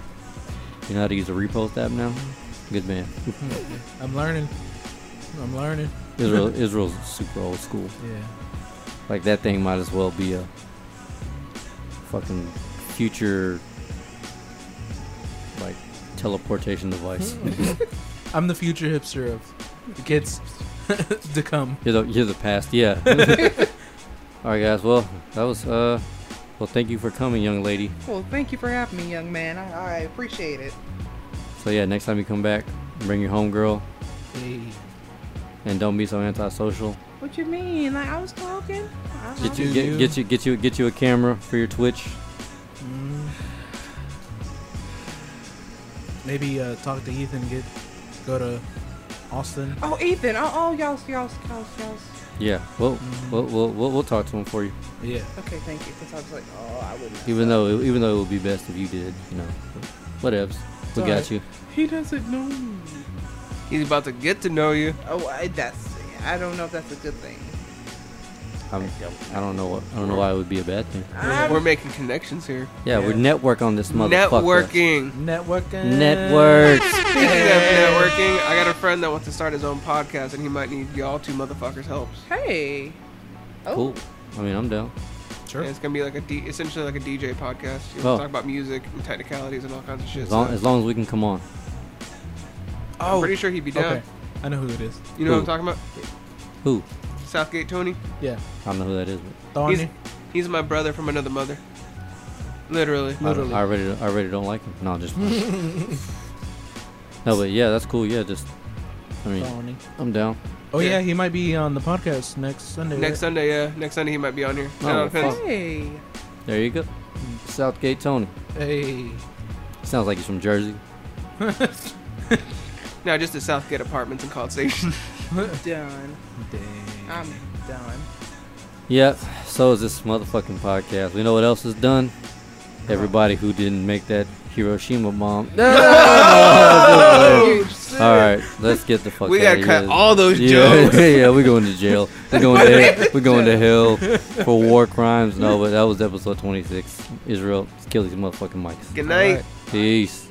Speaker 3: You know how to use a repost app now? Good man.
Speaker 2: I'm learning. I'm learning.
Speaker 3: Israel Israel's super old school.
Speaker 2: Yeah.
Speaker 3: Like that thing might as well be a fucking future like teleportation device.
Speaker 2: I'm the future hipster of the kids to come.
Speaker 3: you're the you're the past, yeah. Alright guys, well that was uh well thank you for coming, young lady.
Speaker 4: Well, thank you for having me, young man. I, I appreciate it.
Speaker 3: So yeah, next time you come back, bring your homegirl
Speaker 2: Hey.
Speaker 3: and don't be so antisocial.
Speaker 4: What you mean? Like I was talking. I-
Speaker 3: Get
Speaker 2: Do
Speaker 3: you get,
Speaker 2: you?
Speaker 3: get you get you get you a camera for your Twitch.
Speaker 2: Mm. Maybe uh, talk to Ethan. Get go to Austin.
Speaker 4: Oh, Ethan. Oh, oh, y'all, y'all, y'all, y'all.
Speaker 3: Yeah, we'll
Speaker 2: Mm-hmm.
Speaker 3: we'll we'll, we'll, we'll talk to him for you.
Speaker 2: Yeah.
Speaker 4: Okay, thank you. Because I was like, oh, I wouldn't.
Speaker 3: Even though even though it would be best if you did, you know. Whatevs, we got
Speaker 2: alright.
Speaker 3: you.
Speaker 4: He doesn't know me.
Speaker 1: he's about to get to know you.
Speaker 4: Oh, I, that's. I don't know if that's a good thing.
Speaker 3: I'm, I don't know what I don't know why it would be a bad thing.
Speaker 4: I'm-
Speaker 1: We're making connections here.
Speaker 3: Yeah,
Speaker 2: Yeah.
Speaker 3: we're network on this motherfucker.
Speaker 1: Networking.
Speaker 2: Networking.
Speaker 3: Networks.
Speaker 1: Speaking of networking, I got a friend that wants to start his own podcast, and he might need y'all two motherfuckers' help.
Speaker 4: Hey. Oh.
Speaker 3: Cool. I mean, I'm down.
Speaker 2: Sure.
Speaker 1: And it's gonna be like a D, essentially like a DJ podcast. You
Speaker 3: Oh.
Speaker 1: talk about music and technicalities and all kinds of shit.
Speaker 3: As long,
Speaker 1: so
Speaker 3: as long as we can come on.
Speaker 1: I'm pretty sure he'd be down.
Speaker 2: Okay. I know who it is.
Speaker 1: You know
Speaker 3: Who?
Speaker 1: what I'm talking about?
Speaker 3: Who?
Speaker 1: Southgate Tony.
Speaker 2: Yeah.
Speaker 3: I don't know who that is. But
Speaker 1: He's,
Speaker 2: Thorny.
Speaker 1: he's my brother from another mother. Literally.
Speaker 3: I, don't- I already I already don't like him. No, just no. But yeah, that's cool. Yeah, just I mean,
Speaker 2: Thorny.
Speaker 3: I'm down.
Speaker 2: Oh
Speaker 1: Yeah.
Speaker 2: yeah. he might be on the podcast next Sunday.
Speaker 1: Next
Speaker 2: right?
Speaker 1: Sunday, yeah. Next Sunday he might be on here.
Speaker 3: Oh,
Speaker 1: Not on offense.
Speaker 3: fuck.
Speaker 4: Hey.
Speaker 3: There you go. Southgate Tony.
Speaker 2: Hey.
Speaker 3: Sounds like he's from Jersey.
Speaker 1: No, just at Southgate Apartments in College Station.
Speaker 4: Done.
Speaker 2: Dang.
Speaker 4: I'm
Speaker 2: done.
Speaker 3: Yep. So is this motherfucking podcast. We know what else is done. Everybody who didn't make that Hiroshima bomb.
Speaker 1: Oh, shit.
Speaker 3: All right, let's get the fuck.
Speaker 1: We
Speaker 3: out
Speaker 1: gotta cut all those
Speaker 3: Yeah,
Speaker 1: jokes.
Speaker 3: yeah, we're going to jail. We're going to we're going to hell for war crimes. No, but that was episode twenty six. Israel, kill these motherfucking mics.
Speaker 1: Good night.
Speaker 3: Peace.